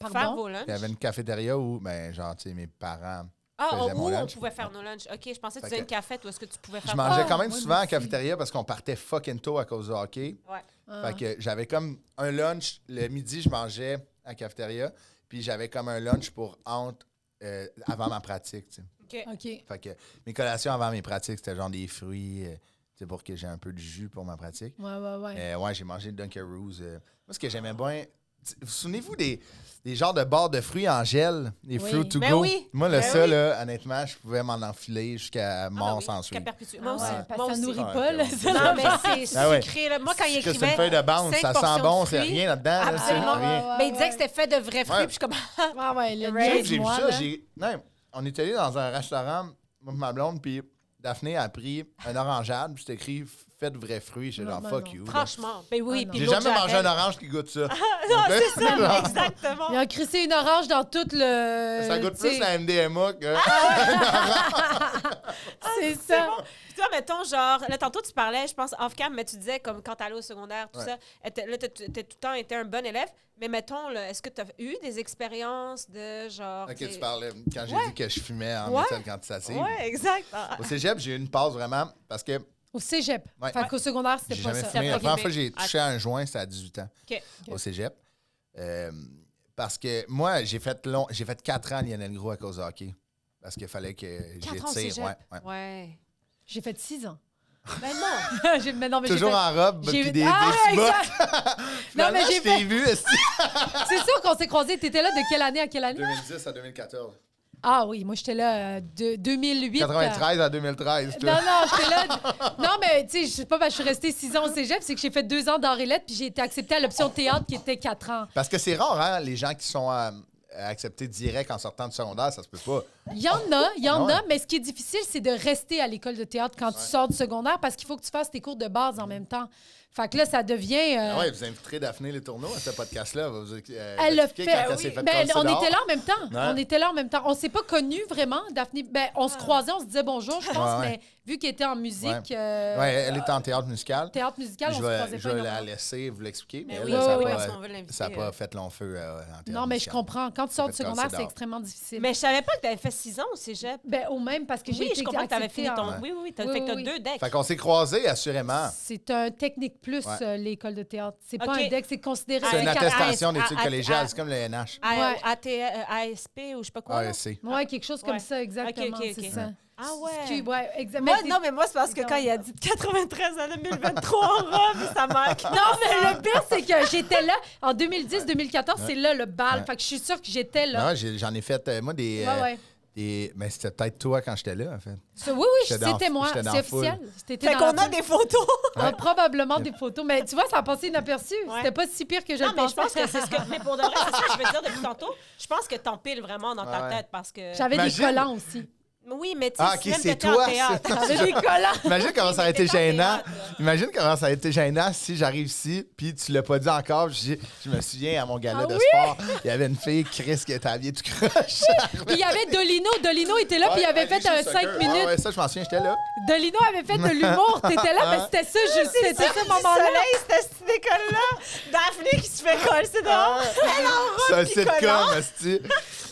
Speaker 1: Faire
Speaker 2: Pardon?
Speaker 1: vos lunchs.
Speaker 3: Il y avait une cafétéria où, ben, genre, tu sais, mes parents.
Speaker 1: Ah,
Speaker 3: faisais
Speaker 1: oh,
Speaker 3: mon
Speaker 1: où on
Speaker 3: lunch.
Speaker 1: pouvait faire nos lunchs. OK, je pensais que tu faisais
Speaker 3: Fait que-
Speaker 1: une cafette ou est-ce que tu pouvais faire...
Speaker 3: Je mangeais
Speaker 2: Ah,
Speaker 3: quand même
Speaker 2: moi
Speaker 3: souvent en
Speaker 2: aussi.
Speaker 3: cafétéria parce qu'on partait fucking tôt à cause du hockey.
Speaker 1: Ouais.
Speaker 2: Ah.
Speaker 3: Fait que j'avais comme un lunch. Le midi, je mangeais à cafétéria. Puis j'avais comme un lunch pour entre, euh, avant ma pratique, tu sais.
Speaker 1: OK.
Speaker 2: OK.
Speaker 3: Fait que mes collations avant mes pratiques, c'était genre des fruits, euh, tu sais, pour que j'ai un peu de jus pour ma pratique.
Speaker 2: Ouais, ouais, ouais.
Speaker 3: Euh, ouais, j'ai mangé le Dunkaroos. euh. Moi, ce que j'aimais bien. tu- Vous souvenez-vous des, des genres de barres de fruits en gel, les
Speaker 2: Oui.
Speaker 3: fruits to
Speaker 1: Ben
Speaker 3: go?
Speaker 1: oui,
Speaker 3: Moi, le
Speaker 1: ben
Speaker 3: ça,
Speaker 1: oui.
Speaker 3: là, honnêtement, je pouvais m'en enfiler jusqu'à
Speaker 1: Ah, bah
Speaker 3: mort
Speaker 1: oui,
Speaker 3: sans
Speaker 1: jusqu'à
Speaker 3: suite.
Speaker 1: perpétuer.
Speaker 2: Ah
Speaker 1: Moi aussi.
Speaker 2: ouais, parce
Speaker 1: moi
Speaker 2: que ça
Speaker 1: aussi.
Speaker 2: nourrit
Speaker 3: Eh, Ah,
Speaker 2: pas,
Speaker 3: c'est
Speaker 2: là.
Speaker 3: bon.
Speaker 2: ça
Speaker 1: Non,
Speaker 2: nourrit pas.
Speaker 1: mais c'est
Speaker 3: Ah ouais.
Speaker 1: sucré. Là. Moi, quand il
Speaker 3: C'est
Speaker 1: écrivait.
Speaker 3: une feuille de bande,
Speaker 1: cinq
Speaker 3: ça
Speaker 1: portions
Speaker 3: sent
Speaker 1: de
Speaker 3: bon, c'est
Speaker 1: fruits,
Speaker 3: rien là-dedans. là, c'est
Speaker 1: Absolument.
Speaker 3: rien.
Speaker 1: Mais il disait que c'était fait de vrais fruits. Puis
Speaker 3: Ouais.
Speaker 1: je suis comme. ah,
Speaker 2: Ouais, Ah, ouais, le
Speaker 1: Right.
Speaker 3: Tu sais
Speaker 2: niaise,
Speaker 3: que J'ai vu
Speaker 2: moi,
Speaker 3: ça.
Speaker 2: là.
Speaker 3: j'ai- non, on est allé dans un restaurant, moi et ma blonde, puis Daphné a pris un orangeade, puis c'est écrit « Faites vrais fruits ». J'ai
Speaker 2: Non,
Speaker 3: genre «
Speaker 2: ben
Speaker 3: Fuck
Speaker 2: non.
Speaker 3: you ». là.
Speaker 1: Franchement. Ben oui.
Speaker 2: Ah, non.
Speaker 1: puis
Speaker 3: J'ai
Speaker 1: l'autre,
Speaker 3: jamais mangé un
Speaker 1: j'arrête.
Speaker 3: orange qui goûte ça.
Speaker 1: Non,
Speaker 3: Ok?
Speaker 1: c'est ça.
Speaker 3: Genre,
Speaker 1: Exactement.
Speaker 2: Il a crissé une orange dans tout le.
Speaker 3: ça goûte
Speaker 2: tu sais,
Speaker 3: plus hein. la MDMA que...
Speaker 2: C'est
Speaker 1: Ah, C'est
Speaker 2: ça.
Speaker 1: bon. Puis toi, mettons, genre, là, tantôt, tu parlais, je pense, off-cam, mais tu disais, comme quand t'allais au secondaire, tout
Speaker 3: Ouais.
Speaker 1: ça, était- là, t'as t'as tout le temps été un bon élève, mais mettons, là, est-ce que t'as eu des expériences de genre.
Speaker 3: Ah, Ok,
Speaker 1: t'es-
Speaker 3: tu parlais quand j'ai
Speaker 1: Ouais.
Speaker 3: dit que je fumais en
Speaker 1: Ouais.
Speaker 3: méthode quantitative.
Speaker 1: Ouais, exact. Ah,
Speaker 3: Au cégep, j'ai eu une pause vraiment parce que
Speaker 2: Au cégep.
Speaker 3: Ouais.
Speaker 2: Fait qu'au secondaire,
Speaker 3: j'ai
Speaker 2: c'était pas
Speaker 3: jamais
Speaker 2: ça.
Speaker 3: fumé.
Speaker 1: T'as
Speaker 3: La
Speaker 1: pas
Speaker 3: première
Speaker 1: fumé.
Speaker 3: fois que j'ai touché à un joint, c'était à 18 ans
Speaker 1: OK.
Speaker 3: au cégep. Euh, parce que moi, j'ai fait long, j'ai fait 4 ans à Lionel Gros à cause de hockey. Parce qu'il fallait que
Speaker 1: Quatre ans au
Speaker 3: j'étire.
Speaker 1: cégep.
Speaker 3: Ouais, ouais.
Speaker 1: Ouais.
Speaker 2: J'ai fait six ans.
Speaker 1: Ben non.
Speaker 2: J'ai- mais non, mais j'ai
Speaker 3: Toujours
Speaker 2: fait-
Speaker 3: en robe
Speaker 2: j'ai-
Speaker 3: puis des,
Speaker 2: Ah,
Speaker 3: des petits bottes.
Speaker 2: exact. Non, mais
Speaker 3: Finalement,
Speaker 2: j'ai
Speaker 3: je t'ai
Speaker 2: fait-
Speaker 3: vu, esti.
Speaker 2: C'est sûr qu'on s'est croisés. T'étais là de quelle année à quelle année?
Speaker 3: 2010 à 2014.
Speaker 2: Ah oui, moi, j'étais là euh, de 2008. à-
Speaker 3: 93 à 2013.
Speaker 2: euh, Non,
Speaker 3: toi.
Speaker 2: non, j'étais là. Non, mais tu sais, je sais pas, parce que je suis restée six ans au cégep, c'est que j'ai fait deux ans d'art et lettres, puis j'ai été acceptée à l'option théâtre qui était quatre ans.
Speaker 3: Parce que c'est rare, hein, les gens qui sont euh, acceptés direct en sortant du secondaire, ça se peut pas.
Speaker 2: Il y en a, il y en
Speaker 3: Ah ouais.
Speaker 2: a, mais ce qui est difficile, c'est de rester à l'école de théâtre quand tu sors du secondaire parce qu'il faut que tu fasses tes cours de base en même temps. Fait que là, ça devient. euh,
Speaker 3: Ah ouais, vous inviterez Daphné Les Tourneaux à ce podcast-là. Vous, euh,
Speaker 2: Elle l'a fait.
Speaker 3: expliquer quand elle
Speaker 2: oui.
Speaker 3: s'est fait
Speaker 2: Ben,
Speaker 3: coller ça
Speaker 2: on
Speaker 3: dehors.
Speaker 2: était là en même temps.
Speaker 3: Ouais.
Speaker 2: On était là en même temps. On s'est pas connus vraiment, Daphné. Ben, on se croisait, on se disait bonjour, je pense,
Speaker 3: Ouais, ouais.
Speaker 2: mais vu qu'elle était en musique,
Speaker 3: Ouais.
Speaker 2: euh,
Speaker 3: Ouais, elle est en théâtre musical.
Speaker 2: théâtre musical, on
Speaker 3: je
Speaker 2: se
Speaker 3: vais,
Speaker 2: croisait pas.
Speaker 3: je vais la
Speaker 2: énormément. Ben
Speaker 3: laisser vous l'expliquer, mais
Speaker 1: Mais
Speaker 3: elle,
Speaker 1: oui,
Speaker 3: ça n'a
Speaker 2: oui,
Speaker 1: parce qu'on veut
Speaker 3: pas,
Speaker 1: l'inviter,
Speaker 3: ça a pas
Speaker 1: euh.
Speaker 3: fait long feu euh, en théâtre
Speaker 2: Non, mais je
Speaker 3: musical.
Speaker 2: comprends. Quand tu sors
Speaker 3: Ça
Speaker 2: du
Speaker 3: fait
Speaker 2: secondaire,
Speaker 3: casser
Speaker 2: c'est
Speaker 3: dehors.
Speaker 2: extrêmement difficile.
Speaker 1: Mais je savais pas que t'avais fait six ans au cégep.
Speaker 2: Ben, au même, parce que j'ai
Speaker 1: Oui,
Speaker 2: été
Speaker 1: je comprends que t'avais
Speaker 2: acceptée
Speaker 1: fini
Speaker 2: en-
Speaker 1: ton. Oui, oui, oui. T'as
Speaker 2: hein. Oui,
Speaker 1: fait que t'as
Speaker 2: oui,
Speaker 1: deux decks.
Speaker 3: Fait qu'on s'est croisés, assurément.
Speaker 2: C'est un technique plus,
Speaker 3: Ouais.
Speaker 2: euh, l'école de théâtre. C'est pas
Speaker 1: Ok. Ah,
Speaker 2: un deck, c'est considéré
Speaker 1: C'est
Speaker 3: C'est
Speaker 2: un
Speaker 3: une
Speaker 1: à-
Speaker 2: quatre-
Speaker 3: attestation
Speaker 1: à-
Speaker 3: d'études
Speaker 1: à-
Speaker 3: collégiales,
Speaker 1: à-
Speaker 3: c'est comme le NH.
Speaker 2: Ouais.
Speaker 1: A- AT, euh, ASP ou je sais pas quoi. là.
Speaker 3: Ah, c'est.
Speaker 2: Ouais, quelque chose comme
Speaker 1: Ouais.
Speaker 2: ça, exactement.
Speaker 1: Ok, ok,
Speaker 2: C'est
Speaker 1: ok.
Speaker 2: ça.
Speaker 1: Ah
Speaker 2: Tu-
Speaker 1: ouais.
Speaker 2: ouais, exactement.
Speaker 1: Moi,
Speaker 2: Mais
Speaker 1: non, mais moi, c'est parce que quand il a dit de 93 à 2023 en robe, ça manque.
Speaker 2: Non, mais le pire, c'est que j'étais là. En 2010-2014, c'est là le bal.
Speaker 3: Ouais.
Speaker 2: Fait que je suis sûre que j'étais là.
Speaker 3: Non, j'ai- j'en ai fait, euh, moi, des.
Speaker 2: Ouais,
Speaker 3: euh,
Speaker 2: ouais.
Speaker 3: des- mais c'était peut-être toi quand j'étais là, en fait.
Speaker 2: Ça, Oui, oui,
Speaker 3: J'étais dans-
Speaker 2: c'était moi.
Speaker 3: j'étais dans
Speaker 2: C'est
Speaker 3: la foule.
Speaker 2: officiel. C'était
Speaker 1: Fait
Speaker 2: dans
Speaker 1: qu'on
Speaker 2: la
Speaker 1: a
Speaker 2: foule.
Speaker 1: des photos.
Speaker 2: Ah, probablement des photos. Mais tu vois, ça a passé inaperçu.
Speaker 1: Ouais.
Speaker 2: C'était pas si pire que je
Speaker 1: Non,
Speaker 2: le
Speaker 1: mais je pense
Speaker 2: pensais.
Speaker 1: que c'est ce que. Mais pour de vrai, c'est ça que je veux dire depuis tantôt. Je pense que t'empiles vraiment dans ta
Speaker 3: Ouais.
Speaker 1: tête parce que.
Speaker 2: J'avais des
Speaker 3: Imagine.
Speaker 2: collants aussi.
Speaker 1: Oui, mais tu
Speaker 3: Ah,
Speaker 1: sais,
Speaker 3: ok,
Speaker 1: si même
Speaker 3: c'est
Speaker 1: t'étais en
Speaker 3: toi,
Speaker 1: théâtre.
Speaker 3: ça.
Speaker 2: J'avais des collants.
Speaker 3: Imagine comment ça aurait été
Speaker 1: T'étais en
Speaker 3: gênant.
Speaker 1: théâtre, là.
Speaker 3: Imagine comment ça aurait été gênant si j'arrive ici, puis tu l'as pas dit encore. Je, je me souviens à mon gala
Speaker 2: Ah
Speaker 3: de
Speaker 2: oui?
Speaker 3: sport, il y avait une fille, Chris, qui était habillée tout croche.
Speaker 2: Puis il y avait Dolino. Dolino était là, puis il avait fait un 5 minutes.
Speaker 3: Ah
Speaker 2: Ah,
Speaker 3: Ouais, ça, je m'en souviens, j'étais là.
Speaker 2: Dolino avait fait de l'humour. T'étais là, mais c'était ça, juste. C'était ce moment-là.
Speaker 1: soleil, c'était cette
Speaker 2: Ah.
Speaker 1: école-là. Daphné qui se fait coller, c'est dehors. Elle en robe
Speaker 3: C'est un
Speaker 1: puis collant.
Speaker 3: sitcom, esti.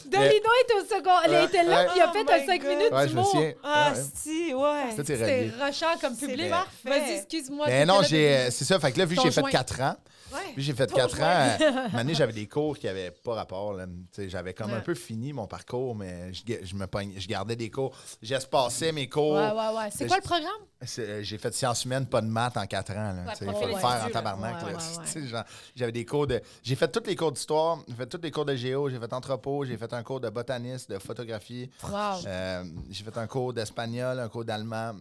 Speaker 2: Dolino est au second. Elle
Speaker 3: Ouais,
Speaker 2: était là,
Speaker 3: ouais.
Speaker 2: puis il a
Speaker 1: Oh
Speaker 2: fait
Speaker 1: my
Speaker 2: un 5
Speaker 1: God.
Speaker 2: minutes
Speaker 3: Ouais, je me
Speaker 2: d'humour.
Speaker 3: souviens.
Speaker 1: Ah,
Speaker 3: Ouais, ouais.
Speaker 1: si, ouais.
Speaker 3: Ça, t'es
Speaker 2: C'était
Speaker 3: relié.
Speaker 2: rushant comme
Speaker 1: C'est
Speaker 2: public.
Speaker 1: parfait.
Speaker 2: Vas-y, excuse-moi.
Speaker 3: Mais
Speaker 2: j'étais
Speaker 3: non,
Speaker 2: là
Speaker 3: j'ai,
Speaker 2: depuis-
Speaker 3: euh, c'est ça. Fait que là, vu que
Speaker 2: Ton
Speaker 3: j'ai fait
Speaker 2: joint.
Speaker 3: 4 ans,
Speaker 1: Ouais.
Speaker 3: vu que j'ai fait
Speaker 1: Ton
Speaker 3: 4 ans,
Speaker 1: joint.
Speaker 3: euh, une année, j'avais des cours qui n'avaient pas rapport. là. Tu sais, J'avais comme un
Speaker 2: Ouais.
Speaker 3: peu fini mon parcours, mais je, ga- je me pognais- je gardais des cours. J'espaçais mes cours.
Speaker 2: Ouais, ouais, ouais. C'est
Speaker 3: Mais
Speaker 2: quoi
Speaker 3: je-
Speaker 2: le programme?
Speaker 3: C'est- euh, J'ai fait sciences humaines, pas de maths en 4 ans. là.
Speaker 1: Ouais,
Speaker 3: Tu sais, Il
Speaker 1: profil
Speaker 3: fallait le
Speaker 1: études,
Speaker 3: faire en
Speaker 1: là.
Speaker 3: tabarnak.
Speaker 2: Ouais,
Speaker 3: là.
Speaker 2: ouais, ouais.
Speaker 3: Tu sais, genre, J'avais des cours de. J'ai fait tous les cours d'histoire, j'ai fait tous les cours de géo, j'ai fait entrepôt, j'ai fait un cours de botaniste, de photographie.
Speaker 2: Wow.
Speaker 3: Euh, j'ai fait un cours d'espagnol, un cours d'allemand.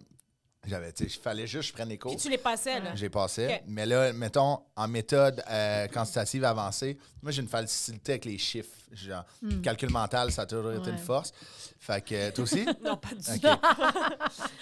Speaker 3: J'avais, tu sais, il fallait juste que je prenne les cours.
Speaker 1: Puis tu les passais, là.
Speaker 3: J'ai passé.
Speaker 1: Ok.
Speaker 3: Mais là, mettons, en méthode euh, quantitative avancée, moi, j'ai une facilité avec les chiffres. Genre, Puis le calcul mental, ça a toujours été
Speaker 2: Ouais.
Speaker 3: une force. Fait que, euh, toi aussi?
Speaker 1: Non, pas du
Speaker 3: OK.
Speaker 1: tout.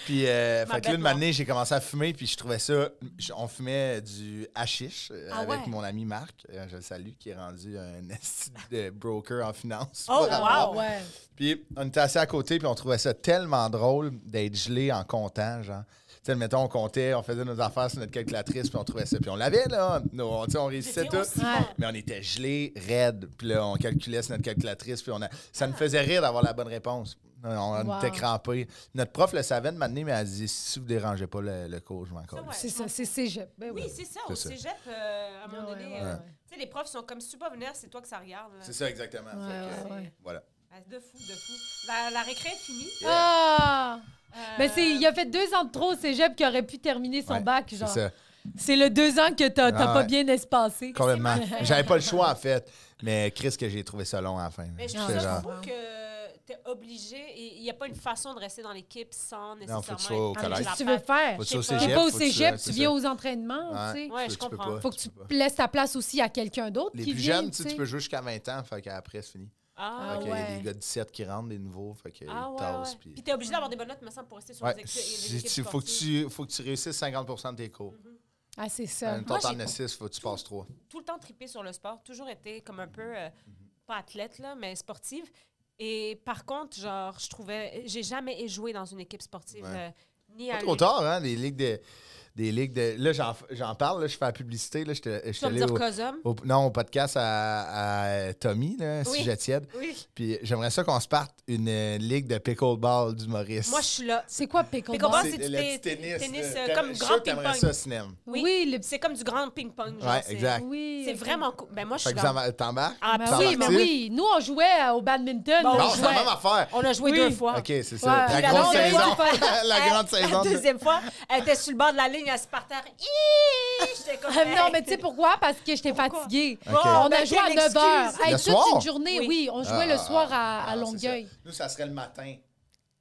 Speaker 3: puis,
Speaker 1: Ma
Speaker 3: euh, fait que là,
Speaker 1: bête
Speaker 3: une
Speaker 1: noire.
Speaker 3: année, j'ai commencé à fumer, puis je trouvais ça. je- on fumait du hashish euh,
Speaker 1: Ah
Speaker 3: avec
Speaker 1: ouais?
Speaker 3: mon ami Marc, euh, je le salue, qui est rendu un esti de broker en finance.
Speaker 1: Oh,
Speaker 3: Pas
Speaker 1: wow!
Speaker 3: rapport.
Speaker 2: Ouais.
Speaker 3: Puis on était assis à côté, puis on trouvait ça tellement drôle d'être gelé en comptant, genre. Tu sais, mettons, on comptait, on faisait nos affaires sur notre calculatrice, puis on trouvait ça. Puis on l'avait, là. Nos- on, tu sais, on réussissait
Speaker 1: J'étais
Speaker 3: tout.
Speaker 1: au ciment.
Speaker 3: Mais on était gelé, raide. Puis là, on calculait sur notre calculatrice, puis on a... ça nous faisait rire d'avoir la bonne réponse. On, on
Speaker 2: Wow.
Speaker 3: était crampés. Notre prof le savait de m'amener, mais elle dit si vous dérangez pas le, le cours, je m'en
Speaker 1: Ça,
Speaker 3: calisse.
Speaker 1: ouais.
Speaker 2: C'est ça, c'est cégep. Ben
Speaker 1: Oui, c'est ça.
Speaker 3: C'est
Speaker 1: Au
Speaker 3: ça.
Speaker 1: cégep, euh, à un moment
Speaker 2: Ah Ouais,
Speaker 1: donné,
Speaker 2: ouais,
Speaker 1: euh,
Speaker 2: ouais.
Speaker 1: tu sais, les profs sont comme si tu peux pas venir, c'est toi que ça regarde. là.
Speaker 3: C'est ça, exactement.
Speaker 2: Ouais,
Speaker 3: Fait que,
Speaker 2: ouais, ouais.
Speaker 3: Voilà.
Speaker 1: Ah, De fou, de fou. La, la récré est finie.
Speaker 2: Ah!
Speaker 1: Euh,
Speaker 2: Ben, c'est, il a fait deux ans de trop au cégep qui aurait pu terminer son
Speaker 3: Ouais,
Speaker 2: bac,
Speaker 3: C'est
Speaker 2: genre.
Speaker 3: ça.
Speaker 2: C'est le deux ans que t'as, t'as
Speaker 3: Ah
Speaker 2: pas
Speaker 3: ouais.
Speaker 2: bien espacé.
Speaker 3: Complètement.
Speaker 1: C'est mal fait.
Speaker 3: J'avais pas le choix, en fait. Mais Chris, que j'ai trouvé ça long à la fin.
Speaker 1: Mais je
Speaker 2: Ah,
Speaker 1: trouve
Speaker 3: J'étais
Speaker 1: ça
Speaker 2: genre-
Speaker 1: fou que t'es obligé. et Il n'y a pas une façon de rester dans l'équipe sans nécessairement.
Speaker 3: faut que tu sois au
Speaker 1: être
Speaker 3: collège.
Speaker 1: dans
Speaker 2: Qu'est-ce
Speaker 1: la
Speaker 2: que tu
Speaker 1: fac.
Speaker 2: veux faire?
Speaker 3: Faut que
Speaker 1: Je
Speaker 3: tu sois au
Speaker 1: sais pas.
Speaker 2: T'es
Speaker 3: cégep,
Speaker 2: pas au
Speaker 3: faut que tu-
Speaker 2: cégep,
Speaker 3: c'est
Speaker 2: tu
Speaker 3: ça.
Speaker 2: viens aux entraînements, tu sais.
Speaker 1: Ouais,
Speaker 3: tu-
Speaker 1: je
Speaker 3: tu peux
Speaker 1: comprends.
Speaker 3: pas,
Speaker 2: Faut que tu
Speaker 3: peux pas.
Speaker 2: laisses ta place aussi à quelqu'un d'autre
Speaker 3: Les
Speaker 2: qui
Speaker 3: plus
Speaker 2: vient,
Speaker 3: jeunes, tu sais, tu peux jouer jusqu'à 20 ans. Fait qu'après, c'est fini.
Speaker 1: Ah,
Speaker 3: fait
Speaker 1: ouais.
Speaker 3: qu'il y a
Speaker 2: ouais.
Speaker 3: des gars de 17 qui rentrent, des nouveaux. Fait qu'ils
Speaker 1: Ah, ouais,
Speaker 3: tassent.
Speaker 1: ouais.
Speaker 3: puis-
Speaker 1: Puis t'es obligé d'avoir des bonnes notes, me semble, pour rester sur
Speaker 3: Ouais,
Speaker 1: les équi- les
Speaker 3: si
Speaker 1: équipes.
Speaker 3: tu- faut, que
Speaker 1: sportives.
Speaker 3: tu, faut que tu réussisses 50 de tes cours.
Speaker 2: Ah, c'est ça.
Speaker 3: Une torte
Speaker 1: Moi,
Speaker 3: en
Speaker 1: j'ai-
Speaker 3: 6, faut que tu passes 3.
Speaker 1: Tout le temps tripé sur le sport, toujours été comme un peu, euh,
Speaker 3: Mhm.
Speaker 1: pas athlète, là, mais sportive. Et par contre, genre, je trouvais, j'ai jamais joué dans une équipe sportive.
Speaker 3: Ouais.
Speaker 1: euh, ni
Speaker 3: Pas
Speaker 1: à
Speaker 3: trop
Speaker 1: l'é-
Speaker 3: tard, hein? Des ligues de. Des ligues de là, j'en, j'en parle, là, je fais la publicité. Là, j'étais,
Speaker 1: Tu
Speaker 3: j'étais
Speaker 1: vas me
Speaker 3: allé
Speaker 1: dire
Speaker 3: au,
Speaker 1: Cosum?
Speaker 3: au- non, au podcast à, à Tommy, là,
Speaker 1: Oui.
Speaker 3: sujet tiède.
Speaker 1: Oui.
Speaker 3: Puis j'aimerais ça qu'on se parte une euh, ligue de pickleball du Maurice.
Speaker 1: Moi, je suis là.
Speaker 2: C'est quoi pickleball?
Speaker 1: Pickleball, c'est- du
Speaker 3: c'est le
Speaker 1: té-
Speaker 3: petit tennis.
Speaker 1: tennis,
Speaker 3: là.
Speaker 1: euh,
Speaker 3: T'aimerais-
Speaker 1: comme
Speaker 3: je suis
Speaker 1: grand
Speaker 3: sûr que t'aimerais
Speaker 1: ping-pong.
Speaker 3: ça, cinéma.
Speaker 1: Oui.
Speaker 2: Oui, le
Speaker 1: C'est comme du grand ping-pong. genre,
Speaker 3: Ouais,
Speaker 1: c'est-
Speaker 3: exact.
Speaker 2: Oui.
Speaker 1: C'est vraiment cool. Ben, moi, je
Speaker 3: Fait
Speaker 1: suis
Speaker 3: que
Speaker 1: comme-
Speaker 3: vous en- t'embarques?
Speaker 1: Ah,
Speaker 2: Ben
Speaker 1: Ça
Speaker 2: oui,
Speaker 3: va,
Speaker 2: mais
Speaker 3: tu sais.
Speaker 2: oui. Nous, on jouait euh, au badminton.
Speaker 1: Bon,
Speaker 2: on
Speaker 3: Non, c'est la
Speaker 2: jouait.
Speaker 3: même affaire.
Speaker 1: On a joué
Speaker 2: Oui.
Speaker 1: deux fois.
Speaker 3: OK, c'est ça.
Speaker 2: Ouais.
Speaker 3: La,
Speaker 1: La
Speaker 3: grosse
Speaker 1: longue
Speaker 3: saison.
Speaker 2: saison.
Speaker 3: la grande saison.
Speaker 1: La
Speaker 3: de-
Speaker 1: deuxième fois, elle était sur le bord de la ligne, elle se partait. à rire. Hi! J'étais comme.
Speaker 2: Ah, Non, mais tu sais pourquoi? Parce que j'étais
Speaker 1: Pourquoi?
Speaker 2: fatiguée.
Speaker 3: Ok.
Speaker 2: On a
Speaker 1: ben,
Speaker 2: joué à
Speaker 1: quelle
Speaker 2: 9 heures.
Speaker 1: excuse.
Speaker 2: Hey,
Speaker 3: Le
Speaker 2: toute
Speaker 3: soir?
Speaker 2: une journée,
Speaker 1: Oui.
Speaker 2: oui. On jouait
Speaker 3: Ah,
Speaker 2: le soir
Speaker 3: ah,
Speaker 2: à, à
Speaker 3: c'est
Speaker 2: Longueuil.
Speaker 3: ça. Nous, ça serait le matin,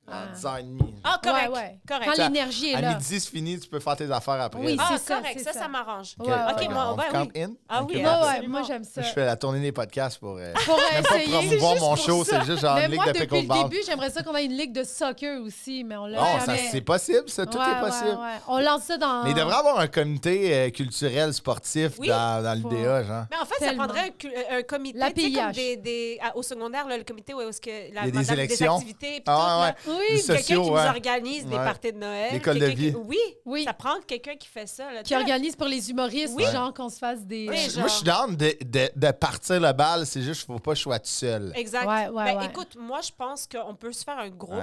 Speaker 3: à
Speaker 2: Ah.
Speaker 3: 10h30.
Speaker 1: Ah, correct.
Speaker 2: Ouais, ouais.
Speaker 1: Correct.
Speaker 2: Quand
Speaker 3: Ça,
Speaker 2: l'énergie est
Speaker 3: À
Speaker 2: là.
Speaker 3: midi, c'est fini, tu peux faire tes affaires après.
Speaker 2: Oui,
Speaker 1: Ah,
Speaker 2: c'est ça,
Speaker 1: correct.
Speaker 2: c'est
Speaker 1: Ça, ça,
Speaker 2: ça.
Speaker 1: m'arrange.
Speaker 2: Ouais, ouais,
Speaker 1: OK,
Speaker 2: ouais.
Speaker 1: moi,
Speaker 3: on
Speaker 1: ben
Speaker 3: camp
Speaker 1: oui.
Speaker 3: in.
Speaker 1: Ah
Speaker 3: Ok,
Speaker 1: oui,
Speaker 2: Ouais,
Speaker 3: parfait.
Speaker 2: ouais,
Speaker 1: absolument.
Speaker 2: moi, j'aime ça.
Speaker 3: Moi, Je fais la tournée des podcasts pour euh,
Speaker 2: Pour
Speaker 3: pas
Speaker 2: essayer.
Speaker 3: promouvoir
Speaker 2: C'est
Speaker 3: mon
Speaker 2: juste
Speaker 3: show,
Speaker 2: pour ça.
Speaker 3: c'est juste genre
Speaker 2: Mais
Speaker 3: une ligue
Speaker 2: moi,
Speaker 3: de
Speaker 2: depuis le
Speaker 3: pickleball.
Speaker 2: début, j'aimerais ça qu'on ait une ligue de soccer aussi, mais on l'a
Speaker 3: Bon, ça,
Speaker 2: jamais.
Speaker 3: c'est possible, ça, tout
Speaker 2: Ouais,
Speaker 3: est possible.
Speaker 2: ouais, ouais. On lance ça dans...
Speaker 3: Mais il devrait avoir un comité euh, culturel sportif
Speaker 1: Oui.
Speaker 3: dans, dans l'UDA, genre.
Speaker 1: Mais en fait,
Speaker 2: Tellement.
Speaker 1: ça prendrait un, cu- un comité.
Speaker 2: La
Speaker 1: tu sais, comme
Speaker 2: PIH.
Speaker 1: des, des- à- au secondaire, là, le comité où est-ce que la
Speaker 3: Il y a des
Speaker 1: madame
Speaker 3: élections.
Speaker 1: activités. puis
Speaker 3: Ah, ouais,
Speaker 1: tout,
Speaker 2: Oui,
Speaker 3: Les
Speaker 1: là. Quelqu'un
Speaker 3: sociaux,
Speaker 1: qui
Speaker 3: ouais.
Speaker 1: nous organise des
Speaker 3: Ouais.
Speaker 1: parties de Noël.
Speaker 3: L'école de
Speaker 1: quelqu'un qui-
Speaker 3: vie.
Speaker 1: Oui,
Speaker 2: Oui.
Speaker 1: ça prend quelqu'un qui fait ça. là.
Speaker 2: qui organise pour les humoristes,
Speaker 1: Oui.
Speaker 2: genre qu'on se fasse des...
Speaker 1: Oui,
Speaker 2: euh,
Speaker 1: genre-
Speaker 3: Moi, je suis down de, de- de partir le bal, c'est juste qu'il ne faut pas que je sois tout seul.
Speaker 1: Exact.
Speaker 2: Ouais, ouais,
Speaker 1: Ben,
Speaker 2: ouais.
Speaker 1: Écoute, moi, je pense qu'on peut se faire un groupe,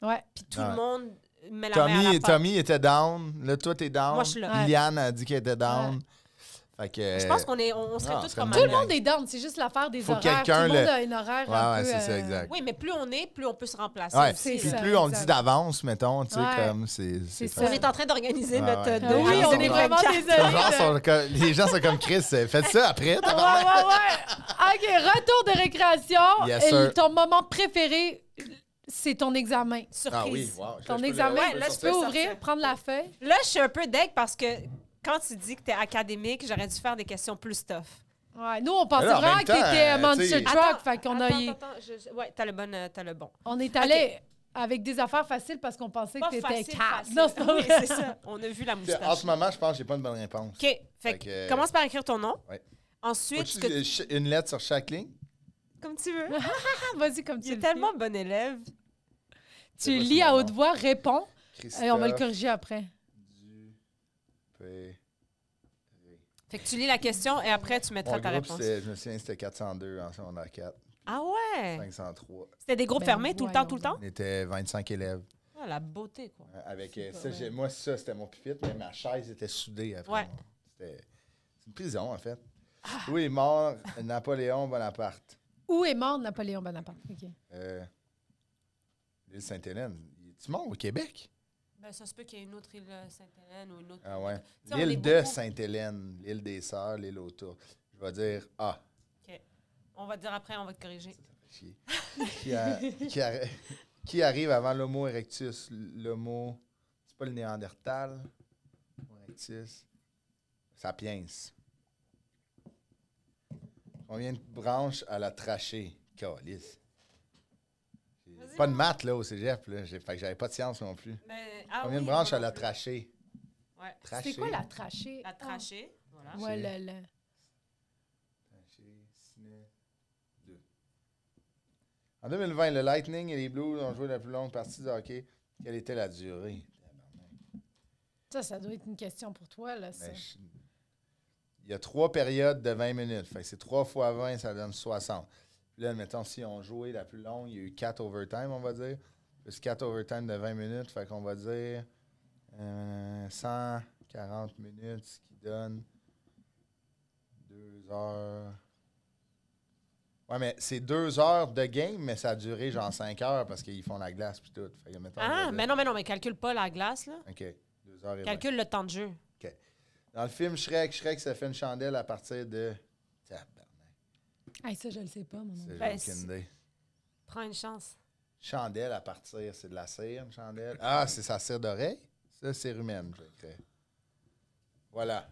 Speaker 3: Ouais.
Speaker 2: Ouais.
Speaker 1: puis tout
Speaker 3: Ouais.
Speaker 1: le monde met la main à la
Speaker 3: Tommy,
Speaker 1: pâte.
Speaker 3: Tommy était down. Là, toi, t'es down.
Speaker 1: Moi, je suis là.
Speaker 2: Ouais.
Speaker 3: Liliane a dit qu'elle était down. Fait que.
Speaker 1: Je pense qu'on est, on, on
Speaker 3: Ah,
Speaker 1: serait
Speaker 3: on
Speaker 1: tous
Speaker 3: serait
Speaker 1: comme
Speaker 3: une
Speaker 2: Tout le
Speaker 1: un.
Speaker 3: gang.
Speaker 2: monde est down, c'est juste l'affaire des
Speaker 3: Faut que
Speaker 2: horaires. Tout
Speaker 3: quelqu'un
Speaker 2: le monde
Speaker 3: le-
Speaker 2: a un horaire
Speaker 3: Ouais,
Speaker 2: un
Speaker 3: ouais,
Speaker 2: peu,
Speaker 3: c'est ça,
Speaker 2: euh,
Speaker 3: exact.
Speaker 1: Oui, mais plus on est, plus on peut se remplacer.
Speaker 3: euh, Ouais.
Speaker 1: aussi,
Speaker 2: C'est
Speaker 3: Puis
Speaker 1: là.
Speaker 2: ça,
Speaker 3: plus on
Speaker 2: exact.
Speaker 3: dit d'avance, mettons, tu sais,
Speaker 2: Ouais.
Speaker 3: comme c'est.
Speaker 2: C'est
Speaker 3: c'est
Speaker 2: ça.
Speaker 1: On est en train d'organiser
Speaker 3: Ouais,
Speaker 1: notre
Speaker 3: ouais.
Speaker 1: dos
Speaker 3: Les
Speaker 2: Oui,
Speaker 3: gens
Speaker 2: on
Speaker 3: sont
Speaker 2: est
Speaker 3: dans-
Speaker 2: vraiment désolés.
Speaker 3: Les gens, sont comme, les gens sont comme Chris, euh, faites ça après.
Speaker 2: Ouais,
Speaker 3: tabarnak.
Speaker 2: ouais, ouais. OK, retour de récréation.
Speaker 3: Yes,
Speaker 2: Et
Speaker 3: sir.
Speaker 2: ton moment préféré, c'est ton examen.
Speaker 1: surprise.
Speaker 3: Ah oui, wow.
Speaker 2: Ton
Speaker 3: Je peux
Speaker 2: examen,
Speaker 3: le-
Speaker 1: ouais, là,
Speaker 2: tu
Speaker 1: je
Speaker 2: peux
Speaker 1: peux
Speaker 2: ouvrir,
Speaker 1: sortir.
Speaker 2: prendre la feuille.
Speaker 1: Là, je suis un peu deg parce que quand tu dis que t'es académique, j'aurais dû faire des questions plus tough.
Speaker 2: Ouais, nous, on pensait
Speaker 3: Mais là, en
Speaker 2: vraiment
Speaker 3: même
Speaker 2: que t'étais
Speaker 3: temps,
Speaker 2: euh, Monster
Speaker 3: tu sais-
Speaker 2: Truck, fait qu'on a...
Speaker 1: attends, attends, je- ouais, t'as le bon, euh, t'as le bon.
Speaker 2: On est allé avec des affaires faciles parce qu'on pensait
Speaker 1: Pas
Speaker 2: que t'étais
Speaker 1: facile,
Speaker 2: calme.
Speaker 1: facile.
Speaker 2: Non, c'est pas
Speaker 1: Oui,
Speaker 2: vrai.
Speaker 1: c'est ça. On a vu la
Speaker 3: En
Speaker 1: moustache.
Speaker 3: ce moment, je pense que j'ai pas une bonne réponse.
Speaker 1: Ok, fait
Speaker 3: Fait
Speaker 1: que,
Speaker 3: que, euh,
Speaker 1: commence par écrire ton nom.
Speaker 3: Ouais.
Speaker 1: Ensuite, ce
Speaker 3: Faut-tu,
Speaker 1: que-
Speaker 3: euh, ch- Une lettre sur chaque ligne?
Speaker 1: comme tu veux.
Speaker 2: Ah, Vas-y comme tu
Speaker 1: Il est
Speaker 2: le
Speaker 1: tellement bon élève.
Speaker 2: fais. Tu
Speaker 3: C'est
Speaker 2: lis
Speaker 3: quoi
Speaker 2: à
Speaker 3: ce
Speaker 2: haute voix, réponds, et on va le
Speaker 3: Christophe
Speaker 2: corriger après.
Speaker 3: du P.
Speaker 1: Fait que tu lis la question et après tu mettras
Speaker 3: Mon
Speaker 1: ta
Speaker 3: groupe,
Speaker 1: réponse.
Speaker 3: c'est- je me souviens, c'était 402 en secondaire 4.
Speaker 1: Ah ouais!
Speaker 3: 503.
Speaker 1: C'était des groupes
Speaker 2: Ben,
Speaker 1: fermés tout le temps,
Speaker 2: voyons
Speaker 1: tout le temps?
Speaker 3: On était 25 élèves.
Speaker 1: Ah, la beauté, quoi.
Speaker 3: Euh, Avec,
Speaker 2: C'est
Speaker 3: euh,
Speaker 2: pas
Speaker 3: ça,
Speaker 2: vrai.
Speaker 3: j'ai- moi, ça, c'était mon pupitre, mais ma chaise était soudée après.
Speaker 1: Ouais.
Speaker 3: moi. C'était c'est une prison, en fait.
Speaker 2: Ah!
Speaker 3: Oui, mort Napoléon Bonaparte.
Speaker 2: Où est mort Napoléon Bonaparte? OK.
Speaker 3: Euh, L'île Sainte-Hélène. Tu montes au Québec?
Speaker 1: Ben, ça se peut qu'il y ait une autre île euh, Sainte-Hélène ou une autre.
Speaker 3: Ah ouais.
Speaker 1: Ça, on est
Speaker 3: L'île de
Speaker 1: beaucoup-
Speaker 3: Sainte-Hélène, l'île des Sœurs, l'île autour. Je vais dire A.
Speaker 1: On va te dire après, on va te corriger.
Speaker 3: Chier. qui, a- qui a- qui arrive avant l'homo erectus? L'homo... C'est pas le néandertal? Homo erectus? Sapiens. Combien de branches à la trachée? Calice. J'ai
Speaker 1: Vas-y,
Speaker 3: Pas de maths, là, au cégep. Là. J'ai- Fait que j'avais pas de science non plus.
Speaker 1: Ben, ah
Speaker 3: Combien
Speaker 1: oui,
Speaker 3: de branches
Speaker 1: moi
Speaker 3: à la
Speaker 1: non plus.
Speaker 3: trachée?
Speaker 1: Ouais.
Speaker 3: Trachée.
Speaker 2: C'est quoi la trachée?
Speaker 1: La trachée. Voilà.
Speaker 2: Ah. Ouais, le- le-
Speaker 3: Trachée, ciné, deux. En 2020, le Lightning et les Blues ont joué la plus longue partie de hockey. Quelle était la durée? Tabarnak.
Speaker 2: Ça, ça doit être une question pour toi, là, ça.
Speaker 3: Ben, je- Il y a trois périodes de 20 minutes. Fait que c'est 3 fois 20, ça donne 60. Puis là, mettons, si on jouait la plus longue, il y a eu 4 overtime, on va dire. Plus 4 overtime de 20 minutes. Fait qu'on va dire euh, 140 minutes, ce qui donne 2 heures. Ouais, mais c'est 2 heures de game, mais ça a duré genre 5 heures parce qu'ils font la glace puis tout. Fait que, mettons, on va
Speaker 1: Ah,
Speaker 3: dire-
Speaker 1: mais non, mais non, mais calcule pas la glace, là.
Speaker 3: OK. 2 heures et vingt.
Speaker 1: Calcule le temps de jeu.
Speaker 3: Dans le film Shrek, Shrek se fait une chandelle à partir de. Tabarnak,
Speaker 2: Hey, ça, je le sais pas, mon
Speaker 3: ça,
Speaker 2: nom.
Speaker 3: j'ai
Speaker 1: Ben,
Speaker 3: aucune
Speaker 1: c'est-
Speaker 3: idée.
Speaker 1: Prends une chance.
Speaker 3: Chandelle à partir, c'est de la cire, une chandelle. Ah, c'est sa cire d'oreille? Ça, c'est rumaine, je crois. Voilà.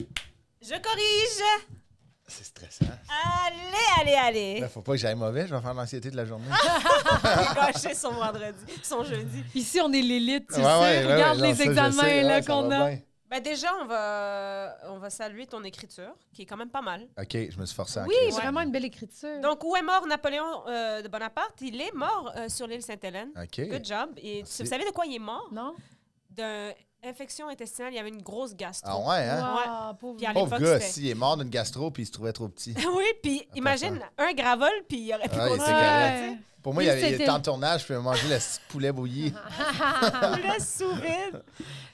Speaker 1: Je corrige!
Speaker 3: C'est stressant.
Speaker 1: Allez, allez, allez!
Speaker 2: Eh.
Speaker 3: Là, faut pas que j'aille mauvais, je vais faire l'anxiété de la journée.
Speaker 2: Ah,
Speaker 1: J'ai gâché son vendredi, son jeudi.
Speaker 2: Ici, on est l'élite, tu
Speaker 3: Ouais,
Speaker 2: le sais.
Speaker 3: ouais, ouais,
Speaker 2: Regarde
Speaker 3: ouais, non,
Speaker 2: les
Speaker 3: ça, je
Speaker 2: examens
Speaker 3: sais,
Speaker 2: là,
Speaker 3: ouais, ça
Speaker 2: qu'on
Speaker 3: va
Speaker 2: a.
Speaker 3: bien.
Speaker 1: Ben déjà, on va, on va saluer ton écriture, qui est quand même pas mal.
Speaker 3: OK, je me suis forcé en
Speaker 2: Oui,
Speaker 3: crise.
Speaker 2: vraiment une belle écriture.
Speaker 1: Donc, où est mort Napoléon euh, de Bonaparte? Il est mort euh, sur l'île Sainte-Hélène.
Speaker 3: OK.
Speaker 1: Good job. Et
Speaker 3: Merci.
Speaker 1: tu- vous savez de quoi il est mort?
Speaker 2: non?
Speaker 1: D'une infection intestinale. Il y avait une grosse gastro.
Speaker 3: Ah ouais, hein?
Speaker 2: Wow, pauvre.
Speaker 1: Puis à
Speaker 3: Pauvre
Speaker 1: l'époque,
Speaker 3: gars,
Speaker 1: c'était-
Speaker 3: s'il est mort d'une gastro puis il se trouvait trop petit.
Speaker 1: oui, puis imagine un gravol, puis il aurait pu
Speaker 3: Ah, il était
Speaker 1: continuer.
Speaker 3: correct.
Speaker 1: là,
Speaker 3: Pour moi,
Speaker 2: Il
Speaker 3: il, avait, il
Speaker 2: s'était-
Speaker 3: était en tournage, puis il a mangé le petit poulet bouilli.
Speaker 2: Ah,
Speaker 1: tu sais. Le sourire.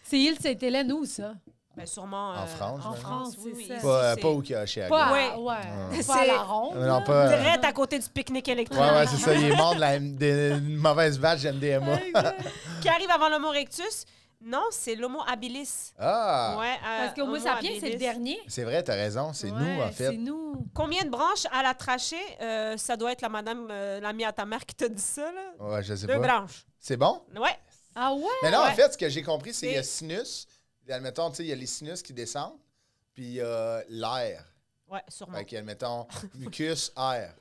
Speaker 2: C'est île Sainte-Hélène où, ça?
Speaker 1: Ben, sûrement.
Speaker 3: En France,
Speaker 2: en
Speaker 3: j'imagine.
Speaker 2: France, c'est ça.
Speaker 1: ici,
Speaker 3: Pas, euh,
Speaker 1: c'est
Speaker 3: pas où qu'il a chez
Speaker 2: Pas, à-
Speaker 1: Ouais.
Speaker 2: ouais.
Speaker 3: Ouais.
Speaker 2: pas à
Speaker 1: C'est-
Speaker 2: la ronde.
Speaker 3: Non,
Speaker 2: là.
Speaker 3: pas.
Speaker 1: Direct à côté du pique-nique électrique.
Speaker 3: Ouais, ouais, c'est ça. Il est mort de la- d'une mauvaise batch MDMA.
Speaker 1: Qui arrive avant l'homo rectus? Non, c'est l'homo habilis.
Speaker 3: Ah!
Speaker 1: Ouais, euh,
Speaker 2: Parce qu'au Homo sapiens, c'est le
Speaker 1: habilis.
Speaker 2: dernier.
Speaker 3: C'est vrai, t'as raison. C'est
Speaker 2: Ouais,
Speaker 3: nous, en fait.
Speaker 2: C'est nous.
Speaker 1: Combien de branches à la trachée? Euh, ça doit être la madame, euh, l'amie à ta mère qui t'a dit ça, là.
Speaker 3: Ouais, je sais
Speaker 1: Deux
Speaker 3: pas.
Speaker 1: branches.
Speaker 3: C'est bon?
Speaker 1: Ouais.
Speaker 2: Ah ouais?
Speaker 3: Mais là,
Speaker 1: Ouais.
Speaker 3: en fait, ce que j'ai compris, c'est qu'il y a
Speaker 1: C'est-
Speaker 3: sinus. Admettons, tu sais, il y a les sinus qui descendent, puis il y a l'air.
Speaker 1: Ouais, sûrement.
Speaker 3: Fait que, admettons, mucus, air.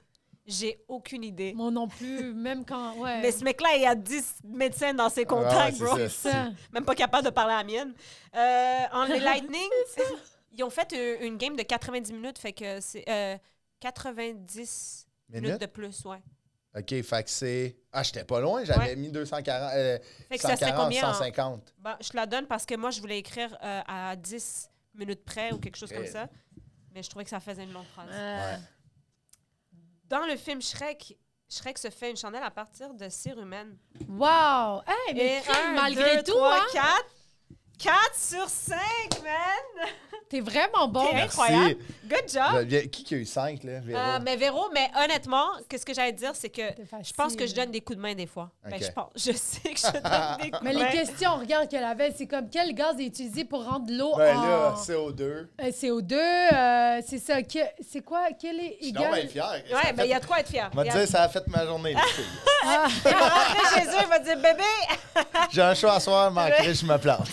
Speaker 1: J'ai aucune idée.
Speaker 2: Moi non plus, même quand. Ouais.
Speaker 1: Mais ce mec-là, il y a 10 médecins dans ses
Speaker 3: Ah ouais,
Speaker 1: contacts,
Speaker 3: c'est
Speaker 1: bro.
Speaker 3: ça,
Speaker 2: C'est ça.
Speaker 1: Même pas capable de parler à la mienne. Euh, en les Lightning, ils ont fait euh, une game de 90 minutes, fait que c'est euh, 90 minutes
Speaker 3: Minute?
Speaker 1: de plus, ouais.
Speaker 3: OK, fait que c'est... Ah, j'étais pas loin. J'avais
Speaker 1: Ouais.
Speaker 3: mis 240, euh,
Speaker 1: Fait que ça serait
Speaker 3: 140,
Speaker 1: combien? en-
Speaker 3: 150.
Speaker 1: Ben, je te la donne parce que moi, je voulais écrire euh, à 10 minutes près ou quelque chose comme
Speaker 3: Eh.
Speaker 1: ça, mais je trouvais que ça faisait une longue phrase.
Speaker 2: Euh,
Speaker 3: Ouais.
Speaker 1: Dans le film Shrek, Shrek se fait une chandelle à partir de cire humaine.
Speaker 2: Wow! Hey, mais crime,
Speaker 1: un,
Speaker 2: malgré
Speaker 1: deux,
Speaker 2: tout,
Speaker 1: trois,
Speaker 2: hein,
Speaker 1: quatre. 4 sur 5, man!
Speaker 2: t'es vraiment bon.
Speaker 1: T'es-
Speaker 3: Merci.
Speaker 1: Incroyable. Good job!
Speaker 3: Je viens- Qui qui a eu 5, là, Véro?
Speaker 1: Euh, mais Véro, mais honnêtement, que ce que j'allais dire, c'est que
Speaker 2: T'es
Speaker 1: je
Speaker 2: facile.
Speaker 1: pense que je donne des coups de main des fois. Ben,
Speaker 3: Ok.
Speaker 1: je pense. Je sais que je donne des coups
Speaker 2: Mais
Speaker 1: de
Speaker 2: les
Speaker 1: main.
Speaker 2: questions, regarde, qu'elle avait, c'est comme quel gaz est utilisé pour rendre l'eau
Speaker 3: Ben
Speaker 1: oh,
Speaker 2: en
Speaker 3: là, CO2.
Speaker 2: euh, CO2? euh, c'est ça. que- c'est quoi? Quel est
Speaker 3: Je suis donc
Speaker 2: égal?
Speaker 3: bien fier. Ça
Speaker 1: Ouais,
Speaker 3: ben, fait-
Speaker 1: mais il y a de quoi être fier.
Speaker 3: On va te
Speaker 1: Il y a-
Speaker 3: dire, ça a fait ma journée. les filles.
Speaker 2: Ah,
Speaker 1: Il va rentrer chez eux, il va dire bébé!
Speaker 3: J'ai un choix à soir, manquerai, je me plante.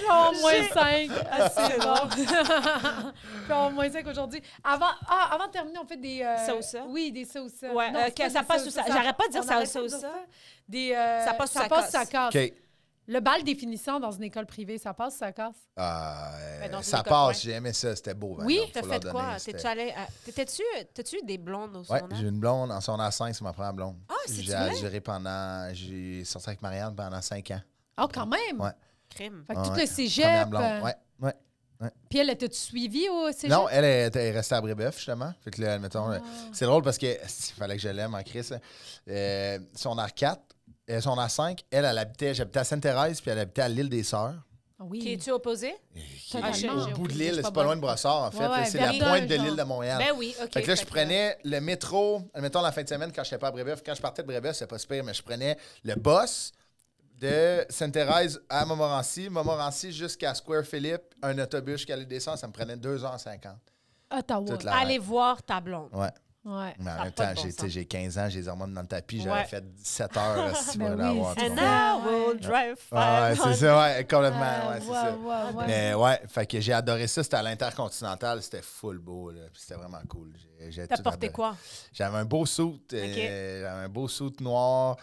Speaker 2: genre moins
Speaker 1: J'ai-
Speaker 2: 5.
Speaker 1: Ah, c'est drôle.
Speaker 2: genre moins 5 aujourd'hui. Avant, ah, avant de terminer, on fait des. euh,
Speaker 1: Ça ou ça?
Speaker 2: Oui, des ça ou ça.
Speaker 1: Ouais,
Speaker 2: Non,
Speaker 1: euh,
Speaker 2: c'est
Speaker 1: que
Speaker 2: pas
Speaker 1: ça
Speaker 2: des
Speaker 1: passe ou ça. J'arrête pas de dire
Speaker 2: on
Speaker 1: ça ou
Speaker 2: arrête
Speaker 1: ça
Speaker 2: de
Speaker 1: ou
Speaker 2: dire
Speaker 1: ça.
Speaker 2: Des, euh,
Speaker 1: Ça passe ou ça casse?
Speaker 2: casse.
Speaker 3: OK.
Speaker 2: Le bal définissant dans une école privée, ça passe ou ça casse?
Speaker 3: Ah,
Speaker 1: Ben, dans
Speaker 3: euh,
Speaker 1: une
Speaker 3: ça
Speaker 1: école,
Speaker 3: passe,
Speaker 1: ouais.
Speaker 3: j'ai aimé ça, c'était beau. par
Speaker 2: Oui,
Speaker 3: exemple,
Speaker 1: T'as
Speaker 3: faut leur
Speaker 1: fait
Speaker 3: donner,
Speaker 1: quoi?
Speaker 3: c'était-
Speaker 1: T'es-tu allé à- T'étais-tu t'as-tu eu des blondes au
Speaker 3: Ouais,
Speaker 1: secondaire?
Speaker 3: j'ai une blonde en son 5, c'est ma première blonde.
Speaker 1: Ah, c'est-tu
Speaker 3: J'ai
Speaker 1: vrai?
Speaker 3: géré pendant. J'ai sorti avec Marianne pendant 5 ans.
Speaker 2: Ah, quand même!
Speaker 3: Ouais.
Speaker 1: Crime.
Speaker 2: Fait que
Speaker 3: Ah
Speaker 2: tout
Speaker 3: ouais.
Speaker 2: le
Speaker 3: Première
Speaker 2: cégep.
Speaker 3: blonde.
Speaker 2: euh,
Speaker 3: Ouais, ouais. Ouais.
Speaker 2: Puis elle, était suivie au cégep?
Speaker 3: Non, elle est, elle est restée à Brébeuf, justement. Fait que là, admettons,
Speaker 2: Ah.
Speaker 3: euh, c'est drôle parce que il fallait que je l'aime en Chris. hein. Euh, son R4, euh, son R5, elle, elle habitait, j'habitais à Sainte-Thérèse, puis elle habitait à l'île des Sœurs.
Speaker 2: Ah oui.
Speaker 1: Qui es-tu opposé?
Speaker 3: Et- qui
Speaker 2: Totalement.
Speaker 3: est
Speaker 2: J'ai
Speaker 3: Au bout de
Speaker 2: oublié,
Speaker 3: l'île,
Speaker 2: c'est
Speaker 3: c'est
Speaker 2: pas
Speaker 3: Ah, pas
Speaker 2: bon.
Speaker 3: loin de Brossard, en fait.
Speaker 2: Ouais,
Speaker 3: là,
Speaker 2: ouais,
Speaker 3: c'est la
Speaker 1: Verdun,
Speaker 3: pointe de
Speaker 2: genre.
Speaker 3: l'île de Montréal.
Speaker 1: Ben oui, OK.
Speaker 3: Fait que là, je
Speaker 1: que-
Speaker 3: prenais le métro, admettons la fin de semaine, quand je n'étais pas à Brébeuf, quand je partais de Brébeuf, c'est pas super, mais je prenais le bus de Sainte-Thérèse à Montmorency, Montmorency jusqu'à Square Philippe, un autobus jusqu'à l'île des Sœurs, ça me prenait 2h50.
Speaker 2: Ottawa.
Speaker 3: Toute la-
Speaker 1: Allez voir ta blonde.
Speaker 3: Ouais.
Speaker 2: Ouais.
Speaker 3: Mais
Speaker 1: Ça a
Speaker 3: en même
Speaker 1: pas
Speaker 3: temps,
Speaker 1: de bon
Speaker 3: j'ai-
Speaker 1: sens.
Speaker 3: tu sais, j'ai 15 ans, j'ai les hormones dans le tapis, j'avais
Speaker 1: Ouais.
Speaker 3: fait 17 heures si
Speaker 2: Ben
Speaker 3: vous voulez
Speaker 2: oui,
Speaker 3: l'avoir, tu
Speaker 2: c'est
Speaker 1: And
Speaker 3: comprends?
Speaker 2: ça.
Speaker 1: I
Speaker 2: Ouais.
Speaker 1: will drive
Speaker 3: Ouais, c'est
Speaker 1: 500.
Speaker 3: ça, ouais, complètement,
Speaker 2: Ah,
Speaker 3: ouais, c'est
Speaker 2: ouais,
Speaker 3: ça.
Speaker 2: ouais, ouais.
Speaker 3: Mais ouais, fait que j'ai adoré ça, c'était à l'intercontinental, c'était full beau, là, puis c'était vraiment cool. J'ai- j'ai
Speaker 1: T'as
Speaker 3: tout
Speaker 1: porté
Speaker 3: adoré.
Speaker 1: quoi?
Speaker 3: J'avais un beau suit, euh,
Speaker 1: Ok.
Speaker 3: j'avais un beau suit noir,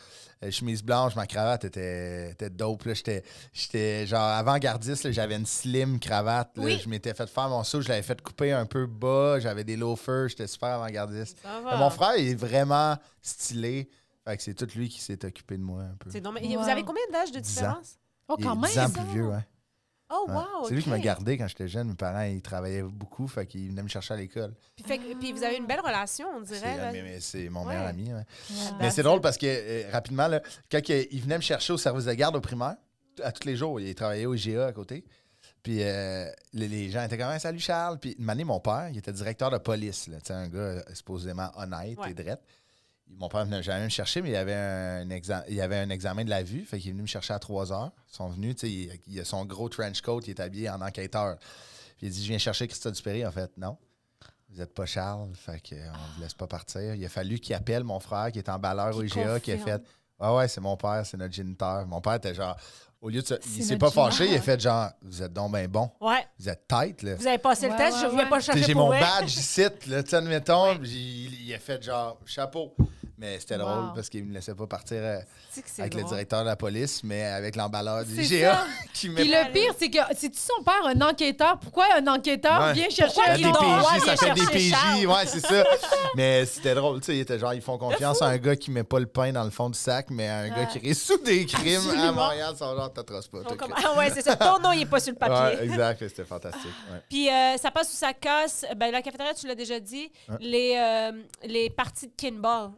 Speaker 3: euh, chemise blanche, ma cravate était, était dope. là. J'étais, j'étais genre avant-gardiste, là, j'avais une slim cravate. là.
Speaker 1: Oui.
Speaker 3: Je m'étais fait faire mon suit, je l'avais fait couper un peu bas, j'avais des loafers, j'étais super avant-gardiste.
Speaker 1: Ça
Speaker 3: Mais
Speaker 1: va.
Speaker 3: Mon frère il est vraiment stylé, fait que c'est tout lui qui s'est occupé de moi un peu.
Speaker 1: C'est donc-
Speaker 2: Wow.
Speaker 1: Vous avez combien d'âge de
Speaker 3: Dix ans.
Speaker 1: différence?
Speaker 2: Oh,
Speaker 3: Il est
Speaker 2: quand même.
Speaker 3: 10 ans
Speaker 2: ça.
Speaker 3: plus vieux, hein. ouais.
Speaker 1: Oh,
Speaker 3: Ouais.
Speaker 1: wow!
Speaker 3: C'est lui qui m'a
Speaker 1: ok.
Speaker 3: gardé quand j'étais jeune. Mes parents, ils travaillaient beaucoup, fait qu'ils venaient me chercher à l'école.
Speaker 1: Puis, fait que- puis vous avez une belle relation, on
Speaker 3: C'est,
Speaker 1: dirait. là.
Speaker 3: un de mes- c'est mon meilleur
Speaker 1: Ouais.
Speaker 3: ami. ouais.
Speaker 2: Ouais.
Speaker 3: Mais
Speaker 1: Ben,
Speaker 3: c'est drôle parce que, euh, rapidement, là, quand que- il venait me chercher au service de garde au primaire, t- à tous les jours, il travaillait au IGA à côté. Puis euh, les, les gens étaient comme Ah, Salut Charles. Puis une année, mon père, il était directeur de police. là. Tu sais, un gars euh, supposément honnête
Speaker 1: Ouais.
Speaker 3: et drette. Mon père venait jamais me chercher, mais il y avait un, exa- il y avait un examen de la vue. Fait qu'il est venu me chercher à 3 heures. Ils sont venus, tu sais, il, il a son gros trench coat, il est habillé en enquêteur. Puis il dit Je viens chercher Christophe Dupéry. En fait, non. Vous n'êtes pas Charles, fait qu'on ne vous laisse pas partir. Il a fallu qu'il appelle mon frère qui est en balleur au
Speaker 2: Qui
Speaker 3: IGA, qui a
Speaker 2: confirme.
Speaker 3: fait Ah ouais, c'est mon père, c'est notre géniteur. Mon père était genre, au lieu de se.
Speaker 2: C'est
Speaker 3: Il s'est
Speaker 2: notre
Speaker 3: pas fâché, il a
Speaker 2: géniteur.
Speaker 3: fait genre, vous êtes donc bien bon,
Speaker 1: Ouais.
Speaker 3: vous êtes tête, là.
Speaker 1: Vous avez passé
Speaker 2: Ouais,
Speaker 1: le test,
Speaker 2: ouais,
Speaker 1: je ne viens
Speaker 2: ouais.
Speaker 1: pas
Speaker 3: Tu sais,
Speaker 1: chercher
Speaker 3: J'ai
Speaker 1: pour
Speaker 3: mon
Speaker 1: vrai.
Speaker 3: badge ici, là, tu sais, admettons. Puis Il, il a fait genre, chapeau. Mais c'était
Speaker 2: Wow.
Speaker 3: drôle parce qu'il ne me laissait pas partir euh,
Speaker 1: Tu sais que c'est
Speaker 3: avec le
Speaker 1: drôle.
Speaker 3: directeur de la police, mais avec l'emballeur du
Speaker 2: C'est
Speaker 3: IGA
Speaker 2: ça.
Speaker 3: qui met
Speaker 2: Puis le pire, c'est que c'est-tu son père, un enquêteur? Pourquoi un enquêteur
Speaker 3: Ouais.
Speaker 2: vient chercher
Speaker 1: Pourquoi
Speaker 3: La
Speaker 2: un
Speaker 1: il est
Speaker 2: enquêteur?
Speaker 1: droit,
Speaker 3: DPJ,
Speaker 1: viens
Speaker 3: ça fait
Speaker 1: chercher
Speaker 3: DPJ,
Speaker 1: Charles.
Speaker 3: ouais, c'est ça. Mais c'était drôle, tu sais, il était genre, ils font confiance à un gars qui met pas le pain dans le fond du sac, mais à un gars qui résout des crimes à
Speaker 1: Absolument.
Speaker 3: Montréal, ça genre, t'atroces pas.
Speaker 1: Donc,
Speaker 3: t'as
Speaker 1: comme-
Speaker 3: cru.
Speaker 1: Ah ouais, c'est ça. Ton nom, il n'est pas sur le papier.
Speaker 3: Ouais, exact, c'était fantastique. ouais.
Speaker 1: Puis euh, ça passe ou ça casse. Ben, la cafétéria, tu l'as déjà dit. Les, euh, les parties de kinball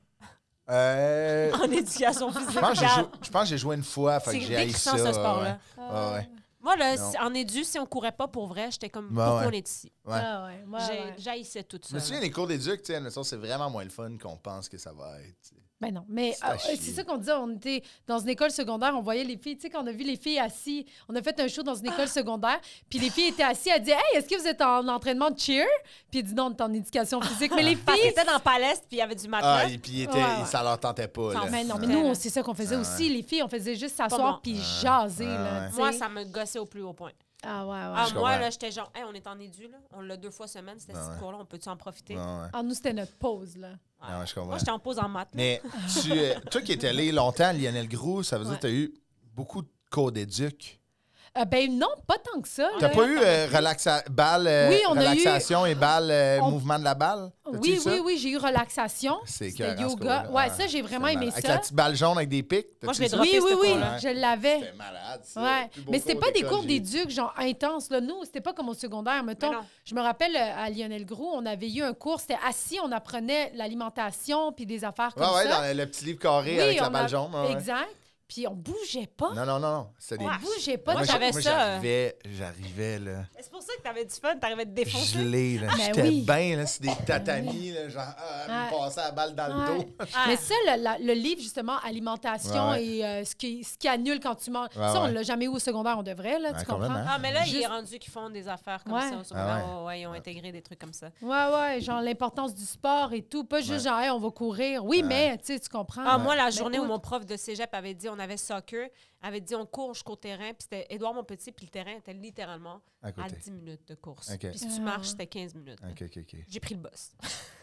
Speaker 3: Euh,
Speaker 1: en éducation
Speaker 3: je pense que j'ai
Speaker 1: physique.
Speaker 3: joué- je pense que j'ai joué une fois, fait
Speaker 1: C'est
Speaker 3: que j'ai haï
Speaker 1: décrissant,
Speaker 3: ça.
Speaker 1: ce sport-là.
Speaker 3: ouais. Ah Ouais, ouais.
Speaker 1: Moi, là,
Speaker 3: Non.
Speaker 1: si- en édu, si on courait pas pour vrai, j'étais comme,
Speaker 3: Ben
Speaker 1: pourquoi
Speaker 3: ouais.
Speaker 1: on est ici?
Speaker 3: Ouais.
Speaker 2: Ah ouais, ouais,
Speaker 1: J'ai-
Speaker 2: ouais.
Speaker 1: J'haïssais tout
Speaker 3: Je
Speaker 1: ça.
Speaker 3: me souviens,
Speaker 1: là.
Speaker 3: les cours d'éduc, tu sais, admettons, c'est vraiment moins le fun qu'on pense que ça va être. tu sais.
Speaker 2: Ben non, mais
Speaker 3: C'est à
Speaker 2: euh,
Speaker 3: chier.
Speaker 2: c'est ça qu'on disait, on était dans une école secondaire, on voyait les filles, tu sais, quand on a vu les filles assises, on a fait un show dans une école secondaire, puis les filles étaient assises, elles disaient « Hey, est-ce que vous êtes en entraînement de cheer? » Puis elles disaient « Non, on est en éducation physique. » Mais les
Speaker 1: Parce que
Speaker 2: filles...
Speaker 1: c'était dans Palestre, puis il y avait du matelas.
Speaker 3: Ah, et puis ils étaient-
Speaker 2: Ouais, ouais.
Speaker 3: ça leur tentait pas. là.
Speaker 2: Mais non, mais
Speaker 1: Ouais.
Speaker 2: nous, c'est ça qu'on faisait
Speaker 3: Ah
Speaker 2: aussi. Les filles, on faisait juste
Speaker 1: bon.
Speaker 2: s'asseoir puis jaser,
Speaker 3: Ah
Speaker 2: là, tu
Speaker 1: Moi,
Speaker 2: sais.
Speaker 1: ça me gossait au plus haut point.
Speaker 2: Ah ouais, ouais.
Speaker 1: Ah,
Speaker 3: Je
Speaker 1: moi,
Speaker 3: comprends.
Speaker 1: là, j'étais genre, Hey, on est en édu, là. On l'a deux fois semaine, c'était
Speaker 3: Ben
Speaker 1: ce
Speaker 3: ouais.
Speaker 1: cours-là, on peut-tu en profiter?
Speaker 3: Ouais, ouais.
Speaker 2: Ah, nous, c'était notre pause, là.
Speaker 1: Ouais.
Speaker 3: Non, je comprends.
Speaker 1: Moi, j'étais en pause en maths. là.
Speaker 3: Mais tu, euh, toi qui étais allé longtemps à Lionel Groux, ça veut dire
Speaker 2: Ouais.
Speaker 3: que tu as eu beaucoup de cours d'éduc.
Speaker 2: Euh, ben non, pas tant que ça.
Speaker 3: T'as
Speaker 2: là.
Speaker 3: pas eu euh, relaxa- balle, euh,
Speaker 2: Oui, on a eu-
Speaker 3: relaxation et balle, euh,
Speaker 2: On-
Speaker 3: mouvement de la balle? T'as-tu eu
Speaker 2: Oui,
Speaker 3: ça?
Speaker 2: oui, oui, j'ai eu relaxation.
Speaker 3: C'est
Speaker 2: C'était
Speaker 3: écœurant, ce
Speaker 2: yoga.
Speaker 3: cours-là.
Speaker 2: Ouais,
Speaker 3: Ah,
Speaker 2: ça, j'ai vraiment
Speaker 3: c'était
Speaker 2: aimé
Speaker 3: malade. Avec
Speaker 2: ça.
Speaker 3: la petite balle jaune avec des pics?
Speaker 1: Moi, je
Speaker 3: t'as-tu
Speaker 1: l'ai
Speaker 3: eu ça?
Speaker 1: droppé,
Speaker 2: Oui, oui,
Speaker 1: ce
Speaker 2: oui,
Speaker 1: cours-là.
Speaker 2: je l'avais.
Speaker 3: C'était malade, ça.
Speaker 2: Ouais.
Speaker 3: Le plus beau
Speaker 2: Mais c'était
Speaker 3: cours
Speaker 2: pas des
Speaker 3: d'école
Speaker 2: cours
Speaker 3: que j'ai eu.
Speaker 2: d'éduc, genre intense. Là. Nous, c'était pas comme au secondaire. Mettons,
Speaker 1: Mais non.
Speaker 2: je me rappelle euh, à Lionel Gros, on avait eu un cours, c'était assis, on apprenait l'alimentation puis des affaires comme
Speaker 3: Ouais, ouais,
Speaker 2: ça.
Speaker 3: dans le, le petit livre carré
Speaker 2: Oui,
Speaker 3: avec la
Speaker 2: on
Speaker 3: balle
Speaker 2: a-
Speaker 3: jaune. ouais, ouais.
Speaker 2: Exact. Puis on bougeait pas.
Speaker 3: Non, non, non, non. C'était des...
Speaker 2: On bougeait pas.
Speaker 1: Moi,
Speaker 2: de-
Speaker 1: j'avais- ça.
Speaker 3: J'arrivais, j'arrivais, là.
Speaker 1: C'est pour ça que t'avais du fun, t'arrivais à te défoncer.
Speaker 3: Gelé, là.
Speaker 2: Ben
Speaker 3: J'étais
Speaker 2: oui.
Speaker 3: bien, là. C'est des tatamis, là. Genre, ah, elle me
Speaker 2: Ouais.
Speaker 3: passait la balle dans le
Speaker 2: Ouais.
Speaker 3: dos.
Speaker 1: Ah.
Speaker 2: Mais ça, le, la- le livre, justement, alimentation
Speaker 3: Ouais, ouais.
Speaker 2: et euh, ce, qui, ce qui annule quand tu manges,
Speaker 3: Ouais,
Speaker 2: ça, on
Speaker 3: ouais.
Speaker 2: l'a jamais eu au secondaire, on devrait, là,
Speaker 3: Ouais,
Speaker 2: tu
Speaker 3: quand même,
Speaker 2: comprends?
Speaker 3: hein.
Speaker 1: Ah, mais là, il est
Speaker 2: Juste-
Speaker 1: rendu qu'ils font des affaires comme
Speaker 2: Ouais.
Speaker 1: ça au secondaire.
Speaker 3: Ah
Speaker 1: Ouais, ouais, ils ont intégré des trucs comme ça.
Speaker 2: Ouais, ouais, genre l'importance du sport et tout. Pas juste
Speaker 3: Ouais.
Speaker 2: genre, Hey, on va courir. Oui,
Speaker 3: Ouais.
Speaker 2: mais tu sais, tu comprends.
Speaker 1: Ah, moi, la journée où
Speaker 2: écoute.
Speaker 1: mon prof de cégep avait dit on avait soccer, avait dit on court jusqu'au terrain, puis c'était Édouard Montpetit, puis le terrain était littéralement
Speaker 3: À
Speaker 1: à
Speaker 3: côté.
Speaker 1: 10 minutes de course.
Speaker 3: Ok.
Speaker 1: Puis si tu
Speaker 2: Ah,
Speaker 1: marches,
Speaker 2: ouais.
Speaker 1: c'était 15 minutes.
Speaker 3: OK, OK, OK.
Speaker 1: J'ai pris le boss.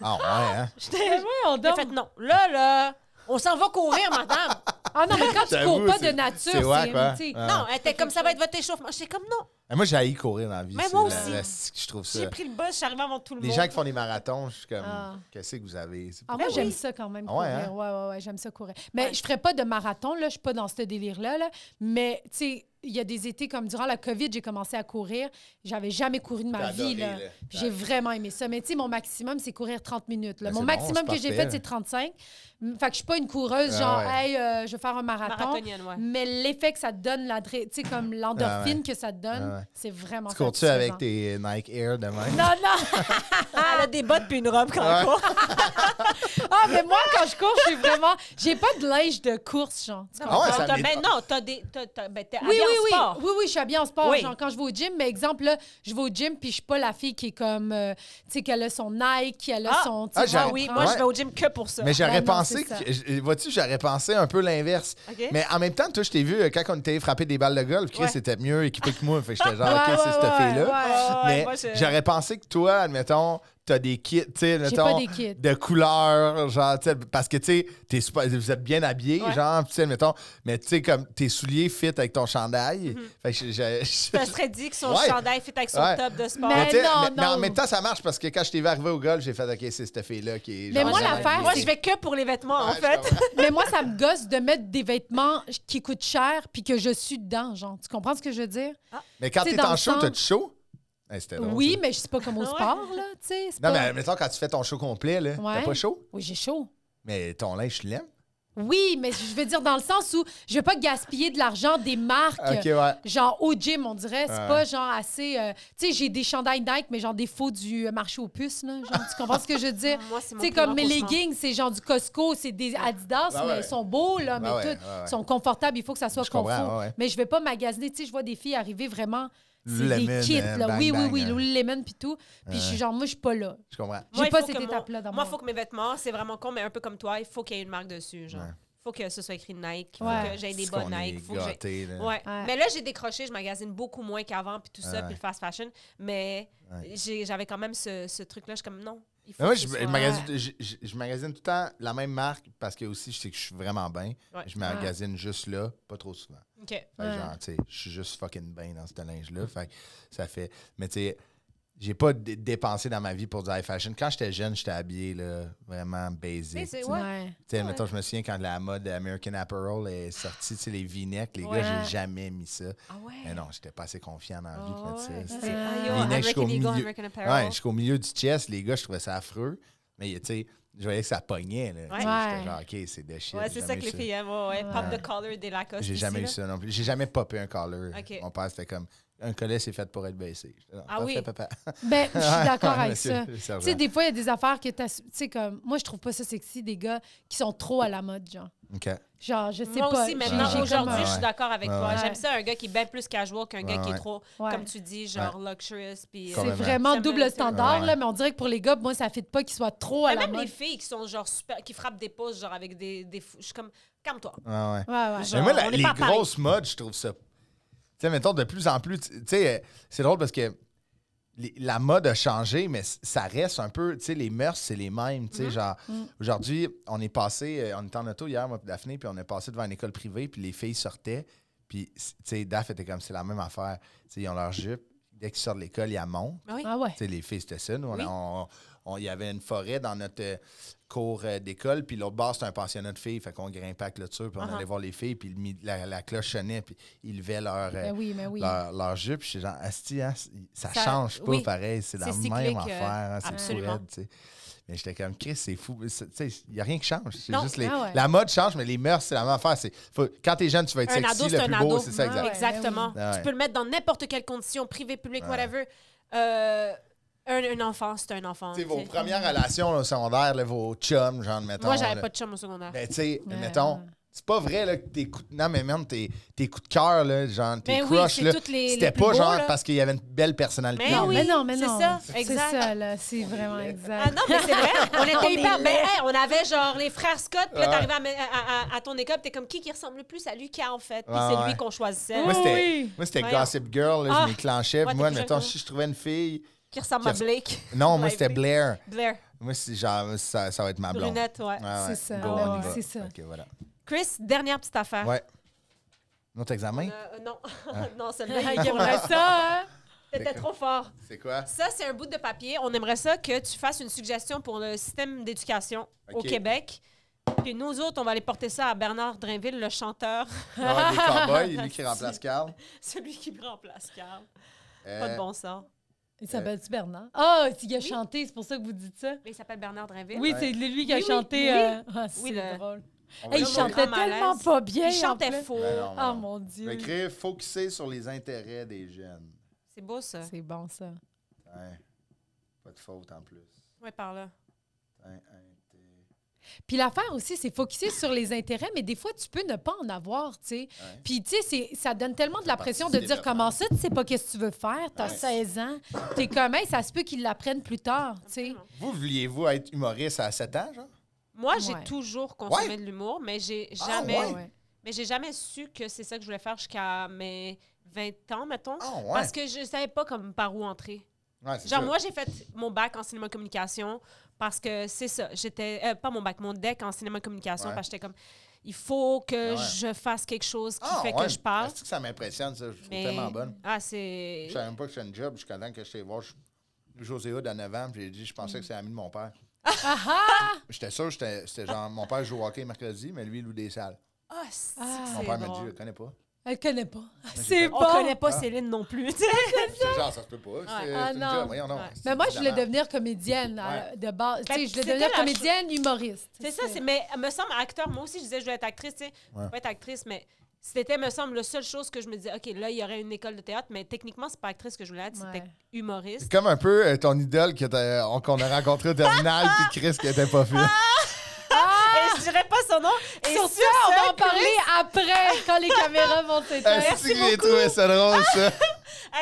Speaker 3: Ah, ouais, hein?
Speaker 2: Eh, voyons
Speaker 1: J'ai
Speaker 2: donc.
Speaker 1: fait non. Là, là, on s'en va courir, madame.
Speaker 2: Ah non, mais quand tu
Speaker 3: J'avoue,
Speaker 2: cours pas
Speaker 3: c'est-
Speaker 2: de nature,
Speaker 3: c'est
Speaker 2: c'est
Speaker 3: whack, hein?
Speaker 2: tu sais,
Speaker 3: Ah.
Speaker 1: Non, elle était comme ça va être votre échauffement. J'étais comme non.
Speaker 3: Ah, Moi, j'ai courir dans la vie.
Speaker 1: Mais
Speaker 3: c'est
Speaker 1: moi
Speaker 3: la-
Speaker 1: aussi.
Speaker 3: la- je trouve ça.
Speaker 1: J'ai pris le bus, je suis arrivée avant tout le
Speaker 3: Les
Speaker 1: monde.
Speaker 3: gens qui font des marathons, je suis comme,
Speaker 2: Ah.
Speaker 3: qu'est-ce que vous avez? C'est
Speaker 2: Ah,
Speaker 3: pas-
Speaker 2: moi,
Speaker 1: Ben
Speaker 2: j'aime
Speaker 1: oui.
Speaker 2: ça quand même
Speaker 3: Ah ouais,
Speaker 2: courir.
Speaker 3: hein?
Speaker 2: Ouais, ouais, ouais, j'aime ça courir. Mais
Speaker 1: Ouais.
Speaker 2: je ferais pas de marathon, là. Je suis pas dans ce délire-là, là. Mais, tu sais, il y a des étés comme durant la COVID, j'ai commencé à courir. J'avais jamais couru de ma
Speaker 3: T'as
Speaker 2: vie,
Speaker 3: adoré,
Speaker 2: là.
Speaker 3: là.
Speaker 2: Puis J'ai
Speaker 3: Ouais.
Speaker 2: vraiment aimé ça. Mais, tu sais, mon maximum, c'est courir 30 minutes, là.
Speaker 3: Ben,
Speaker 2: mon
Speaker 3: c'est bon,
Speaker 2: maximum
Speaker 3: c'est
Speaker 2: que j'ai
Speaker 3: parfait.
Speaker 2: fait, c'est 35. Mm, Fait que je suis pas une coureuse,
Speaker 3: Ah
Speaker 2: genre,
Speaker 3: ouais.
Speaker 2: hey, euh, je vais faire un marathon.
Speaker 1: Marathonienne, ouais.
Speaker 2: Mais l'effet que ça te donne, la dré- tu sais, comme l'endorphine que ça te donne,
Speaker 3: Ah ouais.
Speaker 2: c'est vraiment
Speaker 3: Tu cours-tu
Speaker 2: satisfaisant.
Speaker 3: avec tes Nike Air de même?
Speaker 2: Non, non!
Speaker 1: elle a des bottes puis une robe quand
Speaker 3: Ouais.
Speaker 1: elle court.
Speaker 2: Ah, mais moi, quand je cours, je suis vraiment. J'ai pas de linge de course, genre. Tu
Speaker 3: Ah ouais, ça
Speaker 1: T'as-
Speaker 3: m'é-
Speaker 1: ben non, t'as des. T'as, t'as- ben, t'es
Speaker 2: oui,
Speaker 1: habillée en
Speaker 2: oui, oui.
Speaker 1: sport.
Speaker 2: Oui, oui, je suis habillée en sport.
Speaker 1: Oui.
Speaker 2: Genre, quand je vais au gym, mais exemple, là, je vais au gym, puis je suis pas la fille qui est comme, euh, tu sais, qu'elle a son Nike, qu'elle a
Speaker 1: Ah,
Speaker 2: son... tu
Speaker 3: ah,
Speaker 2: sais,
Speaker 3: j'aurais-
Speaker 2: elle
Speaker 1: Oui,
Speaker 2: prend-
Speaker 1: moi,
Speaker 3: Ouais.
Speaker 1: je vais au gym que pour ça.
Speaker 3: Mais j'aurais
Speaker 2: Ben non,
Speaker 3: pensé,
Speaker 2: c'est ça.
Speaker 3: que- je- vois-tu, j'aurais pensé un peu l'inverse.
Speaker 1: OK?
Speaker 3: Mais en même temps, toi, je t'ai vu euh, quand on était frappé des balles de golf, Chris
Speaker 1: Ouais.
Speaker 3: était mieux équipé que moi. Fait que j'étais genre,
Speaker 2: Ouais,
Speaker 3: OK,
Speaker 2: ouais,
Speaker 3: c'est cette
Speaker 2: ouais,
Speaker 3: fille-là.
Speaker 2: ouais.
Speaker 1: Ah, ouais,
Speaker 3: Mais
Speaker 1: moi, je-
Speaker 3: j'aurais pensé que toi, admettons, t'as des kits, tu sais,
Speaker 2: J'ai pas
Speaker 3: mettons,
Speaker 2: des kits.
Speaker 3: de couleurs, genre, tu sais, parce que, tu sais, t'es super- vous êtes bien habillé,
Speaker 1: Ouais.
Speaker 3: genre, tu sais, mettons, mais tu sais, comme tes souliers fit avec ton chandail.
Speaker 2: Mhm.
Speaker 3: Fait que je- je- je-
Speaker 1: Ça serait dit que son
Speaker 3: Ouais.
Speaker 1: chandail fait avec son
Speaker 3: Ouais.
Speaker 1: top de sport.
Speaker 2: Mais
Speaker 3: tu sais,
Speaker 2: non,
Speaker 3: mais en
Speaker 2: non.
Speaker 3: même temps, ça marche parce que quand je t'ai vu arriver au golf, j'ai fait, OK, c'est cette fille-là qui est.
Speaker 2: Mais
Speaker 3: genre
Speaker 2: moi,
Speaker 3: vraiment
Speaker 2: l'affaire,
Speaker 1: Moi, je
Speaker 3: habillée.
Speaker 1: vais que pour les vêtements, en
Speaker 3: Ouais, je
Speaker 1: fait.
Speaker 3: comprends.
Speaker 2: Mais moi, ça me gosse de mettre des vêtements qui coûtent cher, puis que je suis dedans, genre. Tu comprends ce que je veux dire?
Speaker 3: Mais quand
Speaker 2: Tu sais,
Speaker 3: t'es
Speaker 2: dans
Speaker 3: en
Speaker 2: le
Speaker 3: show,
Speaker 2: sens-
Speaker 3: t'as-tu chaud? Hey, c'était drôle,
Speaker 2: oui,
Speaker 3: ça.
Speaker 2: mais je suis pas comme au
Speaker 1: Ouais.
Speaker 2: sport, là, tu sais. c'est
Speaker 3: Non,
Speaker 2: pas-
Speaker 3: mais mettons, quand tu fais ton show complet, là, t'as
Speaker 2: Ouais.
Speaker 3: pas chaud?
Speaker 2: Oui, j'ai chaud.
Speaker 3: Mais ton linge, tu l'aimes?
Speaker 2: Oui, mais je veux dire dans le sens où je veux pas gaspiller de l'argent des marques.
Speaker 3: OK, ouais.
Speaker 2: Genre au gym, on dirait. C'est
Speaker 3: Ouais.
Speaker 2: pas genre assez. euh, tu sais, j'ai des chandails Nike, mais genre des faux du euh, marché aux puces, là. Genre, tu comprends ce que je veux dire?
Speaker 1: Moi, c'est
Speaker 2: Tu
Speaker 1: mon
Speaker 2: sais,
Speaker 1: plus grand
Speaker 2: comme mes
Speaker 1: cauchemar.
Speaker 2: leggings, c'est genre du Costco, c'est des Adidas,
Speaker 3: Ouais,
Speaker 2: mais
Speaker 3: ouais.
Speaker 2: ils sont beaux, là, mais
Speaker 3: Ouais, ouais,
Speaker 2: tout.
Speaker 3: ouais, ouais.
Speaker 2: Ils sont confortables, il faut que ça soit
Speaker 3: Je comprends,
Speaker 2: confort.
Speaker 3: ouais, ouais.
Speaker 2: Mais je vais pas magasiner. Tu sais, je vois des filles arriver vraiment. C'est des
Speaker 3: Lululemon,
Speaker 2: kits,
Speaker 3: euh,
Speaker 2: là.
Speaker 3: bang,
Speaker 2: oui, oui,
Speaker 3: bang,
Speaker 2: oui,
Speaker 3: euh.
Speaker 2: Lululemon, puis tout. Puis je suis genre, moi, je suis pas là.
Speaker 3: Je comprends.
Speaker 2: J'ai
Speaker 1: il
Speaker 2: pas
Speaker 1: faut
Speaker 2: cette
Speaker 1: que mon-
Speaker 2: étape-là dans
Speaker 1: Moi,
Speaker 2: mon-
Speaker 1: il faut que mes vêtements, c'est vraiment con, mais un peu comme toi, il faut qu'il y ait une marque dessus. Genre.
Speaker 3: Ouais.
Speaker 1: faut que ce soit écrit Nike, faut
Speaker 2: Ouais.
Speaker 1: que j'aille des
Speaker 3: C'est
Speaker 1: bas
Speaker 3: qu'on est
Speaker 1: Nike. Faut que j'aille-
Speaker 3: gâtés, là.
Speaker 1: Ouais.
Speaker 2: Ouais.
Speaker 1: Mais là, j'ai décroché, je magasine beaucoup moins qu'avant, puis tout ça,
Speaker 3: Ouais.
Speaker 1: puis le fast fashion. Mais
Speaker 3: Ouais.
Speaker 1: j'ai- j'avais quand même ce, ce truc-là. Je suis comme, non. Il faut
Speaker 3: Mais moi,
Speaker 1: que
Speaker 3: je,
Speaker 1: ce
Speaker 3: je
Speaker 1: soit-
Speaker 3: magasine, je- je- je magasine tout le temps la même marque parce que aussi, je sais que je suis vraiment bien.
Speaker 1: Ouais.
Speaker 3: Je magasine juste là, pas trop souvent.
Speaker 1: OK.
Speaker 3: Fait que
Speaker 2: Ah. Ouais.
Speaker 3: genre, tu sais, je suis juste fucking bien dans ce linge-là. Fait que ça fait. Mais tu sais, j'ai pas dé- dépensé dans ma vie pour du high fashion. Quand j'étais jeune, j'étais habillé là, vraiment basic.
Speaker 1: Mais
Speaker 3: tu
Speaker 1: c'est-
Speaker 3: sais.
Speaker 1: Ouais.
Speaker 2: Ouais.
Speaker 3: Tu sais,
Speaker 1: Ouais.
Speaker 3: mettons, je me souviens quand la mode American Apparel est sortie, tu sais, les v-necks, les
Speaker 1: Ouais.
Speaker 3: gars, j'ai jamais mis ça.
Speaker 1: Ah ouais.
Speaker 3: Mais non, j'étais pas assez confiant dans la vie
Speaker 1: Ah
Speaker 3: pour mettre
Speaker 1: ouais,
Speaker 3: ça.
Speaker 1: c'est- ah, yo,
Speaker 3: Les necks
Speaker 1: American
Speaker 3: jusqu'au
Speaker 1: Eagle,
Speaker 3: milieu.
Speaker 1: American Apparel.
Speaker 3: Ouais, jusqu'au milieu du chest, les gars, je trouvais ça affreux. Mais tu sais, je voyais que ça pognait. Là. Tu sais,
Speaker 2: Ouais.
Speaker 3: J'étais genre, OK, c'est de shit.
Speaker 1: Ouais,
Speaker 3: j'ai
Speaker 1: c'est ça
Speaker 3: jamais
Speaker 1: que
Speaker 3: eu
Speaker 1: les filles aiment. Ouais, ouais. Pop de color des Lacoste.
Speaker 3: J'ai
Speaker 1: ici,
Speaker 3: jamais eu
Speaker 1: là.
Speaker 3: ça non plus. J'ai jamais popé un collar.
Speaker 1: OK.
Speaker 3: Mon père, c'était comme un collet, c'est fait pour être baissé. J'étais genre,
Speaker 1: Ah
Speaker 3: Parfait,
Speaker 1: oui.
Speaker 3: papa.
Speaker 2: Ben, je suis d'accord avec
Speaker 3: Monsieur
Speaker 2: ça.
Speaker 3: le sergent.
Speaker 2: Tu sais, des fois, il y a des affaires que t'as. Tu sais, comme. Moi, je trouve pas ça sexy, des gars qui sont trop à la mode, genre.
Speaker 3: OK.
Speaker 2: Genre, je sais
Speaker 1: Moi
Speaker 2: pas.
Speaker 1: aussi, maintenant,
Speaker 2: j'ai- j'ai
Speaker 1: aujourd'hui,
Speaker 2: comme
Speaker 1: je
Speaker 2: un-
Speaker 1: suis d'accord avec
Speaker 3: Ouais,
Speaker 1: toi.
Speaker 2: ouais.
Speaker 1: J'aime ça, un gars qui est bien plus casual qu'un gars qui
Speaker 3: ouais.
Speaker 1: est trop,
Speaker 2: Ouais.
Speaker 1: comme tu dis, genre luxurious. puis,
Speaker 3: C'est
Speaker 1: euh,
Speaker 2: C'est
Speaker 3: Vraiment.
Speaker 2: vraiment
Speaker 1: Ça me
Speaker 2: double
Speaker 1: blesse.
Speaker 2: standard,
Speaker 3: hein. Ouais.
Speaker 2: là, mais on dirait que pour les gars, moi, ça ne fit pas qu'ils soient trop à
Speaker 1: Mais
Speaker 2: la
Speaker 1: même
Speaker 2: mode.
Speaker 1: les filles qui sont genre super, qui frappent des pouces, genre avec des. des fou- je suis comme, calme-toi.
Speaker 3: Ouais, ouais.
Speaker 2: Ouais, ouais.
Speaker 1: Genre-
Speaker 3: Mais moi,
Speaker 1: on
Speaker 3: la-
Speaker 1: est
Speaker 3: les
Speaker 1: pas pareil.
Speaker 3: grosses modes, je trouve ça. Tu sais, mettons, de plus en plus. Tu tu sais, euh, c'est drôle parce que les- la mode a changé, mais c- ça reste un peu. Tu sais, les mœurs, c'est les mêmes. Tu sais,
Speaker 1: Mm-hmm.
Speaker 3: genre,
Speaker 1: Mm.
Speaker 3: aujourd'hui, on est passé. euh, On était en auto hier, moi, puis Daphné, puis on est passé devant une école privée, puis les filles sortaient. Puis, c- tu sais, Daph était comme, c'est la même affaire. Tu sais, ils ont leur jupe. Dès qu'ils sortent de l'école, ils la montent.
Speaker 1: Oui.
Speaker 2: Ah ouais.
Speaker 3: Tu sais, les filles, c'était ça. Nous, on-
Speaker 1: Oui.
Speaker 3: on- on- il y avait une forêt dans notre euh, cours euh, d'école, puis l'autre bord, c'était un pensionnat de filles. Fait qu'on grimpait à la clôture, puis on
Speaker 1: Uh-huh.
Speaker 3: allait voir les filles, puis le mi- la, la cloche sonnait, puis ils levaient leur, euh,
Speaker 2: Ben oui, mais oui.
Speaker 3: leur, leur jupe. Puis j'étais genre, Asti, hein, c- ça,
Speaker 1: Ça-
Speaker 3: change pas
Speaker 1: oui.
Speaker 3: pareil. C'est
Speaker 1: C'est
Speaker 3: la
Speaker 1: cyclique,
Speaker 3: même
Speaker 1: euh,
Speaker 3: affaire. hein, c'est
Speaker 1: absolument.
Speaker 3: fou raide, tu sais. Mais j'étais comme, Chris, c'est fou. C'est- tu sais, Il n'y a rien qui change. C'est
Speaker 1: Non.
Speaker 3: juste les-
Speaker 2: Ah ouais.
Speaker 3: La mode change, mais les mœurs, c'est la même affaire. C'est- faut- quand t'es jeune, tu vas être
Speaker 1: Un
Speaker 3: sexy,
Speaker 1: ado, c'est
Speaker 3: le
Speaker 1: un
Speaker 3: plus
Speaker 1: ado.
Speaker 3: beau, c'est ça,
Speaker 2: Ah
Speaker 3: exact.
Speaker 2: ouais.
Speaker 1: Exactement.
Speaker 3: ben oui.
Speaker 1: Tu peux le mettre dans n'importe quelle condition, privé, public, whatever. Euh, un, un enfant, c'est un enfant.
Speaker 3: Tu sais,
Speaker 1: tu
Speaker 3: vos
Speaker 1: sais.
Speaker 3: premières relations là, au secondaire, là, vos chums, genre, mettons.
Speaker 1: Moi,
Speaker 3: là.
Speaker 1: j'avais pas de chum au secondaire.
Speaker 3: Ben, tu sais,
Speaker 2: Ouais.
Speaker 3: mettons, c'est pas vrai là, que tes coups de... Non, mais même tes, tes coups de cœur, là, genre, tes
Speaker 1: Ben oui,
Speaker 3: crushs,
Speaker 1: c'est
Speaker 3: là,
Speaker 1: toutes les-
Speaker 3: c'était
Speaker 1: les plus
Speaker 3: pas
Speaker 1: beaux,
Speaker 3: genre
Speaker 1: là.
Speaker 3: parce qu'il y avait une belle personnalité.
Speaker 1: Ben
Speaker 2: non,
Speaker 1: oui,
Speaker 2: mais non, mais
Speaker 1: c'est
Speaker 2: non.
Speaker 1: ça,
Speaker 2: C'est
Speaker 1: exact.
Speaker 2: ça, là. C'est vraiment exact.
Speaker 1: Ah non, mais c'est vrai, on était hyper.
Speaker 2: est
Speaker 1: Ben, hey, on avait genre les frères Scott, puis là,
Speaker 3: Ouais.
Speaker 1: t'arrivais à, me- à- à- à ton école, puis t'es comme qui qui ressemble le plus à Lucas, en fait. Puis
Speaker 3: Ouais,
Speaker 1: c'est
Speaker 3: ouais.
Speaker 1: lui qu'on choisissait.
Speaker 3: Moi, c'était,
Speaker 2: oui.
Speaker 3: moi, c'était
Speaker 1: Ben Voyons.
Speaker 3: Gossip Girl, là,
Speaker 1: Ah.
Speaker 3: je m'éclenchais.
Speaker 1: Ouais,
Speaker 3: moi,
Speaker 1: t'es plus
Speaker 3: mettons,
Speaker 1: jeune,
Speaker 3: si je trouvais une fille.
Speaker 1: Qui ressemble à
Speaker 3: Qui res-
Speaker 1: Blake.
Speaker 3: Non, moi,
Speaker 1: Ouais, ben.
Speaker 3: c'était
Speaker 1: oui.
Speaker 3: Blair.
Speaker 1: Blair.
Speaker 3: Moi, c'est genre, ça, ça va être ma blonde.
Speaker 1: Brunette, ouais.
Speaker 3: Ouais, ouais.
Speaker 1: Ben
Speaker 2: C'est ça.
Speaker 3: Go,
Speaker 2: Ah
Speaker 3: on y
Speaker 2: ouais,
Speaker 3: va.
Speaker 2: c'est ça.
Speaker 3: Ok, voilà.
Speaker 1: Ah. Chris, dernière petite affaire.
Speaker 3: Ouais. Un autre examen?
Speaker 1: Euh, non,
Speaker 3: Ah.
Speaker 1: non, celle-là,
Speaker 2: Il
Speaker 1: il
Speaker 2: aimerait ça, hein?
Speaker 1: C'était trop fort.
Speaker 3: C'est quoi?
Speaker 1: Ça, c'est un bout de papier. On aimerait ça que tu fasses une suggestion pour le système d'éducation au
Speaker 3: Ok.
Speaker 1: Québec. Puis nous autres, on va aller porter ça à Bernard Drinville, le chanteur,
Speaker 3: On va avoir des cowboys, lui qui remplace Carl.
Speaker 1: celui qui me remplace, Carl.
Speaker 3: Euh,
Speaker 1: Pas de bon sens.
Speaker 2: Il s'appelle-tu Bernard? Ah, c'est il a
Speaker 1: Oui.
Speaker 2: chanté, c'est pour ça que vous dites ça?
Speaker 1: Mais il s'appelle Bernard Drinville.
Speaker 2: Oui, c'est lui qui a
Speaker 1: Oui, oui,
Speaker 2: chanté.
Speaker 1: oui.
Speaker 2: euh, ah, c'est
Speaker 1: Oui, le-
Speaker 2: drôle.
Speaker 3: on va
Speaker 2: Hey, il
Speaker 1: le
Speaker 3: écrire-
Speaker 1: chantait Oh,
Speaker 2: chantait
Speaker 1: mettre en
Speaker 2: tellement
Speaker 1: malaise.
Speaker 2: pas bien.
Speaker 1: il
Speaker 2: en
Speaker 1: chantait
Speaker 2: plus.
Speaker 1: faux.
Speaker 3: Ben non, ben
Speaker 2: Ah,
Speaker 3: non.
Speaker 2: mon
Speaker 3: Je vais
Speaker 2: Dieu.
Speaker 3: écrire Focuser sur les intérêts des jeunes.
Speaker 1: C'est beau, ça.
Speaker 2: C'est bon, ça.
Speaker 3: Hein. Pas de faute en plus.
Speaker 1: Ouais, par là.
Speaker 3: Hein, hein, t'es-
Speaker 2: Puis l'affaire aussi, c'est focuser sur les intérêts, mais des fois, tu peux ne pas en avoir, tu sais.
Speaker 3: hein.
Speaker 2: Puis, tu sais, c'est- ça donne tellement de la
Speaker 3: fait
Speaker 2: pression de
Speaker 3: partie du
Speaker 2: dire
Speaker 3: développement.
Speaker 2: comment ça, tu sais pas qu'est-ce que tu veux faire, t'as
Speaker 3: Ouais.
Speaker 2: 16 ans, t'es comme, Hey, ça se peut qu'ils l'apprennent plus tard, tu sais.
Speaker 1: Absolument.
Speaker 3: Vous vouliez-vous être humoriste à 7 ans, genre?
Speaker 1: Moi, j'ai
Speaker 2: Ouais.
Speaker 1: toujours consommé
Speaker 3: Ouais.
Speaker 1: de l'humour, mais j'ai
Speaker 3: Ah,
Speaker 1: jamais,
Speaker 3: ouais.
Speaker 1: mais j'ai jamais su que c'est ça que je voulais faire jusqu'à mes 20 ans, mettons.
Speaker 3: Ah, ouais.
Speaker 1: Parce que je savais pas comme par où entrer.
Speaker 3: Ouais, c'est
Speaker 1: Genre,
Speaker 3: ça.
Speaker 1: moi, j'ai fait mon bac en cinéma communication parce que c'est ça. J'étais. euh, pas mon bac, mon deck en cinéma communication.
Speaker 3: Ouais.
Speaker 1: Parce que j'étais comme. Il faut que
Speaker 3: Ah ouais.
Speaker 1: je fasse quelque chose qui
Speaker 3: Ah,
Speaker 1: fait
Speaker 3: ouais.
Speaker 1: que je parle.
Speaker 3: Est-ce que ça m'impressionne, ça? Je trouve
Speaker 1: Mais-
Speaker 3: tellement bonne.
Speaker 1: Ah, c'est.
Speaker 3: Je savais même pas que c'était une job. Je suis content que je t'ai voir. Je- José Hood à 9 ans, puis j'ai dit, je pensais
Speaker 1: Mm.
Speaker 3: que c'était l'ami de mon père.
Speaker 2: Ah,
Speaker 3: J'étais sûr, j'étais c'était genre, mon père joue au hockey mercredi, mais lui, il loue des salles.
Speaker 1: Ah, c'est-
Speaker 2: Ah.
Speaker 1: c'est
Speaker 3: Mon père m'a
Speaker 1: drôle.
Speaker 3: dit, je le connais pas.
Speaker 2: Elle connaît pas.
Speaker 3: j'ai
Speaker 2: C'est
Speaker 3: pas-
Speaker 1: On
Speaker 2: bon.
Speaker 1: connaît pas
Speaker 3: Ah.
Speaker 1: Céline non plus.
Speaker 3: C'est genre, ça se peut pas. C'est
Speaker 1: Ouais.
Speaker 3: c'est
Speaker 2: Ah,
Speaker 3: une
Speaker 2: non.
Speaker 3: job. Voyons donc.
Speaker 1: Ouais.
Speaker 2: Mais moi, je voulais
Speaker 3: devenir
Speaker 2: devenir comédienne à- de base. Tu
Speaker 1: Ben,
Speaker 2: sais, je voulais
Speaker 1: c'était
Speaker 2: devenir
Speaker 1: la
Speaker 2: comédienne, humoriste.
Speaker 1: C'est ça, c'est, mais euh, me semble acteur, moi aussi je disais je veux être actrice, tu sais, je
Speaker 3: Ouais.
Speaker 1: veux être actrice, mais c'était, me semble, la seule chose que je me disais, OK, là, il y aurait une école de théâtre, mais techniquement, c'est pas actrice que je voulais être, c'était
Speaker 2: Ouais.
Speaker 1: humoriste.
Speaker 3: C'est comme un peu euh, ton idole que t'as- on- qu'on a rencontré au terminal, puis Chris qui était pas fier.
Speaker 1: Et je dirais pas son nom. Ah! Et
Speaker 2: Ah! Sur
Speaker 1: sur
Speaker 2: ça, on
Speaker 1: ce,
Speaker 2: va en
Speaker 1: Chris-
Speaker 2: parler après, quand les caméras vont s'éteindre.
Speaker 1: Ah, merci
Speaker 3: Est-ce que j'ai
Speaker 1: beaucoup.
Speaker 3: trouvé ça drôle, ça?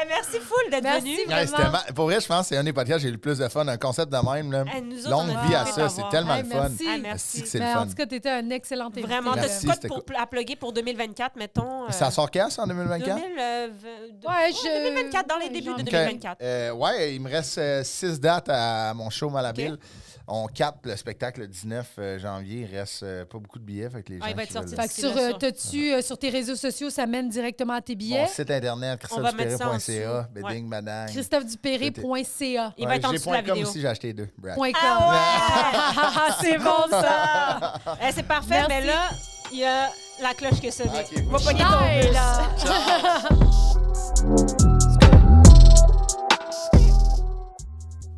Speaker 1: Eh, merci full d'être
Speaker 2: Merci.
Speaker 1: venu.
Speaker 3: Ouais, c'était
Speaker 2: Vraiment.
Speaker 3: ma- Pour vrai, je pense que c'est un des podcasts, j'ai eu le plus de fun. Un concept de même, là.
Speaker 1: Eh, nous autres,
Speaker 3: Longue
Speaker 1: on a
Speaker 3: vie à
Speaker 1: adoré
Speaker 3: ça,
Speaker 1: t'avoir.
Speaker 3: c'est tellement
Speaker 2: Eh,
Speaker 3: le fun.
Speaker 2: merci.
Speaker 1: Ah,
Speaker 3: Asti
Speaker 1: merci.
Speaker 3: que C'est le
Speaker 2: Mais
Speaker 3: fun.
Speaker 2: en tout cas, t'étais un excellent invité.
Speaker 1: Vraiment,
Speaker 2: là.
Speaker 1: t'as
Speaker 3: Merci,
Speaker 1: de quoi
Speaker 3: c'était
Speaker 1: pour,
Speaker 3: cool.
Speaker 1: à plugger pour 2024, mettons. euh,
Speaker 3: Ça sort quand, ça, en 2024?
Speaker 1: 2020
Speaker 2: Ouais, je...
Speaker 1: 2024, dans les
Speaker 2: Ouais,
Speaker 1: débuts
Speaker 2: j'en-
Speaker 1: de
Speaker 3: OK.
Speaker 1: 2024.
Speaker 3: Euh, ouais, il me reste euh, six dates à mon show Malabille. On capte le spectacle le 19 euh, janvier. Il reste euh, pas beaucoup de billets. Fait que les
Speaker 1: Ah,
Speaker 3: gens
Speaker 1: il va
Speaker 3: qui
Speaker 1: être
Speaker 3: veulent-
Speaker 1: sorti
Speaker 2: Fait que
Speaker 1: C'est
Speaker 2: sur,
Speaker 1: bien
Speaker 2: euh,
Speaker 1: sûr.
Speaker 2: t'as-tu, euh, sur tes réseaux sociaux, ça mène directement à tes
Speaker 3: Mon
Speaker 2: billets.
Speaker 3: site internet,
Speaker 1: On va mettre ça en
Speaker 3: christophe-dupéré.ca,
Speaker 1: dessous.
Speaker 3: Beding Madang.
Speaker 2: ChristopheDupéré.ca.
Speaker 1: Il va être en
Speaker 3: j'ai
Speaker 1: dessous de la
Speaker 3: point com
Speaker 1: vidéo.
Speaker 3: aussi, j'ai acheté deux. Brad.
Speaker 2: Point com.
Speaker 1: Ah
Speaker 2: Ah, c'est bon,
Speaker 1: ouais!
Speaker 2: ça.
Speaker 1: Ça! Eh, c'est parfait,
Speaker 2: Merci.
Speaker 1: mais là, il y a la cloche qui a sonné.
Speaker 3: Ah, Ok,
Speaker 1: Va
Speaker 3: faut-
Speaker 1: pogner ton
Speaker 2: Nice.
Speaker 1: bus.